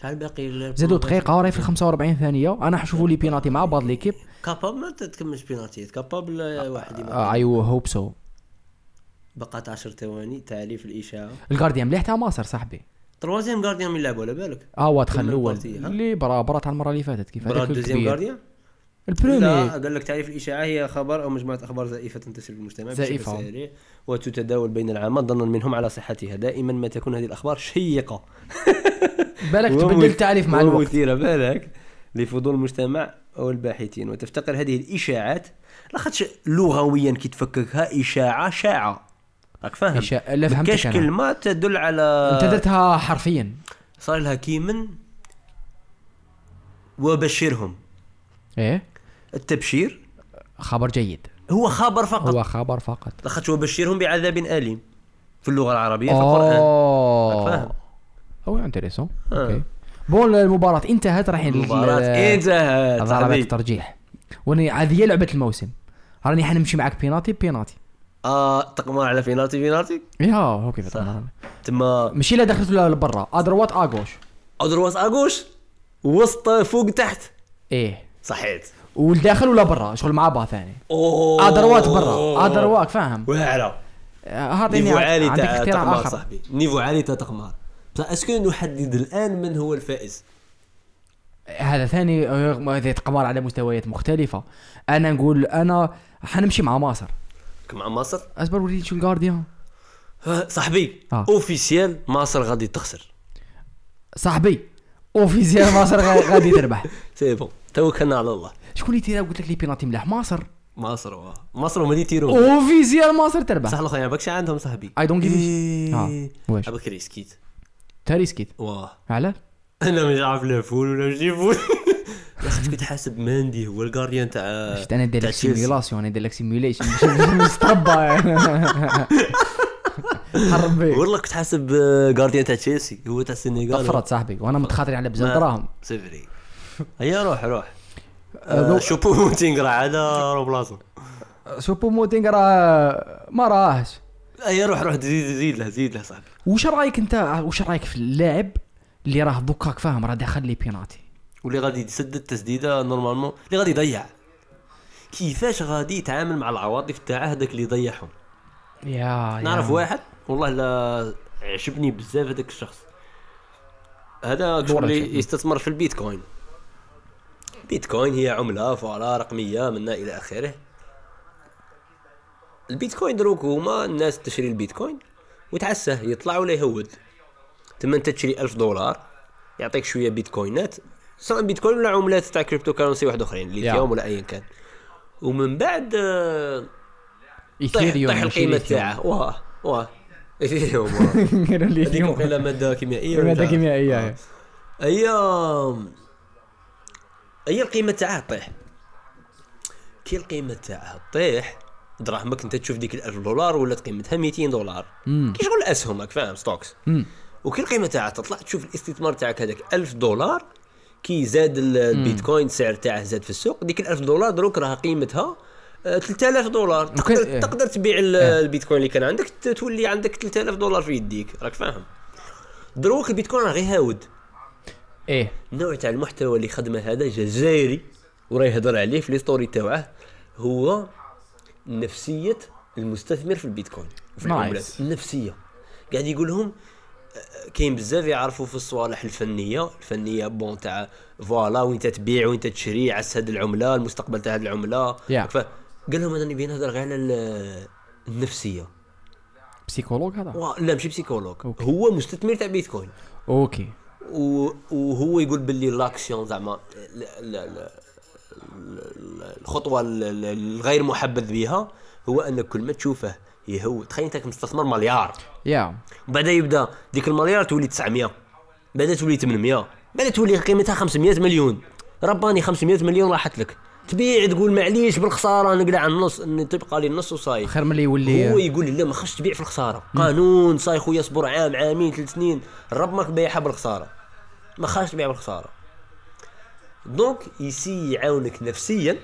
شحال باقي ال- زادوا دقيقه وراهي في 45 ثانيه انا حنشوفوا لي بيناتي مع بعض ليكيب كاباب ما تتكملش بيناتيات كاباب لا واحد يبقى اي هوب سو بقات 10 ثواني تعريف الاشاعه الجارديان مليح تاع مصر صاحبي تروازيام غارديان يلعبوا على بالك اه هو دخل الاول البارتي، ها؟ اللي برا برا تاع المره اللي فاتت كيف برا هذاك دوزيام الكبير غارديان لا البرومي قال لك تعريف الاشاعه هي خبر او مجموعه اخبار زائفه تنتشر في المجتمع زائفة. بشكل سريع وتتداول بين العامه ظنا منهم على صحتها دائما ما تكون هذه الاخبار شيقه بالك تبدل التعريف مع الوقت ومثيرة بالك لفضول المجتمع أو الباحثين وتفتقر هذه الإشاعات لاخاطش لغويا كي تفككها إشاعة شاعة راك فاهم؟ إشاعة- لا ما فهمتك كاش أنا. كلمة تدل على انت درتها حرفيا صار لها كيمن وبشرهم ايه التبشير خبر جيد هو خبر فقط هو خبر فقط لاخاطش وبشرهم بعذاب أليم في اللغة العربية في القرآن فاهم؟ اوه آه. هو انتريسون آه. اوكي بون المباراة انتهت راح نل- المباراة انتهت ضربات صاحبي. الترجيح وانا هذه هي لعبة الموسم راني حنمشي معك بيناتي بيناتي اه تقمر على فينالتي فينالتي يا اوكي صح. طبعاً. تما مشي لا دخلت ولا لبرا ادروات اغوش ادرواس اغوش وسط فوق تحت ايه صحيت والداخل ولا برا شغل مع بعض ثاني اوه ادروات برا ادرواك فاهم واعره آه، هاطيني نيفو عالي عندك تاع اختراع تقمار اخر صاحبي نيفو عالي تاع تقمار بصح اسكو نحدد الان من هو الفائز هذا ثاني آه، هذا يتقمر على مستويات مختلفة انا نقول انا حنمشي مع مصر كم عم مصر اصبر وليد شو الجارديان ها، صاحبي آه. اوفيسيال مصر غادي تخسر صاحبي اوفيسيال مصر غا- غادي تربح سي بون توكلنا على الله شكون اللي تيرا قلت لك لي بينالتي ملاح مصر مصر واه. مصر هما اللي يتيرون اوفيسيال مصر تربح صح الاخرين باكش عندهم صاحبي I don't give a- إيه. آه. واش؟ عباك ريسكيت تاريسكيت واه علاه انا مش عارف لا فول ولا جدي فول لازم كنت حاسب ماندي هو الجارديان تاع شفت انا داير تاع لك تشيلسي. سيميلاسيون انا داير لك سيميليشن مش مش مستربى حرم به والله كنت حاسب جارديان تاع تشيلسي هو تاع السنغال طفرت صاحبي وانا متخاطري على بزاف دراهم سيفري هيا روح روح لو- آه، شوفوا موتينغ راه عاد راه بلاصه سوبو موتينغ راه ما راهش هيا روح روح زيد زيد له زيد له صاحبي وش رايك انت وش رايك في اللاعب اللي راه دوكاك فاهم راه داخل لي بيناتي واللي غادي يسدد التسديده نورمالمون اللي غادي يضيع كيفاش غادي يتعامل مع العواطف تاعه هذاك اللي يضيعهم يا نعرف واحد والله لا عجبني بزاف هذاك الشخص هذا شغل عجبني. اللي يستثمر في البيتكوين البيتكوين هي عملة فوالا رقمية منا إلى آخره البيتكوين دروك هما الناس تشري البيتكوين وتعسه يطلع ولا يهود تما انت تشري 1000 دولار يعطيك شويه بيتكوينات سواء بيتكوين ولا عملات تاع كريبتو كارونسي واحد اخرين ليثيوم ولا ايا كان ومن بعد آه، طيح ايثيريوم طيح القيمه تاعه واه واه ايثيريوم واه. هذيك الايثيريوم وقيله ماده كيميائيه ولا ماده مش عارف. كيميائيه هي هي القيمه تاعها طيح كي القيمه تاعها طيح دراهمك انت تشوف ديك ال 1000 دولار ولات قيمتها 200 دولار كي شغل اسهمك فاهم ستوكس وكي القيمه تاعها تطلع تشوف الاستثمار تاعك هذاك 1000 دولار كي زاد ال- البيتكوين السعر تاعه زاد في السوق ديك ال 1000 دولار دروك راها قيمتها آه، 3000 دولار تقدر إيه. تقدر تبيع ال- البيتكوين اللي كان عندك ت- تولي عندك 3000 دولار في يديك راك فاهم دروك البيتكوين راه غير هاود ايه النوع تاع المحتوى اللي خدمه هذا جزائري وراه يهضر عليه في لي ستوري تاعه هو نفسيه المستثمر في البيتكوين في العملات Nice. النفسيه قاعد يقول لهم آه، كاين بزاف يعرفوا في الصوالح الفنيه الفنيه بون تاع فوالا وين تبيع وين تشري عس هاد العمله المستقبل تاع هاد العمله Yeah. ف- قال لهم انا نبي نهضر غير على ال- النفسيه بسيكولوج هذا وا- لا ماشي بسيكولوج هو مستثمر تاع بيتكوين اوكي و- وهو يقول باللي لاكسيون زعما ال- ال- ال- ال- الخطوه ال- ال- الغير محبذ بها هو انك كل ما تشوفه يهو تخيل انت مستثمر مليار يا بعدها يبدا ديك المليار تولي 900 بعدها تولي 800 بعدها تولي قيمتها 500 مليون رباني 500 مليون راحت لك تبيع تقول معليش بالخساره نقلع النص إن تبقى لي النص وصاي خير من اللي هو يولي يقول لي لا ما خصش تبيع في الخساره قانون صاي خويا اصبر عام عامين ثلاث سنين الرب ماك بايعها بالخساره ما خاش تبيع بالخساره دونك يسي يعاونك نفسيا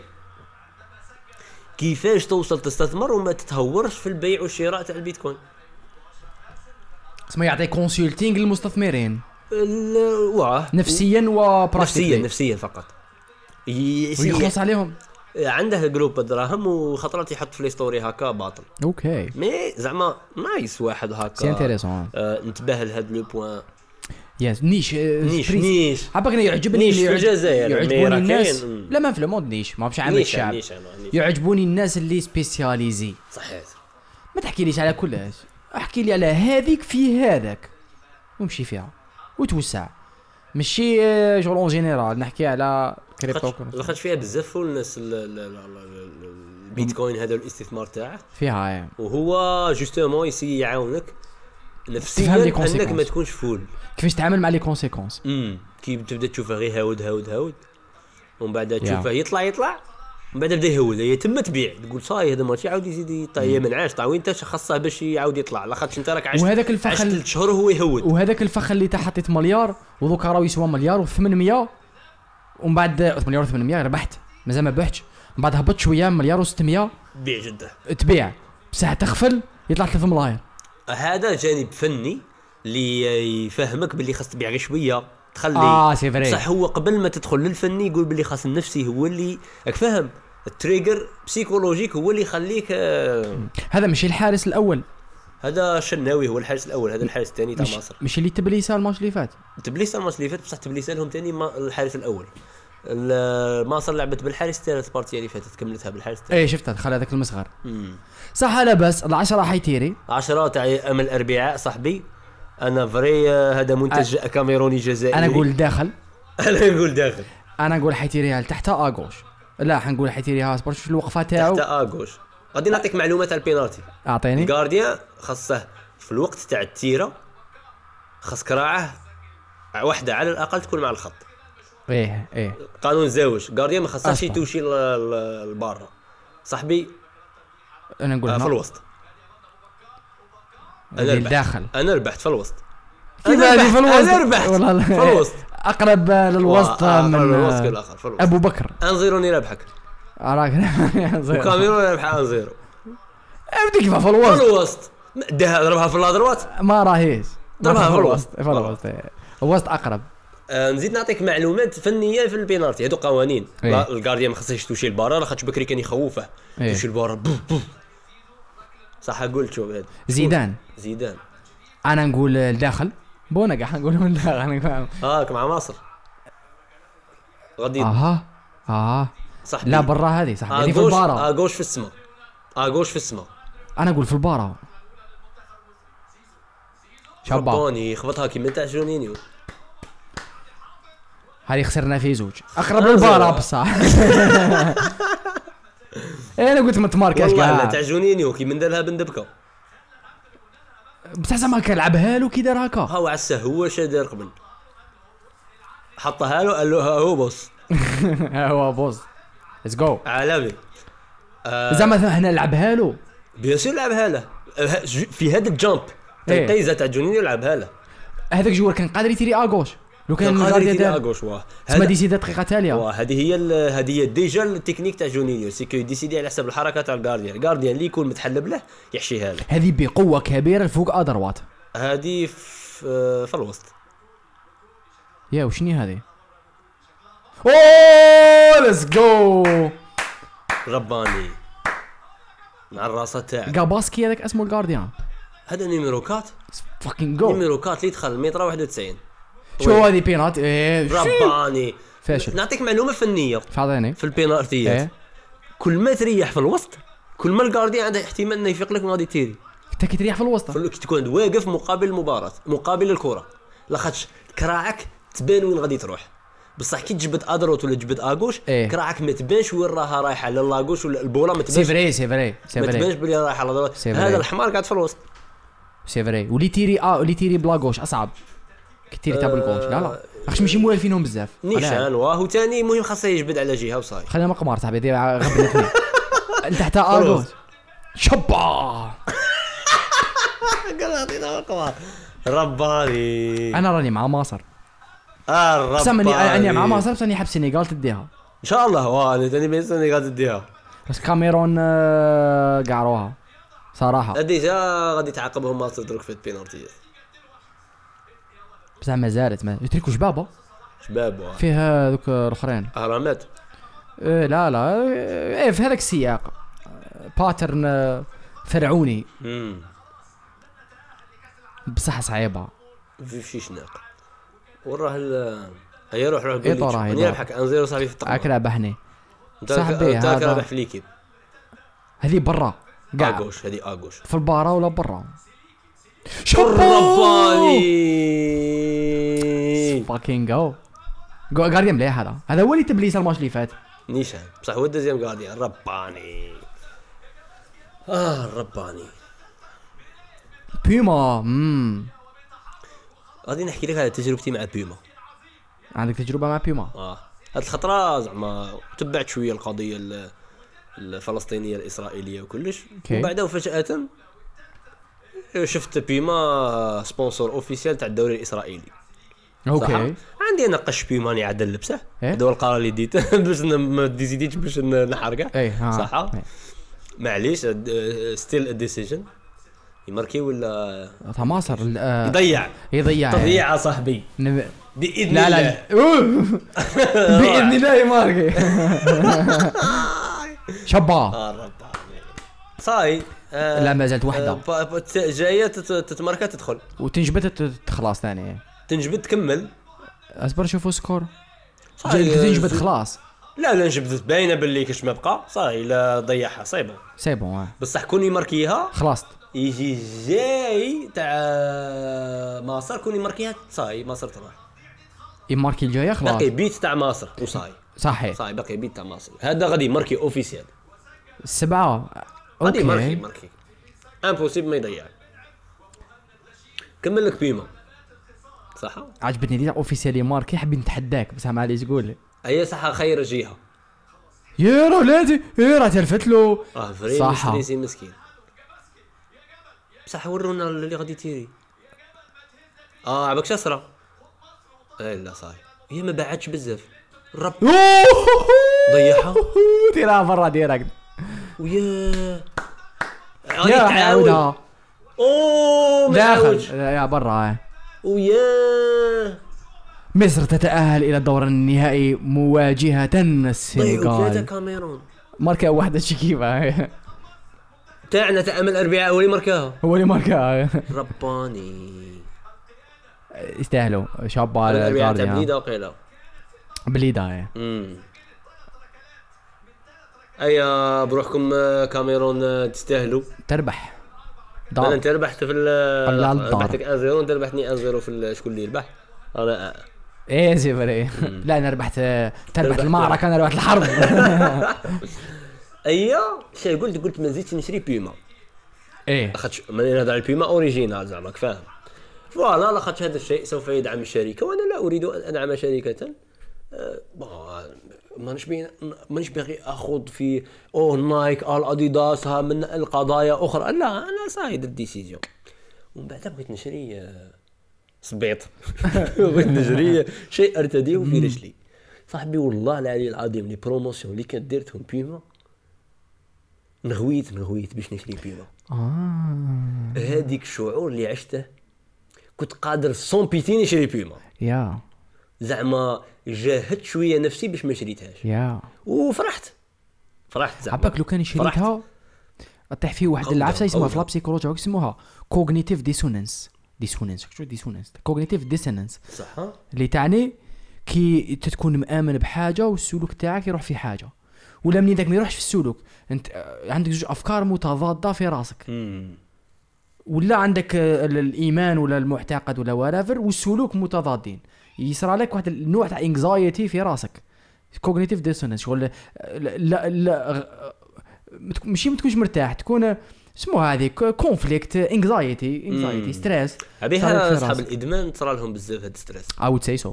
كيفاش توصل تستثمر وما تتهورش في البيع والشراء تاع البيتكوين اسمه يعطي كونسلتينغ للمستثمرين ال- واه نفسيا نفسيا وبراكتيكلي نفسيا فقط يسي- ويخلص عليهم عنده جروب دراهم وخطرات يحط في لي ستوري هكا باطل اوكي مي زعما نايس واحد هكا سي انتيريسون آه، انتبه لهذا لو بوان يس نيش آه، نيش بريس- نيش عباك انا يعجبني نيش في يعجب- الجزائر، مي يعجبوني راه الناس كاين. لا ما في الموند نيش ما مش عامل نيش الشعب نيش أنا، نيش. يعجبوني الناس اللي سبيسياليزي صحيت ما تحكيليش على كلش احكي لي على هذيك في هذاك ومشي فيها وتوسع ماشي آه، شغل اون جينيرال نحكي على كريبتو خدش- دخلت فيها بزاف والناس ال- ال- ال- ال- البيتكوين هذا والاستثمار تاعه فيها يعني. وهو جوستومون يسي يعاونك نفسيا تفهم لي انك ما consequences. تكونش فول كيفاش تتعامل مع لي كونسيكونس امم كي تبدا تشوفه غير هاود هاود هاود ومن بعد تشوفه يطلع يطلع من بعد بدا يهود هي تما تبيع تقول صاي هذا ماتش يعاود يزيد طيب، يطلع هي من عاش طاوي انت خاصه باش يعاود يطلع لاخاطش انت راك عشت وهذاك عشت الفخل ثلاث شهور وهو يهود وهذاك الفخ اللي تا حطيت مليار ودوكا راهو يسوى مليار و800 ومن بعد مليار و800 ربحت مازال ما بعتش من بعد هبط شويه مليار و600 بيع جده تبيع بصح تخفل يطلع 3 ملاير هذا جانب فني اللي يفهمك باللي خاص تبيع غير شويه تخلي اه سي فري صح هو قبل ما تدخل للفني يقول باللي خاص النفسي هو اللي راك فاهم التريجر بسيكولوجيك هو اللي يخليك آه، هذا ماشي الحارس الاول هذا الشناوي هو الحارس الاول هذا الحارس الثاني تاع مش مصر ماشي اللي تبليسه الماتش اللي فات تبليس الماتش اللي فات بصح تبليس لهم ثاني الحارس الاول ال- مصر لعبت بالحارس الثالث بارتي اللي فاتت كملتها بالحارس الثالث ايه شفتها دخل هذاك المصغر صح لاباس العشرة حيتيري 10 تاع ام الاربعاء صاحبي انا فري آه، هذا منتج كاميروني جزائري انا اقول داخل انا نقول داخل انا نقول حيتيريها لتحت اغوش لا حنقول حيتيريها صبر شوف الوقفه تحت تاعو اغوش غادي نعطيك معلومات على البينالتي اعطيني الجارديان خاصه في الوقت تاع التيره خاص كراعه واحده على الاقل تكون مع الخط ايه ايه قانون زوج جارديان ما خاصهاش أصبر. يتوشي ل- ل- لبرا صاحبي انا نقول آه، في هنا الوسط انا اللي ربحت داخل انا ربحت في الوسط كيف أنا هذه ربحت- في الوسط أنا ربحت. والله في الوسط. اقرب للوسط آه، آه، من الوسط كل الاخر في الوسط ابو بكر 1-0 ربحك راك وكاميرون ربح 1-0 بديك في في الوسط الوسط ده ضربها في الادروات ما راهيش ضربها في الوسط. في الوسط إيه. الوسط اقرب آه، نزيد نعطيك معلومات فنيه في البينالتي هادو قوانين إيه. لا، الغارديان ما خصهش توشي البارا لاخاطش بكري كان يخوفه إيه. توشي البارا بوف بوف صح قلت شوف هاد زيدان زيدان انا نقول الداخل بونا قاع نقول من الداخل هاك مع مصر غادي آه، اها اها صح آه. لا برا هذه صح هذه في اغوش البارا اغوش في السماء اغوش في السماء انا اقول في البارا شابا ربوني خبطها كيما تاع جونينيو هذه خسرنا فيه زوج اقرب أنا للبارا آه، زوج. بصح انا قلت ما تماركاش والله لا تاع كاع جونينيو كيما دارها بن دبكه بصح زعما كنلعبها له كي دار هكا هاو عساه هو شادر قبل حطها له قال له ها هو بوس ها هو بوز ليتس جو عالمي آه، زعما هنا لعبها له بيان سور لعبها له ه- ج- في هذا الجامب إيه. القيزه تاع جونينيو لعبها له هذاك الجوار كان قادر يتيري اغوش لو كان كان قادر الغارديا يدير دار اغوش واه تسمى هذا- ديسي دقيقه تاليه واه، هذه هي ال- هذه هي ديجا التكنيك تاع جونينيو سي كو يديسيدي على حسب الحركه تاع الجارديان الجارديان اللي يكون متحلب له يحشيها له هذه بقوه كبيره فوق ادروات هذه في في الوسط يا وشني هذه اوه ليتس جو رباني مع الراسه تاعك كاباسكي هذاك اسمه الجارديان هذا نيميرو 4 فاكين جو نيميرو 4 اللي دخل الميترا 91 شو هذه بينات ايه شو؟ رباني فاشل. نعطيك معلومه فنيه فاضيني في البينالتيات ايه كل ما تريح في الوسط كل ما الجارديان عنده احتمال انه يفيق لك وغادي تيري انت كي تريح في الوسط كي تكون واقف مقابل المباراة مقابل الكرة لاخاطش كراعك تبان وين غادي تروح بصح كي تجبد ادروت ولا تجبد اغوش إيه. كراعك ما تبانش وين راها رايحه لا لاغوش ولا البوله ما سي تبانش فري سي فري سي ما تبانش فري بلي رايحه لادروت سي فري. هذا الحمار قاعد في الوسط سي فري ولي تيري اه ولي تيري بلا غوش اصعب كي تيري تاع بالغوش لا لا خاطش ماشي موالفينهم بزاف يعني. نيشان واه ثاني المهم خاصه يجبد على جهه وصاي خلينا مقمار صاحبي دير غبنتني لتحت ارجوز شبا قال اعطينا القمار رباني انا راني مع مصر اه رباني بصح ماني انا مع مصر بصح راني حاب السنغال تديها ان شاء الله واه انا ثاني بين سنه غادي تديها بس كاميرون آه، قعروها صراحه ديجا غادي تعاقبهم مصر دروك في البينالتيات بصح ما زالت ما تريكو شبابه شباب واه فيها ذوك الاخرين اهرامات آه، إيه لا لا آه، ايه في هذاك السياق آه، باترن آه، فرعوني امم بصح صعيبه في شي شناق وراه ال هيا روح روح قول إيه لي طرا، شوف. إيه أنا طرا. ربحك 1-0 صاحبي في التقمع اكلا بحني انت صاحبي، انت راك هذا- رابح في ليكيب هذه برا قاع اغوش هذه اغوش في البارا ولا برا رباني فاكين جو جو قاعد مليح هذا هذا هو اللي تبليس الماتش اللي فات نيشان بصح هو الدوزيام غارديان رباني اه رباني بيما امم غادي نحكي لك على تجربتي مع بيما عندك تجربه مع بيما اه هاد الخطره زعما تبعت شويه القضيه ال- الفلسطينيه الاسرائيليه وكلش أوكي. ومن بعد فجاه شفت بيما سبونسور اوفيسيال تاع الدوري الاسرائيلي صح؟ اوكي عندي انا قش بيما راني عاد نلبسه إيه؟ هذا هو القرار اللي ديت باش ن- ما ديزيديتش باش ن- نحرقه ايه ها صح معليش آه، ستيل ديسيجن يماركي ولا تاع مصر آه، ضيع يضيع تضييع صاحبي نب- باذن لا الله لا أوه. باذن الله ماركي شبا آه، ربي. صاي آه، لا ما زالت آه، وحده ب- ب- ت- جايه تت- تتماركا تدخل وتنجبد تت- خلاص ثاني تنجبد تكمل اصبر شوفوا سكور صاي، جا- آه، تنجبد زو- طيب، خلاص لا لا نجبدت باينه باللي كاش ما بقى صاي لا ضيعها صايبه سي بون آه. بصح كون يماركيها خلاص يجي جاي تاع آه، مصر كون يماركيها صاي مصر تروح يماركي الجايه خلاص باقي بيت تاع مصر وصاي إيه. صحيح صاي باقي بيت تاع مصر هذا غادي يماركي اوفيسيال السبعه غادي يماركي اوكي يماركي امبوسيبل ما يضيعك كمل لك بيما صح عجبتني دي اوفيسيالي ماركي حبيت نتحداك بصح معليش قول لي هي صح خير جهه يا آه، راه ولادي يا راه تلفت له اه فريم صح. مستريسي مسكين بصح ورونا اللي غادي تيري اه عباك شاسرة اي لا صاي هي ما باعتش بزاف الرب ضيعها ديرها برا ديريكت ويا يا يا تعاود عاودها اوه ما تعاودش داخل يا برا آه. ويا مصر تتأهل إلى الدور النهائي ضيعوا مواجهة ثلاثة السنغال طيب، كاميرون ماركة واحدة شكيبة تاعنا تأمل الأربعاء ولي مركاها هو اللي ماركة رباني يستاهلوا شابة على الأربعاء تاع الجارديان بليدة وقيلة بليدا آه. امم اي بروحكم آه، كاميرون آه، تستاهلوا تربح انا دار انت ربحت في ال آه، طلع الدار. ربحتك 1 0 انت ربحتني 1 0 في ال- شكون اللي يربح انا آه. ايه زي بري لا انا ربحت آه، تربحت ربحت المعركة انا ربحت الحرب ايا أيوه، شي قلت قلت ما نزيدش نشري بيما ايه لاخاطش ملي نهضر على بيما اوريجينال زعما فاهم فوالا لاخاطش هذا الشيء سوف يدعم الشركه وانا لا اريد ان ادعم شركه آه، بون، مانيش بين مانيش باغي اخوض في اوه نايك اه الاديداس ها من القضايا اخرى لا انا صايد الديسيزيون ومن بعد بغيت نشري آه، سبيط بغيت نشري شيء ارتديه في رجلي صاحبي والله العلي العظيم لي بروموسيون اللي كانت ديرتهم بيما نغويت نغويت باش نشري بيما اه هذيك الشعور اللي عشته كنت قادر سون بيتي نشري بيما يا زعما جاهدت شويه نفسي باش ما شريتهاش يا وفرحت فرحت زعما عباك لو كان شريتها طيح فيه واحد قوله، العفسه يسموها قوله. في لابسيكولوجيا واش يسموها كوغنيتيف ديسونانس ديسونانس شو ديسونانس كوغنيتيف ديسونانس صح ها؟ اللي تعني كي انت تكون مآمن بحاجه والسلوك تاعك يروح في حاجه ولا منين داك ما يروحش في السلوك انت آه، عندك زوج افكار متضاده في راسك ولا عندك آه، ال- الايمان ولا المعتقد ولا ورافر والسلوك متضادين يصرى لك واحد النوع تاع انكزايتي في راسك كوغنيتيف ديسونانس شغل لا لا, لا غ- ما تك- ماشي ما تكونش مرتاح تكون اسمه هذه كونفليكت انكزايتي انكزايتي ستريس عبيها اصحاب الادمان صرا لهم بزاف هاد الستريس I would say so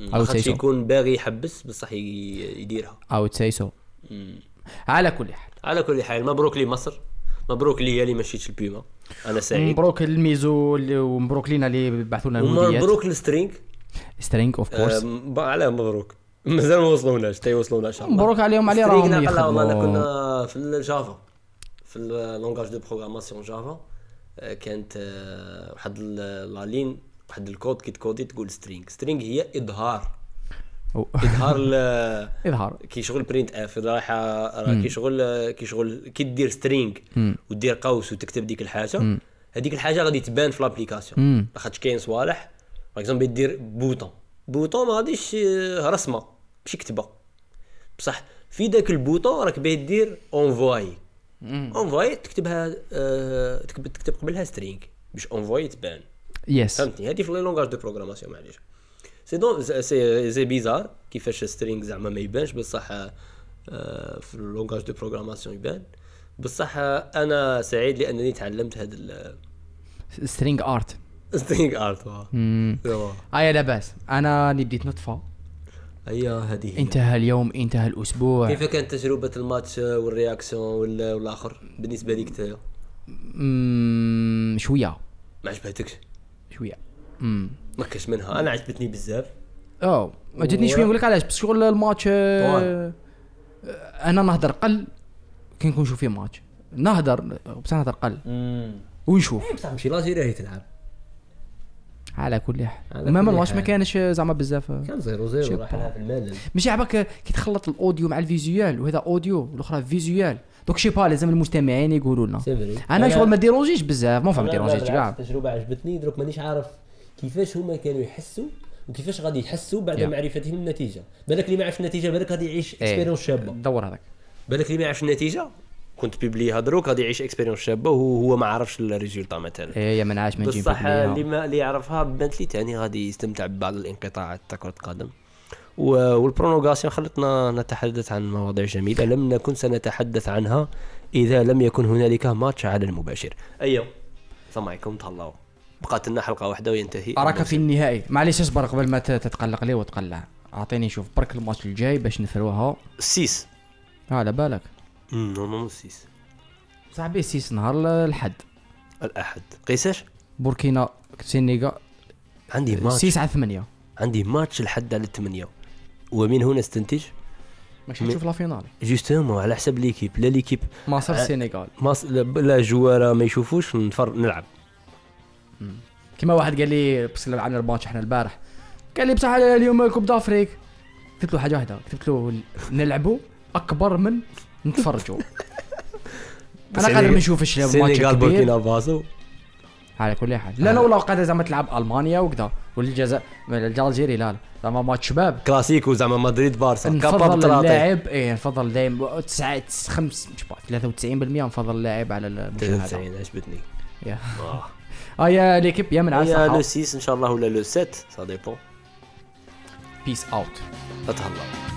I would say خاطش so يكون باغي يحبس بصح ي- يديرها I would say so على كل حال على كل حال مبروك لي مصر مبروك لي اللي ما شريتش البيما انا سعيد مبروك الميزو اللي- ومبروك لينا اللي بعثوا لنا الهوديات ومبروك السترينغ سترينج اوف كورس علاه مبروك مازال ما وصلوناش تا يوصلونا ان شاء الله مبروك عليهم عليه ستريك راهم نقلها والله انا يخدموا كنا في الجافا في اللونغاج دو بروغراماسيون جافا آه، كانت آه، واحد ال- لا لين واحد الكود كي تكودي تقول سترينغ سترينغ هي اظهار آه. أو- اظهار ال- اظهار كي شغل برينت اف رايحه راه كي شغل كي شغل كي دير سترينغ ودير قوس وتكتب ديك الحاجه هذيك الحاجه غادي تبان في لابليكاسيون لاخاطش كاين صوالح باغ اكزومبل دير بوطون بوطون ما غاديش آه، رسمه ماشي كتبه بصح في داك البوطون راك باغي دير اونفواي اونفواي تكتبها آه، تكتب تكتب قبلها سترينغ باش اونفواي تبان يس فهمتني هذه في لي لونغاج دو بروغراماسيون معليش سي دون سي سي بيزار كيفاش سترينغ زعما ما يبانش بصح آه، في لونغاج دو بروغراماسيون يبان بصح آه، انا سعيد لانني تعلمت هذا سترينج ارت السترينغ ارت ايوا ايا لا باس انا اللي بديت نطفى هي هذه هي. انتهى اليوم انتهى الاسبوع كيف كانت تجربه الماتش آه، والرياكسيون وال- والاخر بالنسبه ليك انت مم، شويه ما عجبتكش شويه امم ما كاش منها انا عجبتني بزاف او ما جاتني شويه نقول لك علاش بس شغل الماتش آه، طوال. آه، انا نهدر قل كي نكون نشوف فيه ماتش نهدر آه، بس نهدر قل ونشوف بصح ماشي لاجيريا هي تلعب على كل حال على المهم كل الماتش ما حال. كانش آه، زعما بزاف آه. كان 0 0 راح لها في الملل ماشي عباك كي تخلط الاوديو مع الفيزيوال وهذا اوديو والاخرى فيزيوال دوك شي با لازم المستمعين يقولوا لنا سي فري. انا أنا- شغل ما ديرونجيش بزاف ما فهم لا، ديرونجيش بالعكس، كاع التجربه عجبتني دروك مانيش عارف كيفاش هما كانوا يحسوا وكيفاش غادي يحسوا بعد يا. معرفتهم النتيجه بالك اللي ما عرفش النتيجه بالك غادي يعيش اكسبيريونس شابه إيه. دور هذاك بالك اللي ما عرفش النتيجه كنت بيبليها دروك غادي يعيش اكسبيريونس شابه وهو ما عرفش الريزولتا مثلا ايه يا من عاش ما نجيب بصح بليها. اللي ما اللي يعرفها بانت لي تاني غادي يستمتع ببعض الانقطاعات تاع كره القدم و- والبرونوغاسيون خلتنا نتحدث عن مواضيع جميله لم نكن سنتحدث عنها اذا لم يكن هنالك ماتش على المباشر ايوه السلام عليكم تهلاو بقات لنا حلقه واحده وينتهي اراك في النهائي معليش اصبر قبل ما ت- تتقلق لي وتقلع اعطيني شوف برك الماتش الجاي باش نثروها السيس على بالك نورمالمون السيس صاحبي سيس نهار ال- الحد الاحد قيساش بوركينا سينيغا عندي ماتش 6 على 8 عندي ماتش لحد على الثمانية ومن هنا استنتج ماشي تشوف لا فينال جوستومون على حسب ليكيب لا ليكيب مصر أه. السنغال ما س- لا جواره ما يشوفوش نفر نلعب كما واحد قال لي بس لعبنا الماتش احنا البارح قال لي بصح اليوم كوب دافريك قلت له حاجه واحده قلت له ال- نلعبوا اكبر من نتفرجوا انا قادر ما نشوفش الماتش السنغال كبير بوركينا آه. فاسو على كل حال لا لا ولا قادر زعما تلعب المانيا وكذا والجزائر الجزائري لا لا زعما ماتش شباب كلاسيكو زعما مدريد بارسا كابا نفضل بطراطي اللاعب ايه نفضل دايما 9 5 مش بعرف 93% نفضل اللاعب على المشاهده 93 عجبتني يا. آه. اه يا ليكيب يا من هي لو على 6 ان شاء الله ولا لو 7 سا ديبون بيس اوت تتهلا